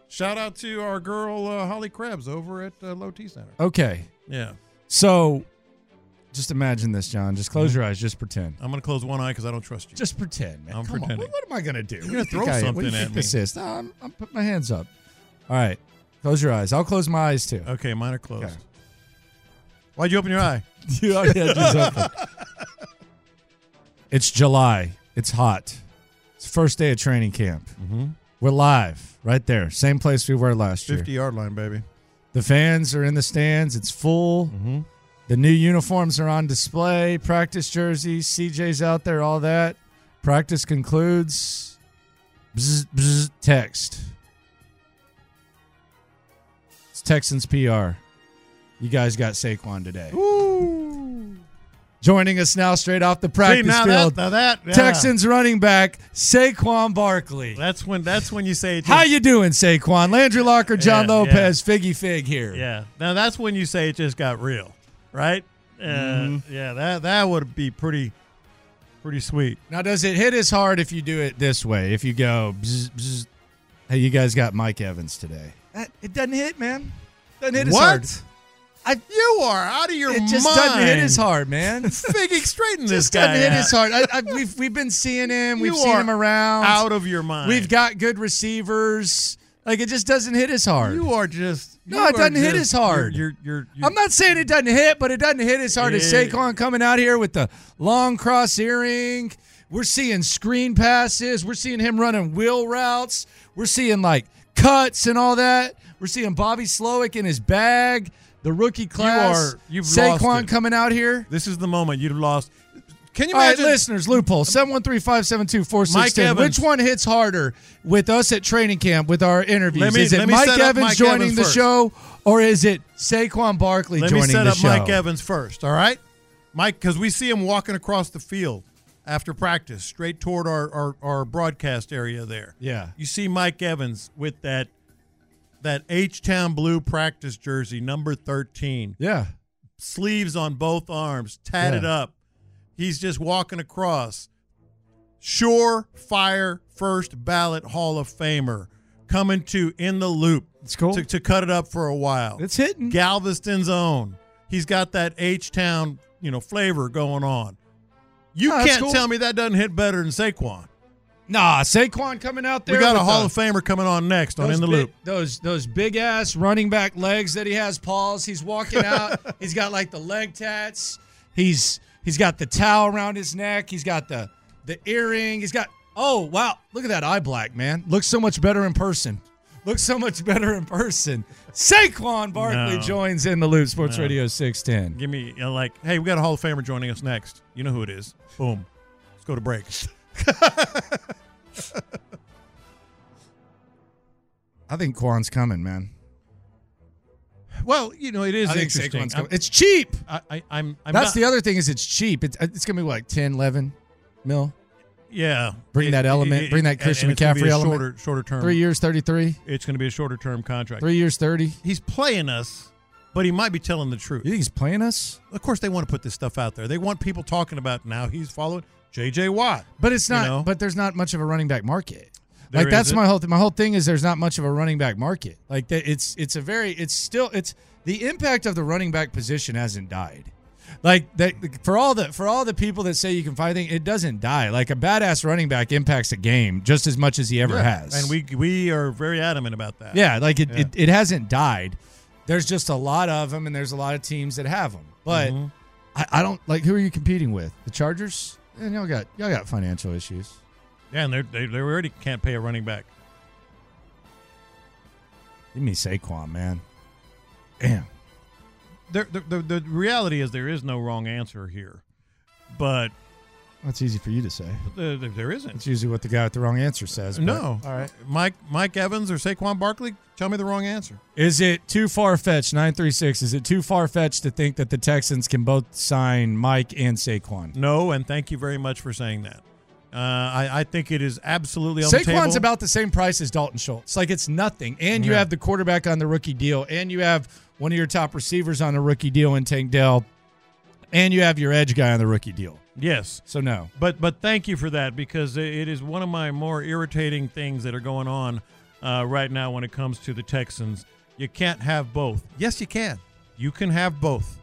Shout out to our girl uh, Holly Krebs over at uh, Low T Center. okay. Yeah. So, just imagine this, John. Just close your eyes. Just pretend. I'm gonna close one eye because I don't trust you. Just pretend, man. I'm Come on, What, pretending. what am I gonna do? You're gonna What do you throw think I am? What do something you at think me. This is. No, I'm, I'm putting my hands up. All right. Close your eyes. I'll close my eyes too. Okay, mine are closed. Why'd you open your eye? You already had yours open. It's July. It's hot. It's the first day of training camp. Mhm. We're live right there. Same place we were last year. 50 yard line, baby. The fans are in the stands. It's full. Mm-hmm. The new uniforms are on display. Practice jerseys. CJ's out there. All that. Practice concludes. Bzz, bzz, text. It's Texans PR. You guys got Saquon today. Joining us now, straight off the practice now that- field, now that- yeah. Texans running back Saquon Barkley. That's when that's when you say it How just- you doing, Saquon? Landry Locker, John Yeah, yeah. Lopez, Figgy Fig here. Yeah. Now that's when you say it just got real, right? Uh, Mm-hmm. Yeah, that that would be pretty, pretty sweet. Now, does it hit as hard if you do it this way? If you go, bzz, bzz, hey, you guys got Mike Evans today. That, it doesn't hit, man. Doesn't hit as What? hard. I, you are out of your It mind. just doesn't hit as hard, man. Figgy, straighten this Just guy doesn't hit out. as hard. I, I, we've we've been seeing him. We've You seen are him around. out of your mind. We've got good receivers. Like it just doesn't hit as hard. You are just No, it doesn't hit as hard. You're you're, you're, I'm not saying it doesn't hit, but it doesn't hit as hard as Yeah. Saquon coming out here with the long cross earring. We're seeing screen passes. We're seeing him running wheel routes. We're seeing like cuts and all that. We're seeing Bobby Slowick in his bag. The rookie class. you are you've Saquon lost it. coming out here. This is the moment you've lost. Can you All right, imagine? listeners, loophole seven one three five seven two four six Mike ten. Evans. Which one hits harder with us at training camp with our interviews? Let me- is it let me Mike set up Evans Mike joining Evans the first. show, or is it Saquon Barkley Let me joining set the up show? Mike Evans first, all right? Mike, because we see him walking across the field after practice, straight toward our, our, our broadcast area there. Yeah. You see Mike Evans with that that H Town blue practice jersey, number 13. Yeah. Sleeves on both arms, tatted Yeah. up. He's just walking across. Sure fire first ballot Hall of Famer coming to in the loop. It's cool. To, to cut it up for a while. It's hitting. Galveston's own. He's got that H Town, you know, flavor going on. You Oh, that's can't cool. tell me that doesn't hit better than Saquon. Nah, Saquon coming out there. we got a with Hall the- of Famer coming on next on those In the big- Loop. Those those big ass running back legs that he has, paws. He's walking out. he's got like the leg tats. He's he's got the towel around his neck. He's got the the earring. He's got oh wow, look at that eye black man. Looks so much better in person. Looks so much better in person. Saquon Barkley No. joins in the Loop Sports No. Radio six ten. Give me you know, like, hey, we got a Hall of Famer joining us next. You know who it is. Boom. Let's go to break. I think Quan's coming, man. well, you know it is I think interesting. Saquon's I'm- coming. It's cheap. I, I, I'm. I'm That's not, the other thing is it's cheap. It's, uh, it's gonna be like 10, 11 mil. Yeah. Bring It- that it- element. it- bring that and- Christian and it's gonna be McCaffrey a element. Shorter, shorter term. Three years, thirty three. It's going to be a shorter term contract. Three years, thirty. He's playing us, but he might be telling the truth. You think he's playing us? Of course, they want to put this stuff out there. They want people talking about now he's following J.J. Watt. But it's you not. know? But there's not much of a running back market. There like that's isn't. my whole my whole thing is there's not much of a running back market. Like that it's it's a very it's still it's the impact of the running back position hasn't died. Like that for all the for all the people that say you can find things, it doesn't die. Like a badass running back impacts a game just as much as he ever Yeah, has. And we we are very adamant about that. Yeah, like it, Yeah. it, it hasn't died. There's just a lot of them, and there's a lot of teams that have them. But Mhm. I, I don't like who are you competing with? The Chargers? And y'all got y'all got financial issues. Yeah, and they're, they they already can't pay a running back. Give me Saquon, man. Damn. There, the, the the reality is there is no wrong answer here, but That's easy for you to say. there, there- there isn't. That's usually what the guy with the wrong answer says. but- No. All right. Mike Mike Evans or Saquon Barkley, tell me the wrong answer. Is it too far fetched? Nine three six. Is it too far fetched to think that the Texans can both sign Mike and Saquon? No, and thank you very much for saying that. Uh, I, I think it is absolutely on the table. Saquon's about the same price as Dalton Schultz. Like it's nothing. And you Yeah. have the quarterback on the rookie deal, and you have one of your top receivers on a rookie deal in Tank Dell, and you have your edge guy on the rookie deal. Yes. So no. But but thank you for that because it- it is one of my more irritating things that are going on uh, right now when it comes to the Texans. You can't have both. Yes, you can. You can have both,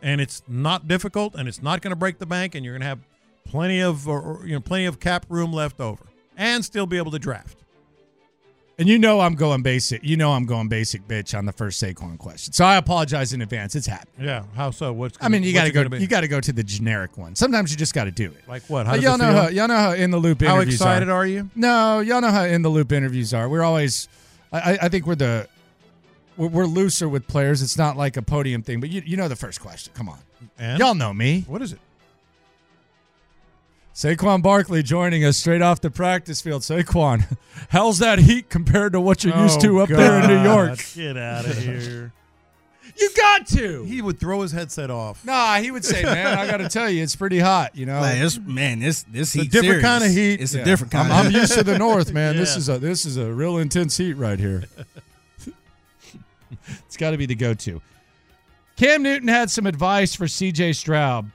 and it's not difficult, and it's not going to break the bank, and you're going to have plenty of or, or, you know plenty of cap room left over, and still be able to draft. And you know I'm going basic. You know I'm going basic bitch on the first Saquon question. So I apologize in advance. It's happened. Yeah. How so? What's I mean, you got to go. Be? You got to go to the generic one. Sometimes you just got to do it. like what? How But does y'all it know feel? how y'all know how in the loop How interviews excited are you? No, y'all know how in the loop interviews are. We're always, I, I- I think we're the, we're, we're looser with players. It's not like a podium thing, but you you know the first question. Come on, And? y'all know me. What is it? Saquon Barkley joining us straight off the practice field. Saquon, how's that heat compared to what you're used to Oh, up there in New York? God, Get out of here. You got to. He would throw his headset off. Nah, he would say, man, I got to tell you, it's pretty hot. You know, Like, it's- man, this this It's heat serious. It's a different kind. I'm, of I'm heat. used to the north, man. This Yeah. is a this is a real intense heat right here. it's got to be the go-to. Cam Newton had some advice for CJ Stroud.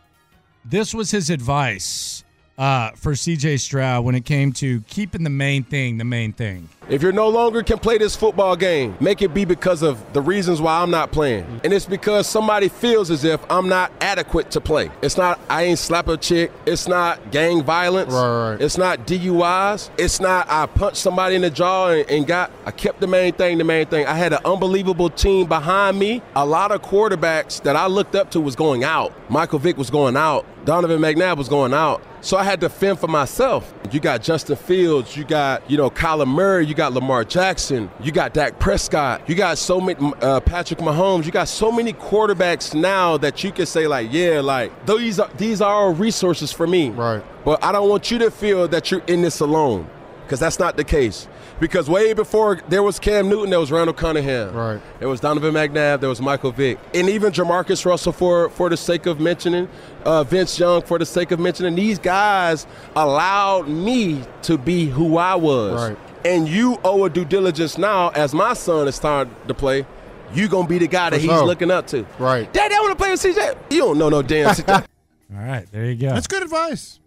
This was his advice uh, for CJ Stroud when it came to keeping the main thing the main thing. If you're no longer can play this football game, make it be because of the reasons why I'm not playing. And it's because somebody feels as if I'm not adequate to play. It's not I ain't slap a chick. It's not gang violence. It's not DUIs. It's not I punched somebody in the jaw and, and got I kept the main thing, the main thing. I had an unbelievable team behind me. A lot of quarterbacks that I looked up to was going out. Michael Vick was going out. Donovan McNabb was going out. So I had to fend for myself. You got Justin Fields, you got, you know, Kyler Murray, you got Lamar Jackson, you got Dak Prescott, you got so many, uh, Patrick Mahomes, you got so many quarterbacks now that you can say, like, yeah, like, these are, these are all resources for me. Right. But I don't want you to feel that you're in this alone because that's not the case. Because way before there was Cam Newton, there was Randall Cunningham. Right. There was Donovan McNabb. There was Michael Vick, and even Jamarcus Russell for for the sake of mentioning, uh, Vince Young for the sake of mentioning. These guys allowed me to be who I was. Right. And you owe a due diligence now, as my son is starting to play. You gonna be the guy that For he's sure. looking up to. Right. Daddy, I want to play with CJ. You don't know no damn. CJ. All right, there you go. That's good advice.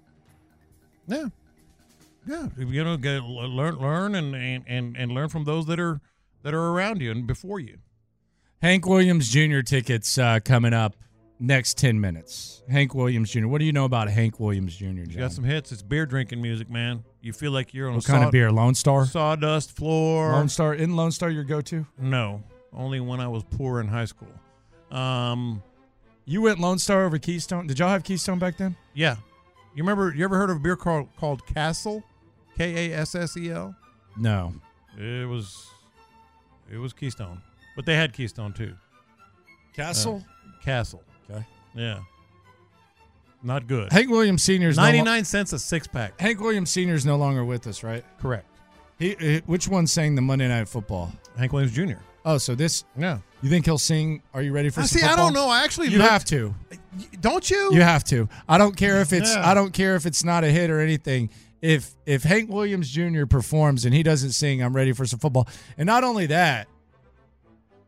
Yeah, yeah. You know, get, learn, learn, and, and and and learn from those that are that are around you and before you. Hank Williams Jr. tickets uh, coming up next 10 minutes. Hank Williams Jr. What do you know about Hank Williams Jr.? You John? got some hits. It's beer drinking music, man. You feel like you're on What a kind of sawd- beer? Lone Star? Sawdust floor. Lone Star. In Lone Star, your go to? No, only when I was poor in high school. Um, you went Lone Star over Keystone. Did y'all have Keystone back then? Yeah. You remember? You ever heard of a beer called called Castle? K A S S E L. No. It was, it was Keystone, but they had Keystone too. Castle? Uh, Castle. Okay. Yeah. Not good. Hank Williams Sr. is no lo- 99 cents a six pack. Hank Williams Sr. is no longer with us, right? Correct. He, uh, which one sang the Monday Night Football? Hank Williams Jr. Oh, so this. No. You think he'll sing? Are you ready for? I some Uh, see, I don't football? know. I actually You looked- have to. Don't you? You have to. I don't care if it's. Yeah. I don't care if it's not a hit or anything. If if Hank Williams Jr. performs and he doesn't sing, I'm ready for some football. And not only that,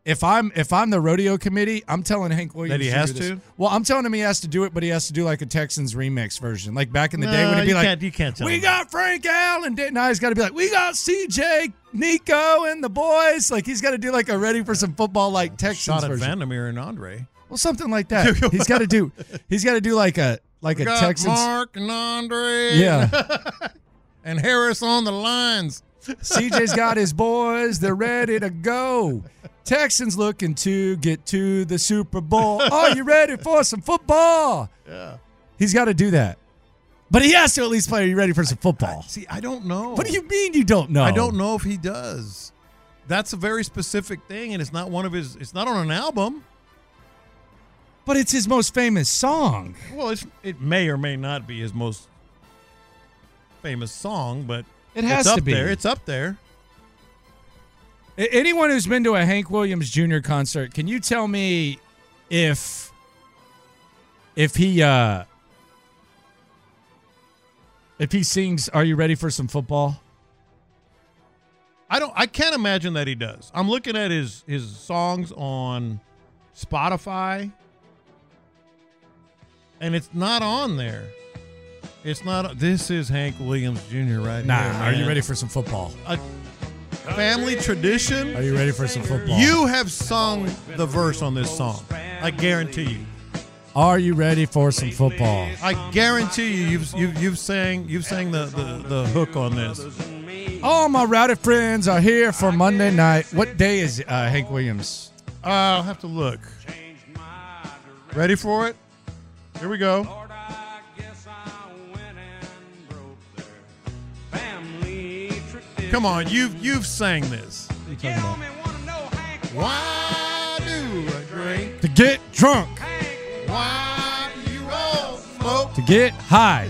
if I'm if I'm the rodeo committee, I'm telling Hank Williams he Jr. has this. to? Well, I'm telling him he has to do it, but he has to do like a Texans remix version, like back in the day No, when it'd be you like, can't- you can't tell we him got Frank Allen. Didn't I? He's got to be like, we got C.J. Nico and the boys. Like he's got to do like a ready for some football like Texans Shot at version. Vandermeer and Andre. Well, something like that. he's got to do. He's got to do like a like We a got Texans. Mark and Andre. Yeah. and Harris on the lines. CJ's got his boys. They're ready to go. Texans looking to get to the Super Bowl. Are you ready for some football? Yeah. He's got to do that. But he has to at least play. Are you ready for some football? See, I don't know. What do you mean you don't know? I don't know if he does. That's a very specific thing, and it's not one of his. It's not on an album. But it's his most famous song. Well, it's, it may or may not be his most famous song, but It has it's up to be. There. It's up there. A- Anyone who's been to a Hank Williams Jr. concert, can you tell me if if he uh if he sings "Are you ready for some football"? I don't. I can't imagine that he does. I'm looking at his his songs on Spotify, and it's not on there. It's not. This is Hank Williams Jr. right Nah, here. are you man. ready for some football? A family tradition. Are you ready for some football? You have sung the verse on this song. I guarantee you. Are you ready for some football? I guarantee you. You've you've, you've sang you've sang the, the the hook on this. All my rowdy friends are here for Monday night. What day is uh, Hank Williams? Uh, I'll have to look. Ready for it? Here we go. Come on, you've you've sang this. Why do I drink? To get drunk, Why do you all smoke? to get high.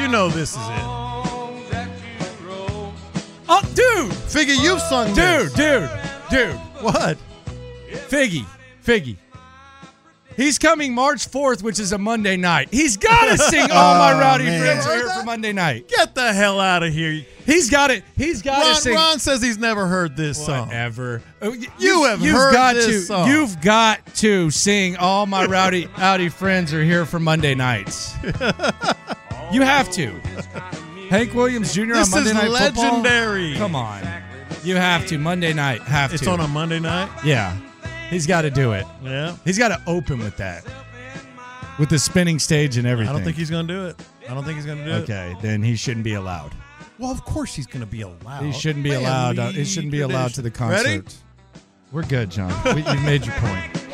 You know this is it. Oh, dude! Figure, you've sung Dude, this. dude, dude. What? Figgy, Figgy. He's coming March 4th, which is a Monday night. He's got to sing All My Oh, Rowdy man. Friends Are Here for Monday night. Get the hell out of here. He's got it. He's got Ron, to sing. Ron says he's never heard this song. Ever. You, You have heard got this to, song. You've got to sing All My Rowdy Rowdy Friends Are Here for Monday nights. you have to. Hank Williams Jr. This on Monday is Night Football? legendary. Come on. You have to. Monday night. Have It's to. on a Monday night? Yeah. He's got to do it. Yeah. He's got to open with that. With the spinning stage and everything. I don't think he's going to do it. I don't think he's going to do it. Okay, then he shouldn't be allowed. Well, of course he's going to be allowed. He shouldn't be Man, allowed. we uh, He shouldn't be allowed to the concert. Ready? We're good, John. We, you made your point.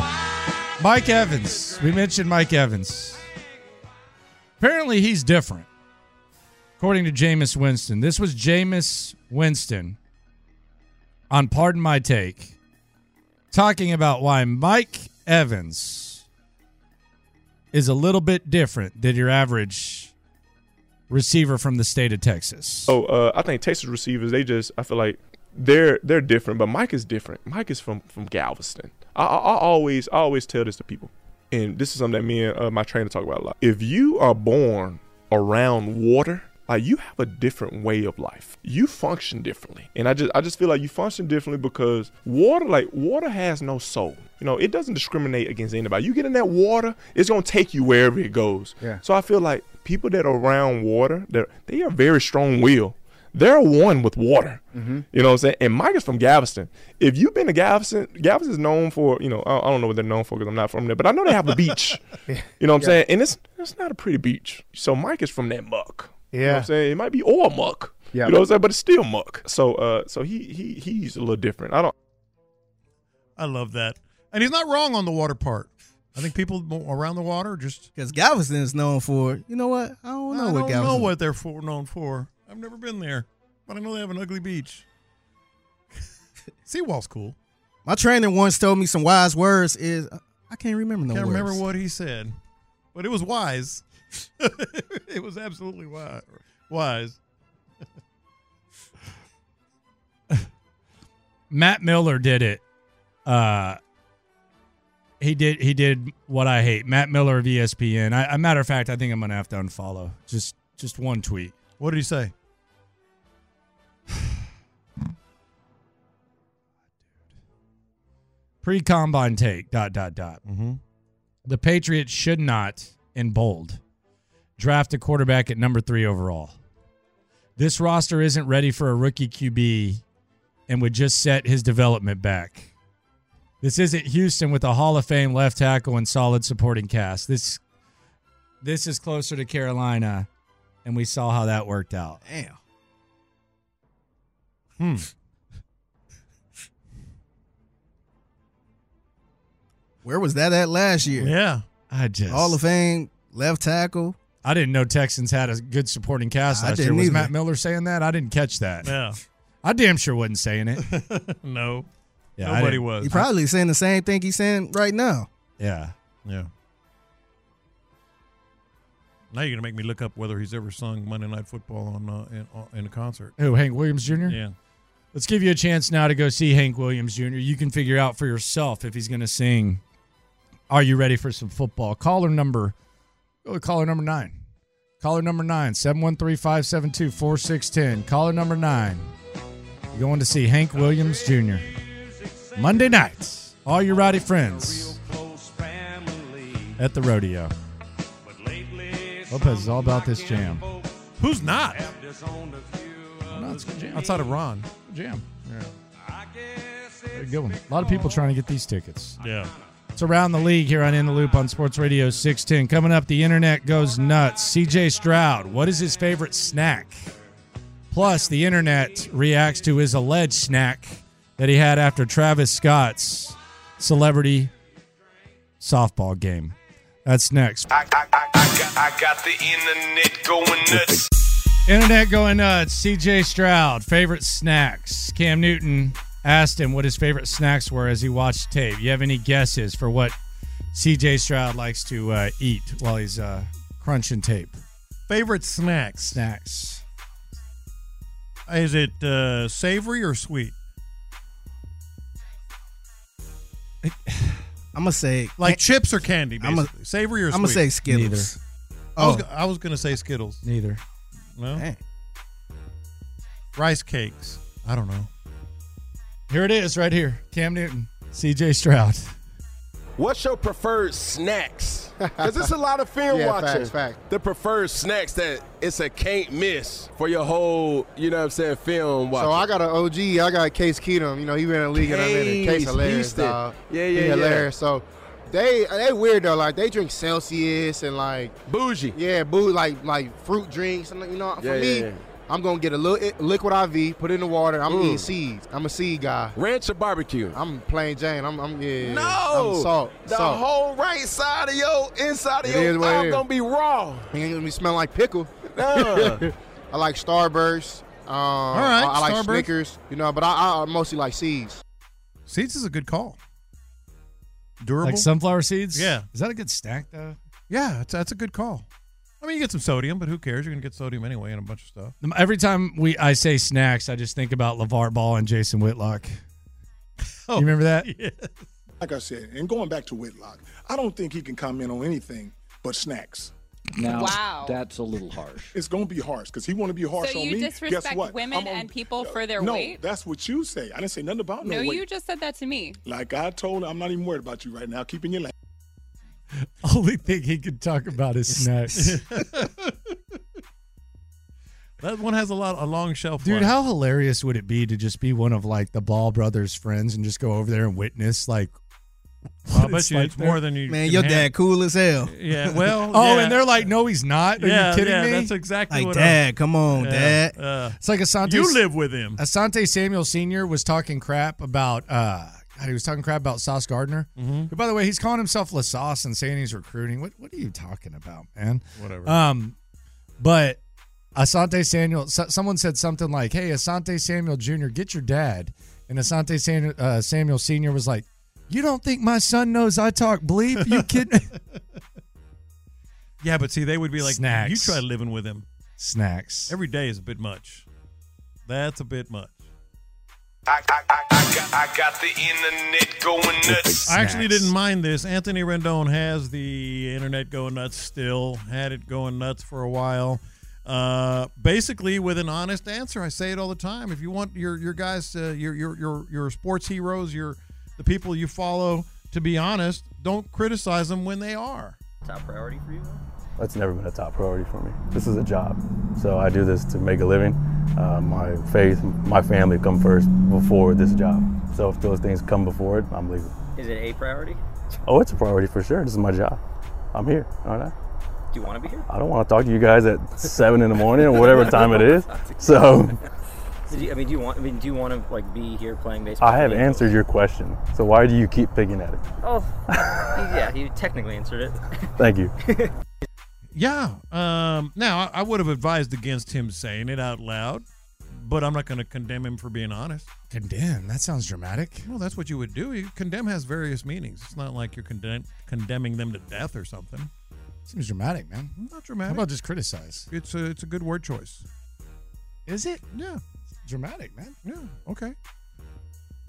Mike Evans. We mentioned Mike Evans. Apparently, he's different. According to Jameis Winston, this was Jameis Winston on Pardon My Take talking about why Mike Evans is a little bit different than your average receiver from the state of Texas. So uh, I think Texas receivers, they just I feel like they're they're different, but Mike is different. Mike is from from Galveston. I, I, I always I always tell this to people, and this is something that me and uh, my trainer talk about a lot. If you are born around water, like you have a different way of life. You function differently, and I just I just feel like you function differently because water like water has no soul. You know, it doesn't discriminate against anybody. You get in that water, it's gonna take you wherever it goes. Yeah. So I feel like people that are around water, they're, they are very strong willed. They're one with water. Mhm. You know what I'm saying? And Mike is from Galveston. If you've been to Galveston, Galveston is known for, you know, I, I don't know what they're known for because I'm not from there, but I know they have a beach. You know what I'm Yeah. saying? And it's it's not a pretty beach. So Mike is from that muck. You know what Yeah. I'm saying? It might be oil muck. Yeah. You know what I'm saying? But it's still muck. So uh so he he he's a little different. I don't I love that. And he's not wrong on the water part. I think people mo- around the water just because Galveston is known for you know what I don't know I what don't know Galveston. what they're for, known for. I've never been there, but I know they have an ugly beach. Seawall's cool. My trainer once told me some wise words. Is I can't remember no Can't words. remember what he said, but it was wise. it was absolutely wise. Wise. Matt Miller did it. Uh, he did. He did what I hate. Matt Miller of E ESPN. I, a matter of fact, I think I'm gonna have to unfollow. Just just one tweet. What did he say? Pre combine take. Dot dot dot. Mm-hmm. The Patriots should not, in bold, draft a quarterback at number three overall. This roster isn't ready for a rookie QB, and would just set his development back. This isn't Houston with a Hall of Fame left tackle and solid supporting cast. This this is closer to Carolina, and we saw how that worked out. Damn. Hmm. Where was that at last year? Yeah. I just Hall of Fame left tackle. I didn't know Texans had a good supporting cast I last year. didn't Was either. Matt Miller saying that? I didn't catch that. Yeah. I damn sure wasn't saying it. no. Yeah, I Nobody didn't- was. He probably saying the same thing he's saying right now. Yeah. Yeah. Now you're gonna make me look up whether he's ever sung Monday Night Football on uh, in, uh, in a concert. Who, Hank Williams Jr.? Yeah. Let's give you a chance now to go see Hank Williams Jr. You can figure out for yourself if he's going to sing. Are you ready for some football? Caller number, oh, caller number nine. Caller number nine, 713 572 4610. Caller number nine. You're going to see Hank Williams Jr. Monday nights. All your rowdy friends at the rodeo. Lopez is all about this jam. Who's not? jam. Outside of Ron. Jam. Yeah. Very good one. A lot of people trying to get these tickets. Yeah. It's around the league here on In the Loop on Sports Radio 610. Coming up, the internet goes nuts. CJ Stroud, what is his favorite snack? Plus, the internet reacts to his alleged snack that he had after Travis Scott's celebrity softball game. That's next. I, I, I, I, got, I got the internet going nuts. Internet going nuts. CJ Stroud, favorite snacks. Cam Newton asked him what his favorite snacks were as he watched tape. You have any guesses for what CJ Stroud likes to uh, eat while he's uh, crunching tape? Favorite snacks. Snacks. Is it uh, savory or sweet? I'm gonna say Like chips or candy, I'm a- basically. Savory or I'm sweet? gonna say Skittles. I was, Oh. go- I was gonna say Skittles. Neither. No. Rice cakes. I don't know. Here it is, right here. Cam Newton, C.J. Stroud. What's your preferred snacks? Because it's a lot of film Yeah, watching. facts, fact. The preferred snacks that it's a can't miss for your whole, you know what I'm saying, film watching. So I got an OG. I got Case Keenum. You know, he been in the league and I'm in it. Case Case hilarious, Houston. dog. Yeah, He yeah, yeah. hilarious. So they they weird though. Like they drink Celsius and like bougie. Yeah, boo like like fruit drinks. And you know, for Yeah, me, yeah, yeah. I'm gonna get a little i- liquid IV, put it in the water. I'm Mm. eating seeds. I'm a seed guy. Ranch or barbecue? I'm plain Jane. I'm, I'm yeah. No, I'm salt. the salt. whole right side of your inside of It is your what it mouth is. gonna be raw. It ain't gonna be smell like pickle. Nah. I like Starburst. Um, All I, right, I like Starburst. Snickers. You know, but I, I mostly like seeds. Seeds is a good call. Durable. Like sunflower seeds? Yeah. Is that a good snack, though? Yeah, that's, that's a good call. I mean, you get some sodium, but who cares? You're gonna get sodium anyway in a bunch of stuff. Every time we I say snacks, I just think about LeVar Ball and Jason Whitlock. you remember that? Like I said, and going back to Whitlock, I don't think he can comment on anything but snacks. Now, Wow. that's a little harsh. It's going to be harsh because he want to be harsh So on you me. Guess disrespect what? women I'm on- and people for their no, weight? that's what you say. I didn't say nothing about no, No, weight. you just said that to me. Like I told, I'm not even worried about you right now. Keeping your lane. Only thing he could talk about is snacks. That one has a lot a long shelf Dude, life. how hilarious would it be to just be one of like the Ball brothers' friends and just go over there and witness like? I what bet you like it's more than you Man, can your handle. dad cool as hell. Yeah, well, oh, yeah. and they're like, no, he's not. Are Yeah, you kidding yeah, me? that's exactly like, what I- Dad, come on, Yeah, Dad. uh, it's like Asante. you live with him. Asante Samuel Senior was talking crap about. uh God, he was talking crap about Sauce Gardner. Mhm. Who, by the way, he's calling himself LaSauce and saying he's recruiting. What What are you talking about, man? Whatever. Um, but Asante Samuel, so, someone said something like, "Hey, Asante Samuel Jr., get your dad." And Asante Samuel, uh, Samuel Sr. was like, "You don't think my son knows I talk bleep? You kidding?" Yeah, but see, they would be like, Snacks. you try living with him. Snacks. Every day is a bit much. That's a bit much. I, I, I, I, got, I got the internet going nuts. I actually didn't mind this. Anthony Rendon has the internet going nuts still, had it going nuts for a while. Uh, basically, with an honest answer, I say it all the time. If you want your your guys, uh, your your your your sports heroes, your the people you follow, to be honest, don't criticize them when they are. Top priority for you? That's never been a top priority for me. This is a job, so I do this to make a living. Uh, my faith, my family come first before this job. So if those things come before it, I'm leaving. Is it a priority? Oh, it's a priority for sure. This is my job. I'm here, aren't I? Do you want to be here? I don't want to talk to you guys at seven in the morning or whatever time it is. So Did you, I mean, do you want? I mean, do you want to like be here playing baseball? I have answered your question. So why do you keep picking at it? Oh, yeah, you technically answered it. Thank you. Yeah. Um, now, I, I would have advised against him saying it out loud, but I'm not going to condemn him for being honest. Condemn? That sounds dramatic. Well, that's what you would do. You, condemn has various meanings. It's not like you're condemn, condemning them to death or something. Seems dramatic, man. Not dramatic. How about just criticize? It's a it's a good word choice. Is it? Yeah. dramatic, man. Yeah. Okay.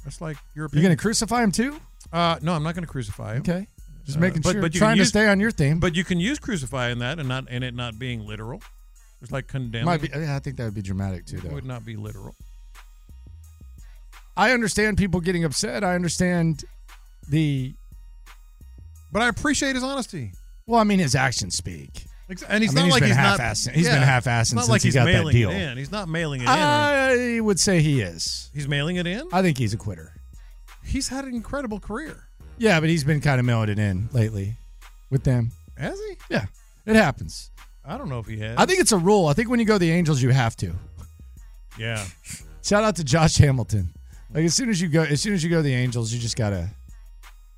That's like your You're gonna opinion. crucify him too? Uh, no, I'm not going to crucify him. Okay. Just Uh, making but- sure. but you can trying use- to stay on your theme. But you can use crucify in that and not and it not being literal. It's like condemning. Might be, uh, yeah, I think that would be dramatic too, it though. would not be literal. I understand people getting upset. I understand the. But I appreciate his honesty. Well, I mean, his actions speak. Ex- And he's I mean, not he's like been he's not. half-assed- he's been half-assed It's not since like he he's got that mailing deal. It in. He's not mailing it in. or- I would say he is. He's mailing it in. I think he's a quitter. He's had an incredible career. Yeah, but he's been kind of mailing it in lately with them. Has he? Yeah, it happens. I don't know if he has. I think it's a rule. I think when you go to the Angels, you have to. Yeah. Shout out to Josh Hamilton. Like as soon as you go, as soon as you go to the Angels, you just gotta.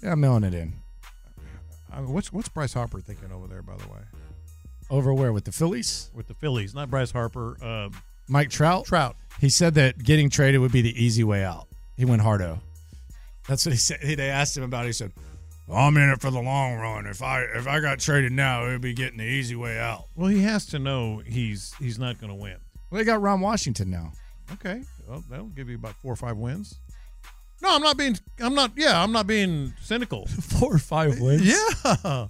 Yeah, I'm mailing it in. I mean, what's what's Bryce Harper thinking over there? By the way, Over where with the Phillies? with the Phillies, not Bryce Harper. Um, Mike Trout. Trout. He said that getting traded would be the easy way out. He went hardo. That's what he said. They asked him about. it. He said, "I'm in it for the long run. If I if I got traded now, it would be getting the easy way out." well, he has to know he's he's not going to win. Well, they got Ron Washington now. Okay, well, that'll give you about four or five wins. No, I'm not being. I'm not. Yeah, I'm not being cynical. Four or five wins. Yeah. I,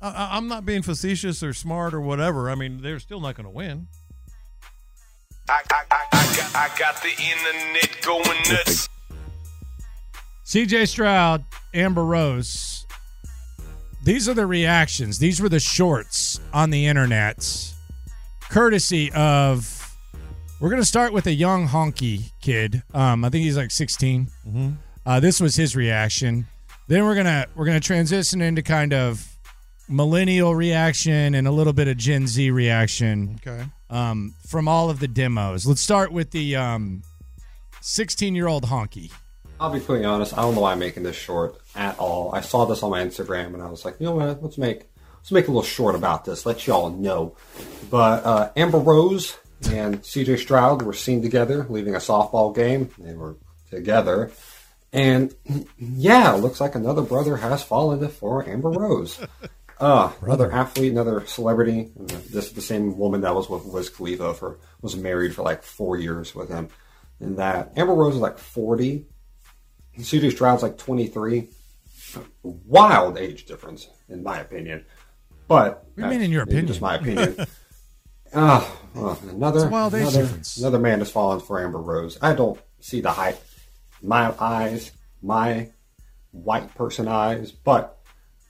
I- I'm not being facetious or smart or whatever. I mean, they're still not going to win. I, I, I, I, got, I got the internet going nuts. CJ Stroud, Amber Rose. These are the reactions. These were the shorts on the internet, courtesy of. We're gonna start with a young honky kid. Um, I think he's like 16. Mhm. Uh, this was his reaction. Then we're gonna we're gonna transition into kind of millennial reaction and a little bit of Gen Z reaction. Okay. Um, from all of the demos. Let's start with the um, 16 year old honky. I'll be completely honest. I don't know why I'm making this short at all. I saw this on my Instagram and I was like, you know what? Let's make let's make a little short about this. Let y'all know. But uh, Amber Rose and C.J. Stroud were seen together leaving a softball game. They were together, and yeah, looks like another brother has fallen for Amber Rose. Uh, another athlete, another celebrity. And This is the same woman that was with Wiz Khalifa for was married for like four years with him. And that Amber Rose is like forty, CJ Stroud's like 23. Wild age difference, in my opinion. But What do you mean in your maybe opinion? Just my opinion. Ah, well, another It's wild age another, difference. another man has fallen for Amber Rose. I don't see the hype. My eyes, my white person eyes, but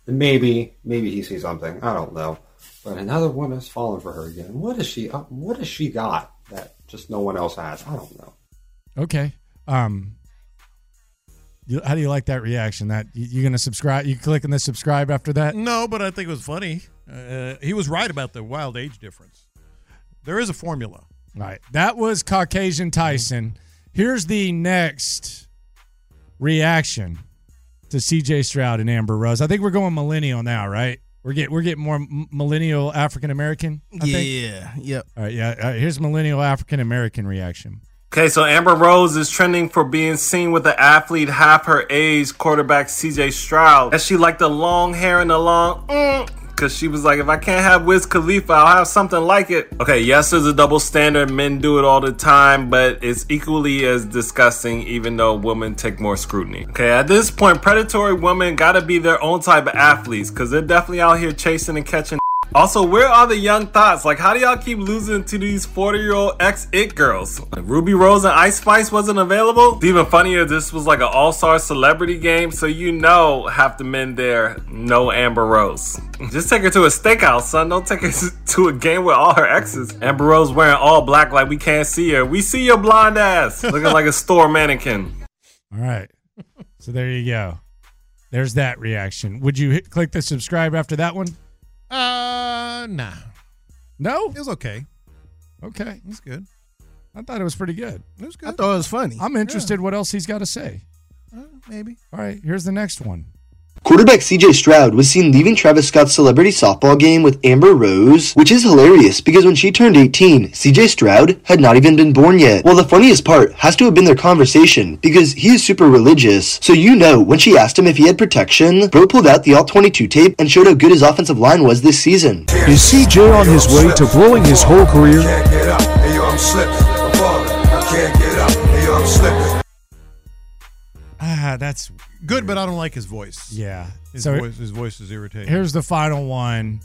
maybe maybe he sees something. I don't know. But another woman has fallen for her again. What is she? uh, What has she got that just no one else has? I don't know. Okay. Um, you, how do you like that reaction? That you, you gonna subscribe? You clicking the subscribe after that? No, but I think it was funny. Uh, he was right about the wild age difference. There is a formula. All right. That was Caucasian Tyson. Here's the next reaction to CJ Stroud and Amber Rose. I think we're going millennial now, right? We're get we're getting more m- millennial African American. I think. Yeah, yep. All right. Yeah. All right, here's millennial African American reaction. Okay, so Amber Rose is trending for being seen with the athlete half her age, quarterback CJ Stroud. And she liked the long hair and the long, because she was like, if I can't have Wiz Khalifa, I'll have something like it. Okay, yes, there's a double standard. Men do it all the time, but it's equally as disgusting, even though women take more scrutiny. Okay, at this point, predatory women gotta be their own type of athletes, because they're definitely out here chasing and catching. Also, where are the young thoughts? Like, how do y'all keep losing to these 40 year old ex it girls? Like, Ruby Rose and Ice Spice wasn't available? It's even funnier, this was like an all star celebrity game, so you know half the men there know Amber Rose. Just take her to a steakhouse, son. Don't take her to a game with all her exes. Amber Rose wearing all black like we can't see her. We see your blonde ass looking like a store mannequin. All right. So there you go. There's that reaction. Would you hit, click the subscribe after that one? Uh, nah. No? It was okay. Okay. It's good. I thought it was pretty good. It was good. Uh, I thought it was funny. I'm interested what else he's got to say. maybe. All right, here's the next one. Quarterback CJ Stroud was seen leaving Travis Scott's celebrity softball game with Amber Rose, which is hilarious because when she turned 18, CJ Stroud had not even been born yet. Well, the funniest part has to have been their conversation because he is super religious. So you know, when she asked him if he had protection, Bro pulled out the All 22 tape and showed how good his offensive line was this season. Is CJ on his way to blowing his whole career? Get up, hey yo, I'm slipping. I'm falling. I can't get up, hey yo, I'm slipping. Ah, that's good, but I don't like his voice. Yeah. His, So- voice, his voice is irritating. Here's the final one.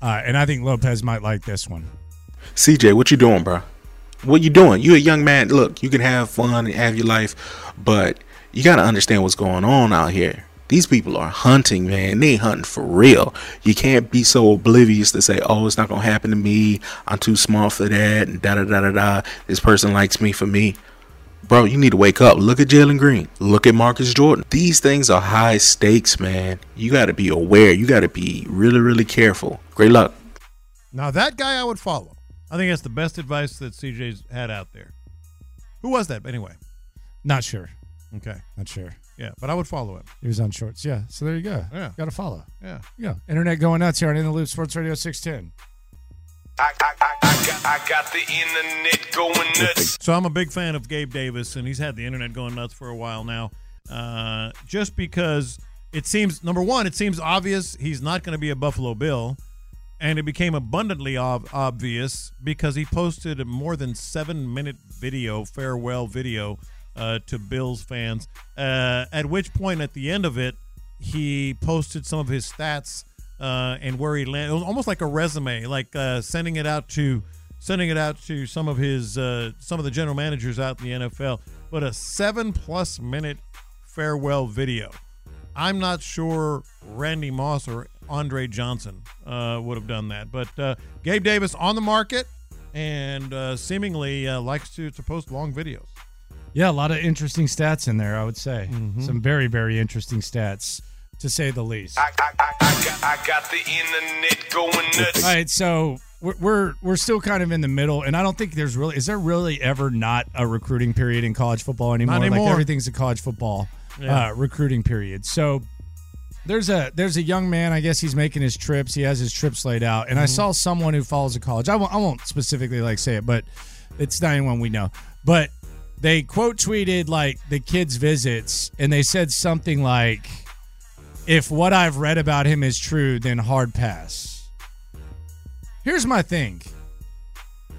Uh, and I think Lopez might like this one. CJ, what you doing, bro? What you doing? You a young man. Look, you can have fun and have your life, but you gotta understand what's going on out here. These people are hunting, man. They hunting for real. You can't be so oblivious to say, "Oh, it's not gonna happen to me. I'm too small for that." And da da da da da. This person likes me for me. Bro, you need to wake up. Look at Jalen Green. Look at Marcus Jordan. These things are high stakes, man. You got to be aware. You got to be really, really careful. Great luck. Now that guy I would follow. I think that's the best advice that CJ's had out there. Who was that? Anyway, Not sure. Okay. Not sure. yeah, but I would follow him. He was on shorts. Yeah. So there you go. Yeah. Got to follow. Yeah. Yeah. Internet going nuts here on In the Loop Sports Radio 610. I, I, I, I, got, I got the internet going nuts. So I'm a big fan of Gabe Davis, and he's had the internet going nuts for a while now. Uh, just because it seems number one, it seems obvious he's not going to be a Buffalo Bill, and it became abundantly ob- obvious because he posted a more than seven minute video farewell video uh, to Bills fans. Uh, at which point, at the end of it, he posted some of his stats uh, and where he landed. It was almost like a resume, like uh, sending it out to sending it out to some of his uh, some of the general managers out in the NFL. But a seven plus minute farewell video. I'm not sure Randy Moss or Andre Johnson uh, would have done that, but uh, Gabe Davis on the market and uh, seemingly uh, likes to, to post long videos. Yeah, a lot of interesting stats in there, I would say. Mm-hmm. Some very, very interesting stats, to say the least. I got the internet going nuts. All right, so we're, we're we're still kind of in the middle, and I don't think there's really is there really ever not a recruiting period in college football anymore. anymore. Like everything's a college football Yeah. uh, recruiting period. So there's a there's a young man. I guess he's making his trips. He has his trips laid out, and I Mhm. saw someone who follows a college. I won't I won't specifically like say it, but it's not anyone we know. But they quote tweeted like the kid's visits, and they said something like, "If what I've read about him is true, then hard pass." Here's my thing.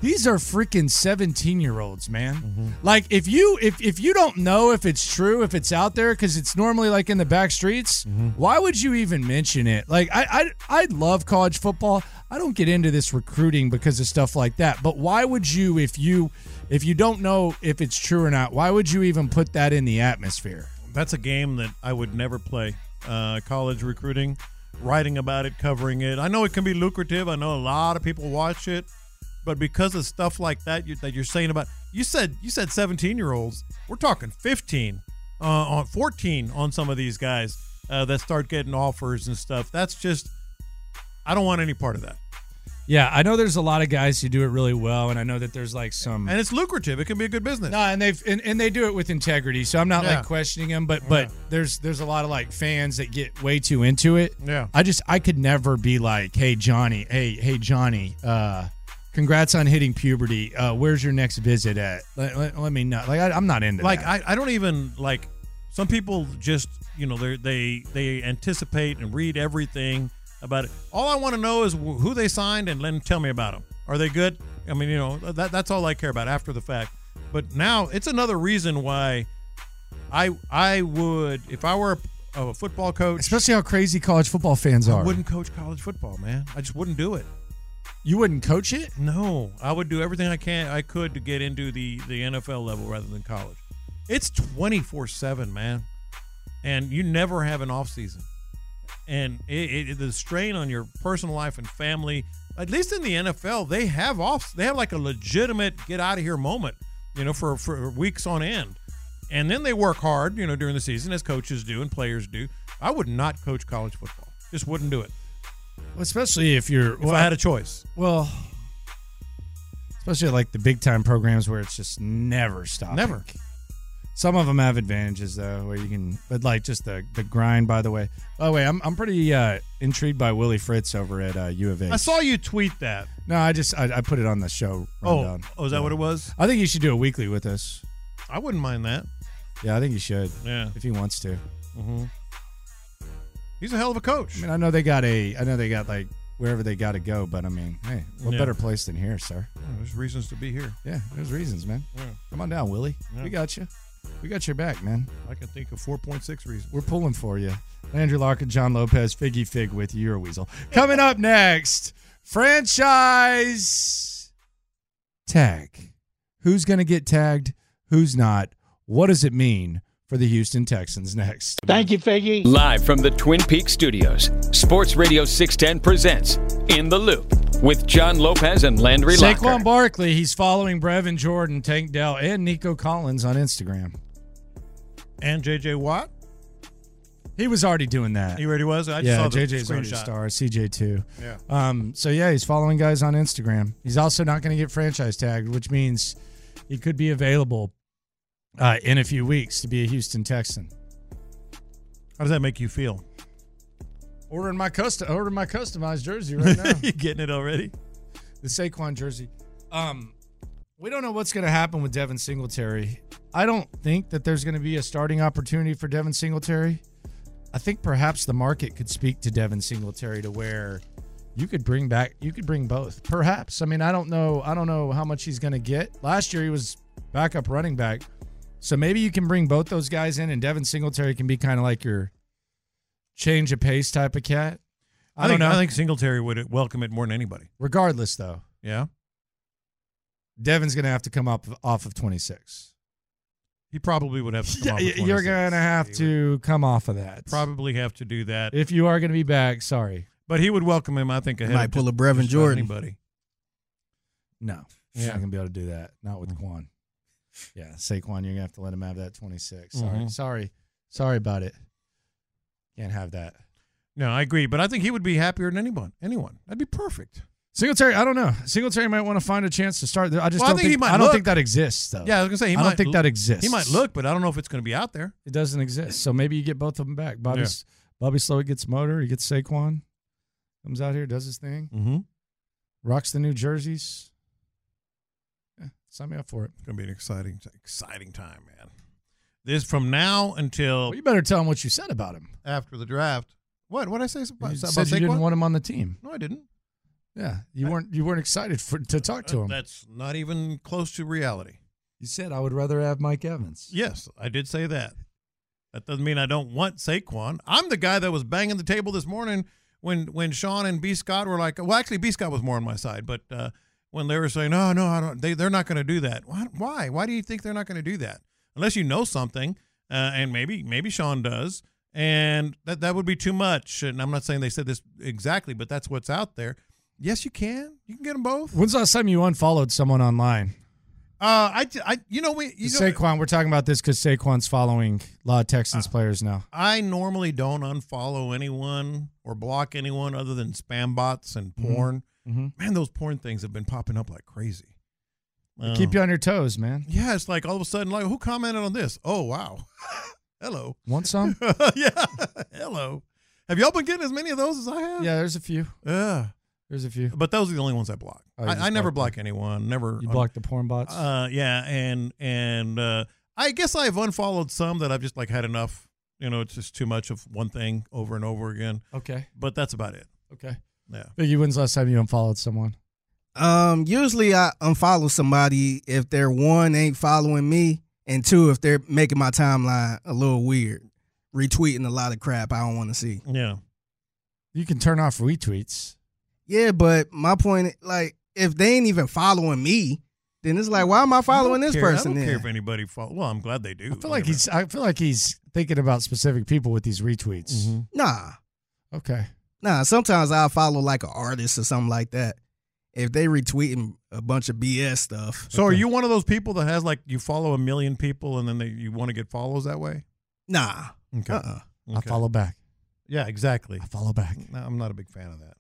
These are freaking 17 year olds, man. Like if you if if you don't know if it's true, if it's out there, because it's normally like in the back streets, why would you even mention it? Like I I I love college football. I don't get into this recruiting because of stuff like that. But why would you if you if you don't know if it's true or not, why would you even put that in the atmosphere? That's a game that I would never play. Uh, college recruiting, writing about it, covering it. I know it can be lucrative. I know a lot of people watch it, but because of stuff like that you, that you're saying about, you said you said 17 year olds. We're talking 15, uh, on 14 on some of these guys uh, that start getting offers and stuff. That's just, I don't want any part of that. Yeah, I know there's a lot of guys who do it really well, and I know that there's like some And it's lucrative. It can be a good business. No, and they've and, and they do it with integrity. So I'm not Yeah. like questioning them, but but there's there's a lot of like fans that get way too into it. Yeah. I just I could never be like, hey Johnny, hey hey Johnny, uh, congrats on hitting puberty. Uh, where's your next visit at? Let, let, let me know. Like I, I'm not into like that. I, I don't even like some people just you know they they they anticipate and read everything about it all i want to know is wh- who they signed and then tell me about them are they good i mean you know that, that's all i care about after the fact but now it's another reason why i i would if i were a, a football coach Especially how crazy college football fans i are. wouldn't coach college football man i just wouldn't do it you wouldn't coach it? no, I would do everything I can I could to get into the the NFL level rather than college. It's 24/7, man. And you never have an off season. And it, it, the strain on your personal life and family, at least in the NFL, they have off they have like a legitimate get out of here moment, you know, for for weeks on end. And then they work hard, you know, during the season as coaches do and players do. I would not coach college football. Just wouldn't do it. Especially if you're If I had a choice. Well, especially like the big time programs where it's just never stopping. Never. Some of them have advantages though, where you can, but like just the the grind. By the way, by the way, I'm I'm pretty uh, intrigued by Willie Fritz over at uh, U of A. I saw you tweet that. No, I just I, I put it on the show. Oh, Rundown. oh, is that what it was? I think you should do a weekly with us. I wouldn't mind that. Yeah, I think you should. Yeah. if he wants to. Mm-hmm. He's a hell of a coach. I mean, I know they got a, I know they got like wherever they got to go, but I mean, hey, what Yeah. better place than here, sir? There's reasons to be here. Yeah, there's reasons, man. Yeah. Come on down, Willie. Yeah. We got you. We got your back, man. I can think of 4.6 reasons. We're pulling for you. Landry Locker, John Lopez, Figgy Fig with you, You're a Weasel. Coming up next, franchise tag. Who's going to get tagged? Who's not? What does it mean for the Houston Texans next? Thank you, Figgy. Live from the Twin Peaks studios, Sports Radio 610 presents In the Loop with John Lopez and Landry Saquon Locker. Barkley, he's following Brevin Jordan, Tank Dell, and Nico Collins on Instagram. And JJ Watt? He was already doing that. He already was? I just yeah, saw the JJ's already a screenshot. star. CJ too. Yeah. Um. So yeah, he's following guys on Instagram. He's also not going to get franchise tagged, which means he could be available uh, in a few weeks to be a Houston Texan. How does that make you feel? Ordering my custom, ordering my customized jersey right now. you getting it already? The Saquon jersey. Um, we don't know what's going to happen with Devin Singletary. I don't think that there's going to be a starting opportunity for Devin Singletary. I think perhaps the market could speak to Devin Singletary to where you could bring back, you could bring both. Perhaps. I mean, I don't know. I don't know how much he's going to get. Last year he was backup running back. So maybe you can bring both those guys in, and Devin Singletary can be kind of like your change of pace type of cat. I, I, think don't know. I think Singletary would welcome it more than anybody. Regardless, though, Yeah, Devin's going to have to come up off of 26. he probably would have to. Come Yeah, off y- of you're 26. going to have to come off of that. probably have to do that. If you are going to be back, sorry. But he would welcome him, I think, ahead Might of pull just- a Brevin just about Jordan. Anybody. No. Yeah. You're not going to be able to do that. Not with Quan. Yeah, Saquon, you're going to have to let him have that 26. Sorry. Mhm. Sorry. Sorry about it. Can't have that. No, I agree, but I think he would be happier than anyone. Anyone. That'd be perfect. Singletary, I don't know. Singletary might want to find a chance to start. I just don't Well, I think think, he might I don't look. think that exists though. Yeah, I was gonna say he I don't might think l- that exists. He might look, but I don't know if it's gonna be out there. It doesn't exist. So maybe you get both of them back. Bobby Yeah. Bobby Slow gets motor. He gets Saquon. Comes out here, does his thing. Mm-hmm. Rocks the New Jerseys. Yeah, sign me up for it. It's gonna be an exciting, exciting time, man. This from now until Well, you better tell him what you said about him. after the draft. What? What I say? About, You about said you didn't Saquon? want him on the team. No, I didn't. Yeah, you weren't you weren't excited for, to talk to him. Uh, That's not even close to reality. You said I would rather have Mike Evans. Yes, I did say that. That doesn't mean I don't want Saquon. I'm the guy that was banging the table this morning when when Sean and B Scott were like, well, actually B Scott was more on my side, but uh, when they were saying, no, no, I don't, they they're not going to do that. Why? Why? Why do you think they're not going to do that? Unless you know something, uh, and maybe maybe Sean does, and that that would be too much. And I'm not saying they said this exactly, but that's what's out there. Yes, you can. You can get them both. When's the last time you unfollowed someone online? Uh, I, I, you know, we, you know, Saquon, we're talking about this because Saquon's following a lot of Uh, Texans players now. I normally don't unfollow anyone or block anyone other than spam bots and porn. Mhm. Man, those porn things have been popping up like crazy. Um, They Keep you on your toes, man. Yeah, it's like all of a sudden, like who commented on this? Oh wow, hello. Want some? yeah, hello. Have y'all been getting as many of those as I have? yeah, there's a few. Yeah, There's a few. but those are the only ones I block. Oh, you just I, I never block block anyone. Never. You un- block the porn bots. Uh, yeah, and and uh, I guess I've unfollowed some that I've just like had enough. You know, it's just too much of one thing over and over again. Okay. but that's about it. Okay. Yeah. Biggie, when's the last time you unfollowed someone? Um, usually I unfollow somebody if they're one ain't following me, and two if they're making my timeline a little weird, retweeting a lot of crap I don't want to see. Yeah. You can turn off retweets. Yeah, but my point, like, if they ain't even following me, then it's like, why am I following I this don't care. person? I don't Then care if anybody follow. Well, I'm glad they do. I feel like he's. I feel like he's thinking about specific people with these retweets. Mm-hmm. nah, Okay. nah. Sometimes I follow like an artist or something like that. If they retweeting a bunch of BS stuff, So, are you one of those people that has like you follow a million people and then they, you want to get follows that way? nah, Okay. uh-uh. I Okay. follow back. Yeah, exactly. I follow back. No, I'm not a big fan of that.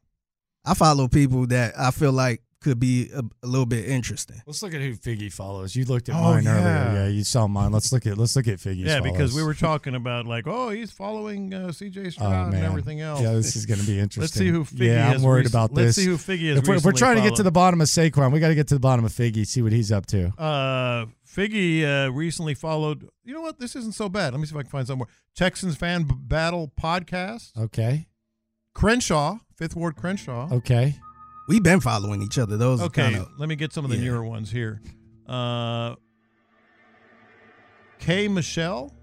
I follow people that I feel like could be a, a little bit interesting. Let's look at who Figgy follows. You looked at Oh, mine yeah. earlier. Yeah, you saw mine. Let's look at. Let's look at Figgy's. yeah, because we follows. were talking about like, oh, he's following uh, C.J. Oh, Stroud man. and everything else. Yeah, this is going to be interesting. Let's see who Figgy Yeah, I'm has worried rec- about this. let's see who Figgy has If we're, if we're recently trying to get followed. to the bottom of Saquon. We got to get to the bottom of Figgy. See what he's up to. Uh, Figgy uh, recently followed. You know what? This isn't so bad. Let me see if I can find somewhere. Texans fan b- battle podcast. Okay. Crenshaw, Fifth Ward Crenshaw. Okay. We've been following each other. Those are Okay, kinda- let me get some of the Yeah. newer ones here. Uh, K. Michelle.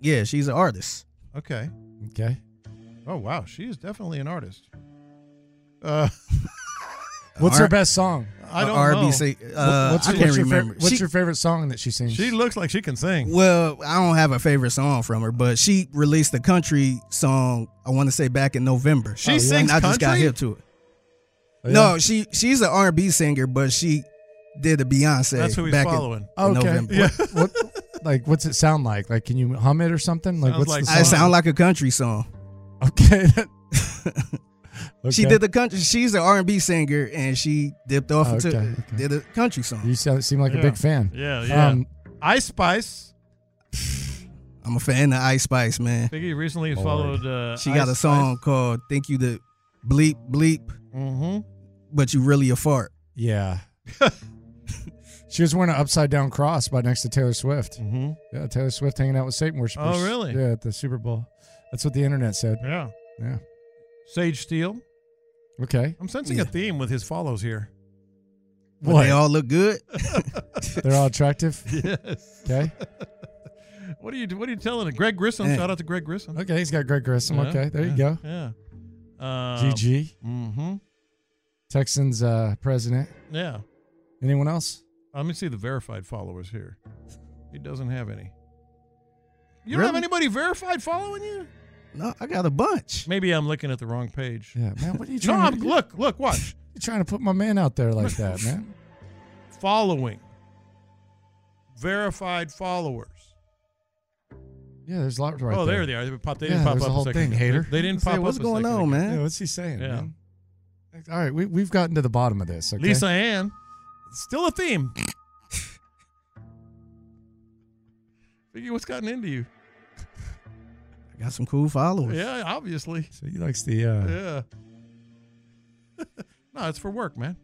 yeah, she's an artist. Okay. Okay. Oh wow, she is definitely an artist. Uh, What's R- her best song? I don't know. RBC, uh, What- what's I can't your- what's your favorite- remember. what's She- your favorite song that she sings? She looks like she can sing. Well, I don't have a favorite song from her, but she released a country song. I want to say back in November. She Oh, yeah? And sings I just got country? hip to it. Oh, yeah? No, she she's an R and B singer, but she did a Beyonce. That's who he's back in- following. In, Okay. November. Yeah. What, what- like, what's it sound like? Like, can you hum it or something? Like, Sounds what's like the I song? sound like a country song. okay. She Okay. did the country. She's an R and B singer, and she dipped off Oh, into okay, okay. did a country song. You sound, seem like Yeah. a big fan. Yeah, yeah. Um, Ice Spice. I'm a fan of Ice Spice, man. Figgy recently has Lord. followed. Uh, She got a song called "Think You the Bleep Bleep," Mm-hmm. but you really a fart. yeah. she was wearing an upside down cross by next to Taylor Swift. Mm-hmm. Yeah, Taylor Swift hanging out with Satan worshipers. Oh, really? Yeah, at the Super Bowl. That's what the internet said. Yeah. Yeah. Sage Steele. Okay. I'm sensing a theme with his follows here. But What? they all look good. They're all attractive. Yes. Okay. What are you What are you telling it? Greg Grissom. Hey. Shout out to Greg Grissom. Okay, he's got Greg Grissom. Okay, there you yeah, go. Yeah. Uh, GG. Mm-hmm. Texans uh, president. Yeah. Anyone else? Uh, Let me see the verified followers here. He doesn't have any. You don't have Really? anybody verified following you? No, I got a bunch. Maybe I'm looking at the wrong page. Yeah, man. What are you no, trying I'm, to do? look, look, watch. You're trying to put my man out there like that, man. Following. Verified followers. Yeah, there's a lot right oh, there there. they are. They popped. They Yeah, didn't pop there's up the whole a second thing, ago. hater. They, they didn't Say, pop up. what's a going second on, ago. man? Yeah, what's he saying, Yeah. man? All right, we we've gotten to the bottom of this. Okay? Lisa Ann. Still a theme. Figgy, what's gotten into you? I got some cool followers. Yeah, obviously. So he likes the uh, Yeah. no, it's for work, man.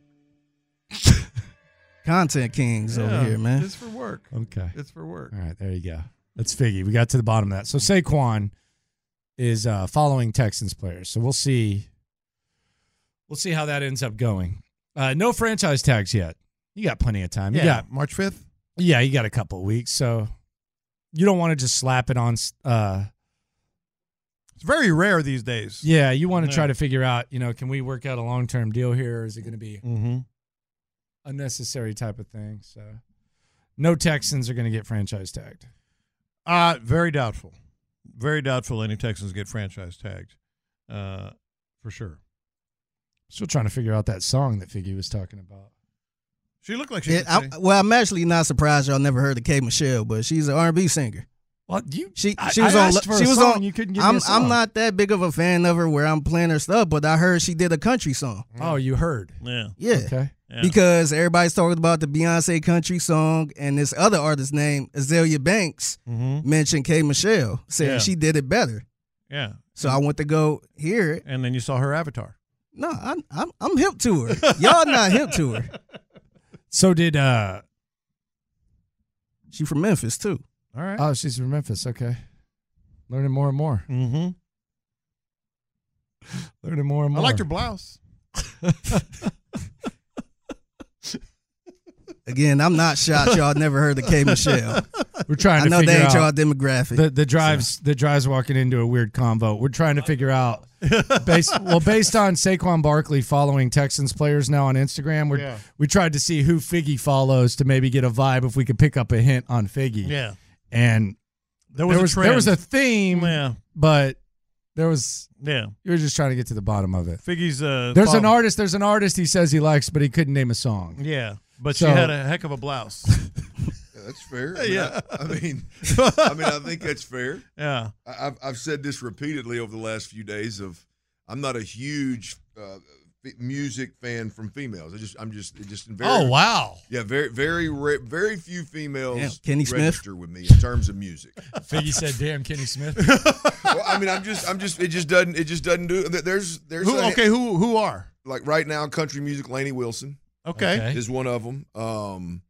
Content kings Yeah, over here, man. It's for work. Okay. It's for work. All right, there you go. That's Figgy. We got to the bottom of that. So Saquon is uh, following Texans players. So we'll see. We'll see how that ends up going. Uh, no franchise tags yet. You got plenty of time. You got March 5th. Yeah, you got a couple of weeks, so you don't want to just slap it on. s- Uh, It's very rare these days. yeah, you want to try Yeah. to figure out, you know, can we work out a long term deal here, or is it going to be Mhm. unnecessary type of thing? So, no Texans are going to get franchise tagged. Uh very doubtful. Very doubtful any Texans get franchise tagged. Uh for sure. Still trying to figure out that song that Figgy was talking about. She looked like she Yeah, could I, sing. well, I'm actually not surprised y'all never heard of K Michelle, but she's an R&B singer. Well, you she I- she was I on asked for a she was song, on you couldn't give me I'm a song. I'm not that big of a fan of her where I'm playing her stuff, but I heard she did a country song. Oh, you heard? Yeah. Yeah. Okay. Because everybody's talking about the Beyonce country song, and this other artist named Azalea Banks Mhm. Mm-hmm. mentioned K Michelle, saying Yeah. she did it better. Yeah. So I went to go hear it. And then you saw her avatar. No, I'm I'm, I'm hip to her. Y'all not hip to her. So did uh She from Memphis too. All right. Oh, she's from Memphis. Okay. Learning more and more. Mm-hmm. Learning more and I more. liked her blouse. Again, I'm not shocked y'all never heard of K Michelle. We're trying to I know figure they ain't out y'all demographic. The, the drives the drives walking into a weird convo. We're trying to figure out based well based on Saquon Barkley following Texans players now on Instagram. We Yeah. are we tried to see who Figgy follows to maybe get a vibe if we could pick up a hint on Figgy. Yeah. and There was a there was a trend. theme. Yeah. but there was Yeah. You were just trying to get to the bottom of it. Figgy's uh There's follow- an artist. There's an artist he says he likes, but he couldn't name a song. Yeah. But So- she had a heck of a blouse. Yeah, that's fair. I mean, Yeah. I, I mean, I mean, I think that's fair. Yeah. I, I've I've said this repeatedly over the last few days. Of I'm not a huge uh, f- music fan from females. I just I'm just it just very Oh, wow. yeah very very ra- very few females Damn, Kenny Smith. register with me in terms of music. Figgy said, "Damn, Kenny Smith." well, I mean, I'm just, I'm just, it just doesn't, it just doesn't do. there- There's, there's. Who- a- okay, who- who are? like right now? Country music, Laney Wilson. Okay. Okay. is one of them. Um,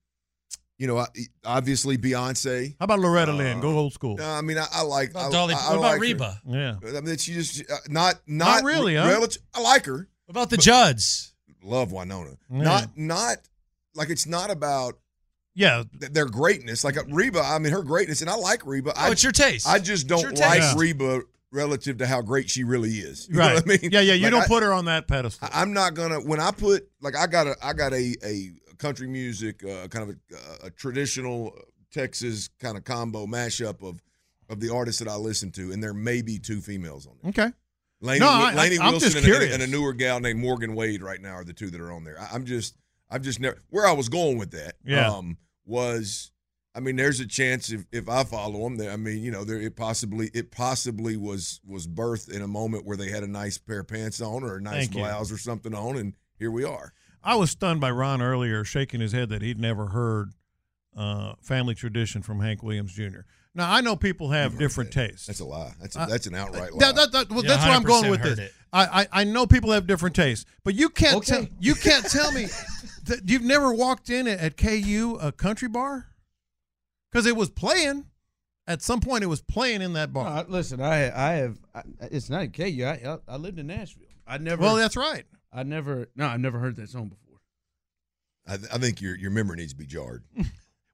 you know, I, obviously Beyonce. How about Loretta Lynn? Go old school. Uh, No, I mean, I, I like. What about I, Dolly- I, I what about like her. Reba? Yeah. I mean, she just uh, not, not, Not really, re- huh? relati- I like her. What about the Judds? Love Winona. Yeah. Not, not like it's not about. Yeah, uh, th- their greatness. Like uh, Reba, I mean, her greatness, and I like Reba. I, Oh, it's your taste. I just It's don't your like taste. Reba relative to how great she really is. You know right. what I mean? Yeah, yeah. You Like, don't I- put her on that pedestal. I- I'm not gonna when I put like I got a I got a a country music uh, kind of a, a traditional Texas kind of combo mashup of of the artists that I listen to, and there may be two females on there. Okay. Laney, No, I- Laney I- I'm Wilson just and, a- and curious. a, newer gal named Morgan Wade right now are the two that are on there. I, I'm just I've just never where I was going with that. Yeah. Um, was I mean, there's a chance if, if I follow them that I mean, you know, there it possibly it possibly was was birthed in a moment where they had a nice pair of pants on or a nice Thank you. blouse or something on, and here we are. I was stunned by Ron earlier shaking his head that he'd never heard uh, "Family Tradition" from Hank Williams Jr. Now I know people have different tastes. That's a lie. That's a, that's an outright lie. That, that, that, well, Yeah, that's where I'm going 100% with heard this. it. I, I I know people have different tastes, but you can't Okay. tell you can't tell me that you've never walked in at, at KU a country bar because it was playing. At some point, it was playing in that bar. No, I- listen, I I have I, it's not a KU. I, I I lived in Nashville. I never. Well, that's right. I never. No, I've never heard that song before. I, th- I think your your memory needs to be jarred.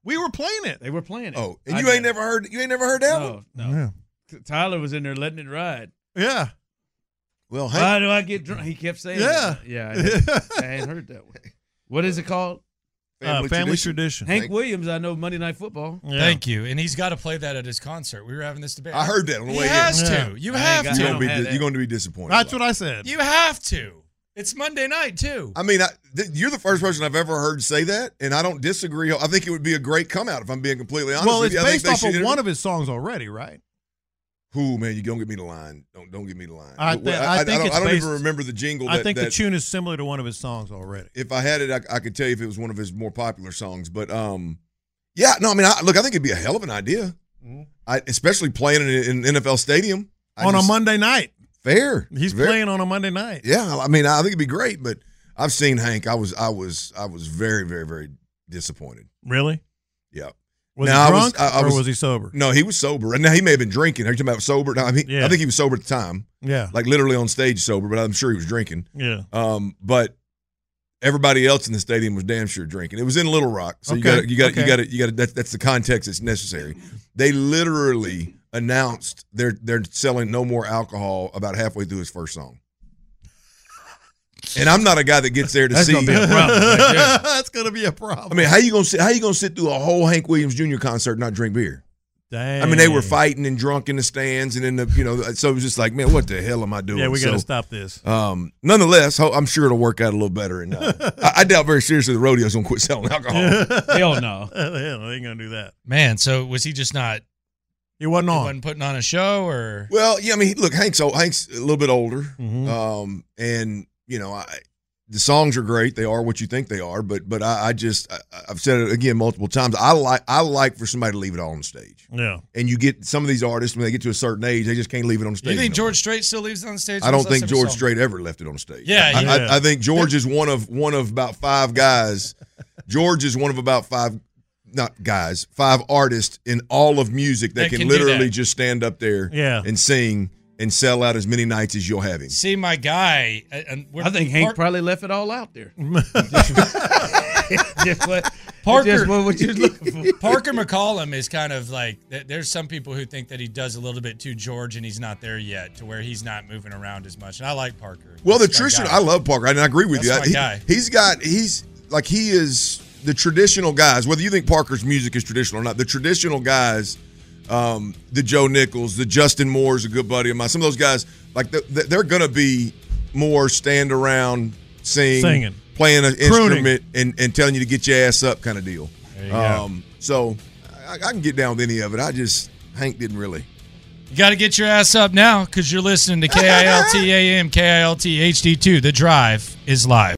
We were playing it. They were playing it. Oh, and I you did. ain't never heard you ain't never heard that one? No, no. Tyler was in there letting it ride. Yeah. Well, Why do I get drunk? He kept saying, Yeah. that. yeah." I hadn't, I hadn't heard that one. What is it called? Family Uh, Family Tradition. Tradition. Hank Thank- Williams, I know Monday Night Football. Thank you. And he's got to play that at his concert. We were having this debate. I heard that on the He way has here. to. You have to. You're gonna, be, di- you're gonna be disappointed. That's what I said. You have to. It's Monday night too. I mean, I, th- you're the first person I've ever heard say that, and I don't disagree. I think it would be a great come out if I'm being completely honest. well, with you. it's I think based they off should of inter- one of his songs already, right? Who man, you don't get me the line. Don't don't give me the line. I, thi- Well, I think don't, it's I don't based- even remember the jingle. I that- think the that- tune is similar to one of his songs already. If I had it, I, I could tell you if it was one of his more popular songs. But um, yeah, no, I mean, I, look, I think it'd be a hell of an idea, Mm-hmm. I, especially playing in an NFL stadium I on just- a Monday night. Fair. He's Very- playing on a Monday night. Yeah, I mean, I think it'd be great, but I've seen Hank. I was, I was, I was very, very, very disappointed. Really? Yeah. Was he Now, I drunk or was he sober? No, he was sober. And now he may have been drinking. Are you talking about sober? No, I mean, I think he was sober at the time. Yeah. Like literally on stage sober, but I'm sure he was drinking. Yeah. Um, but everybody else in the stadium was damn sure drinking. It was in Little Rock, so Okay, you got to you okay. got to you got to that, that's the context that's necessary. They literally announced they're they're selling no more alcohol about halfway through his first song. And I'm not a guy that gets there to That's see. gonna be a problem right there. That's gonna be a problem. I mean, how you gonna sit, how you gonna sit through a whole Hank Williams Jr. concert and not drink beer? Dang. I mean, they were fighting and drunk in the stands, and in the you know, uh, so it was just like, man, what the hell am I doing? Yeah, we gotta So, stop this. Um, nonetheless, ho- I'm sure it'll work out a little better. And uh, I, I doubt very seriously the rodeo's gonna quit selling alcohol. Hell no. Hell, they ain't gonna do that. Man, so was he just not? He wasn't on. wasn't putting on a show, or Well, yeah, I mean, look, Hank's old, Hank's a little bit older, um, and you know, I the songs are great; they are what you think they are. But but I, I just I, I've said it again multiple times. I like I like for somebody to leave it all on stage, Yeah. and you get some of these artists when they get to a certain age, they just can't leave it on stage. you think no more. George Strait still leaves it on stage? I When's don't the think last time we George saw him? Strait ever left it on stage. Yeah, I, yeah. I, I think George is one of one of about five guys. George is one of about five, not guys, five artists in all of music that, That can, can do literally that. just stand up there, Yeah. and sing and sell out as many nights as you'll have him. See my guy. uh, And we're- I think Hank Park- probably left it all out there. just what, Parker, just what, what you was looking for. Parker McCollum is kind of like th- there's some people who think that he does a little bit too George and he's not there yet to where he's not moving around as much. And I like Parker. Well, the That's my tradition, guy. I love Parker, and I agree with That's you. my I- guy. he, has got he's like he is the traditional guys. Whether you think Parker's music is traditional or not, the traditional guys, um, the Joe Nichols, the Justin Moore is a good buddy of mine. Some of those guys, like the, the, they're gonna be more stand around, sing, Singing. playing an Crooning. instrument, and, and telling you to get your ass up kind of deal. Um, There you go. So I, I can get down with any of it. I just Hank didn't really. You got to get your ass up now because you're listening to KILT AM, KILT HD2. The drive is live.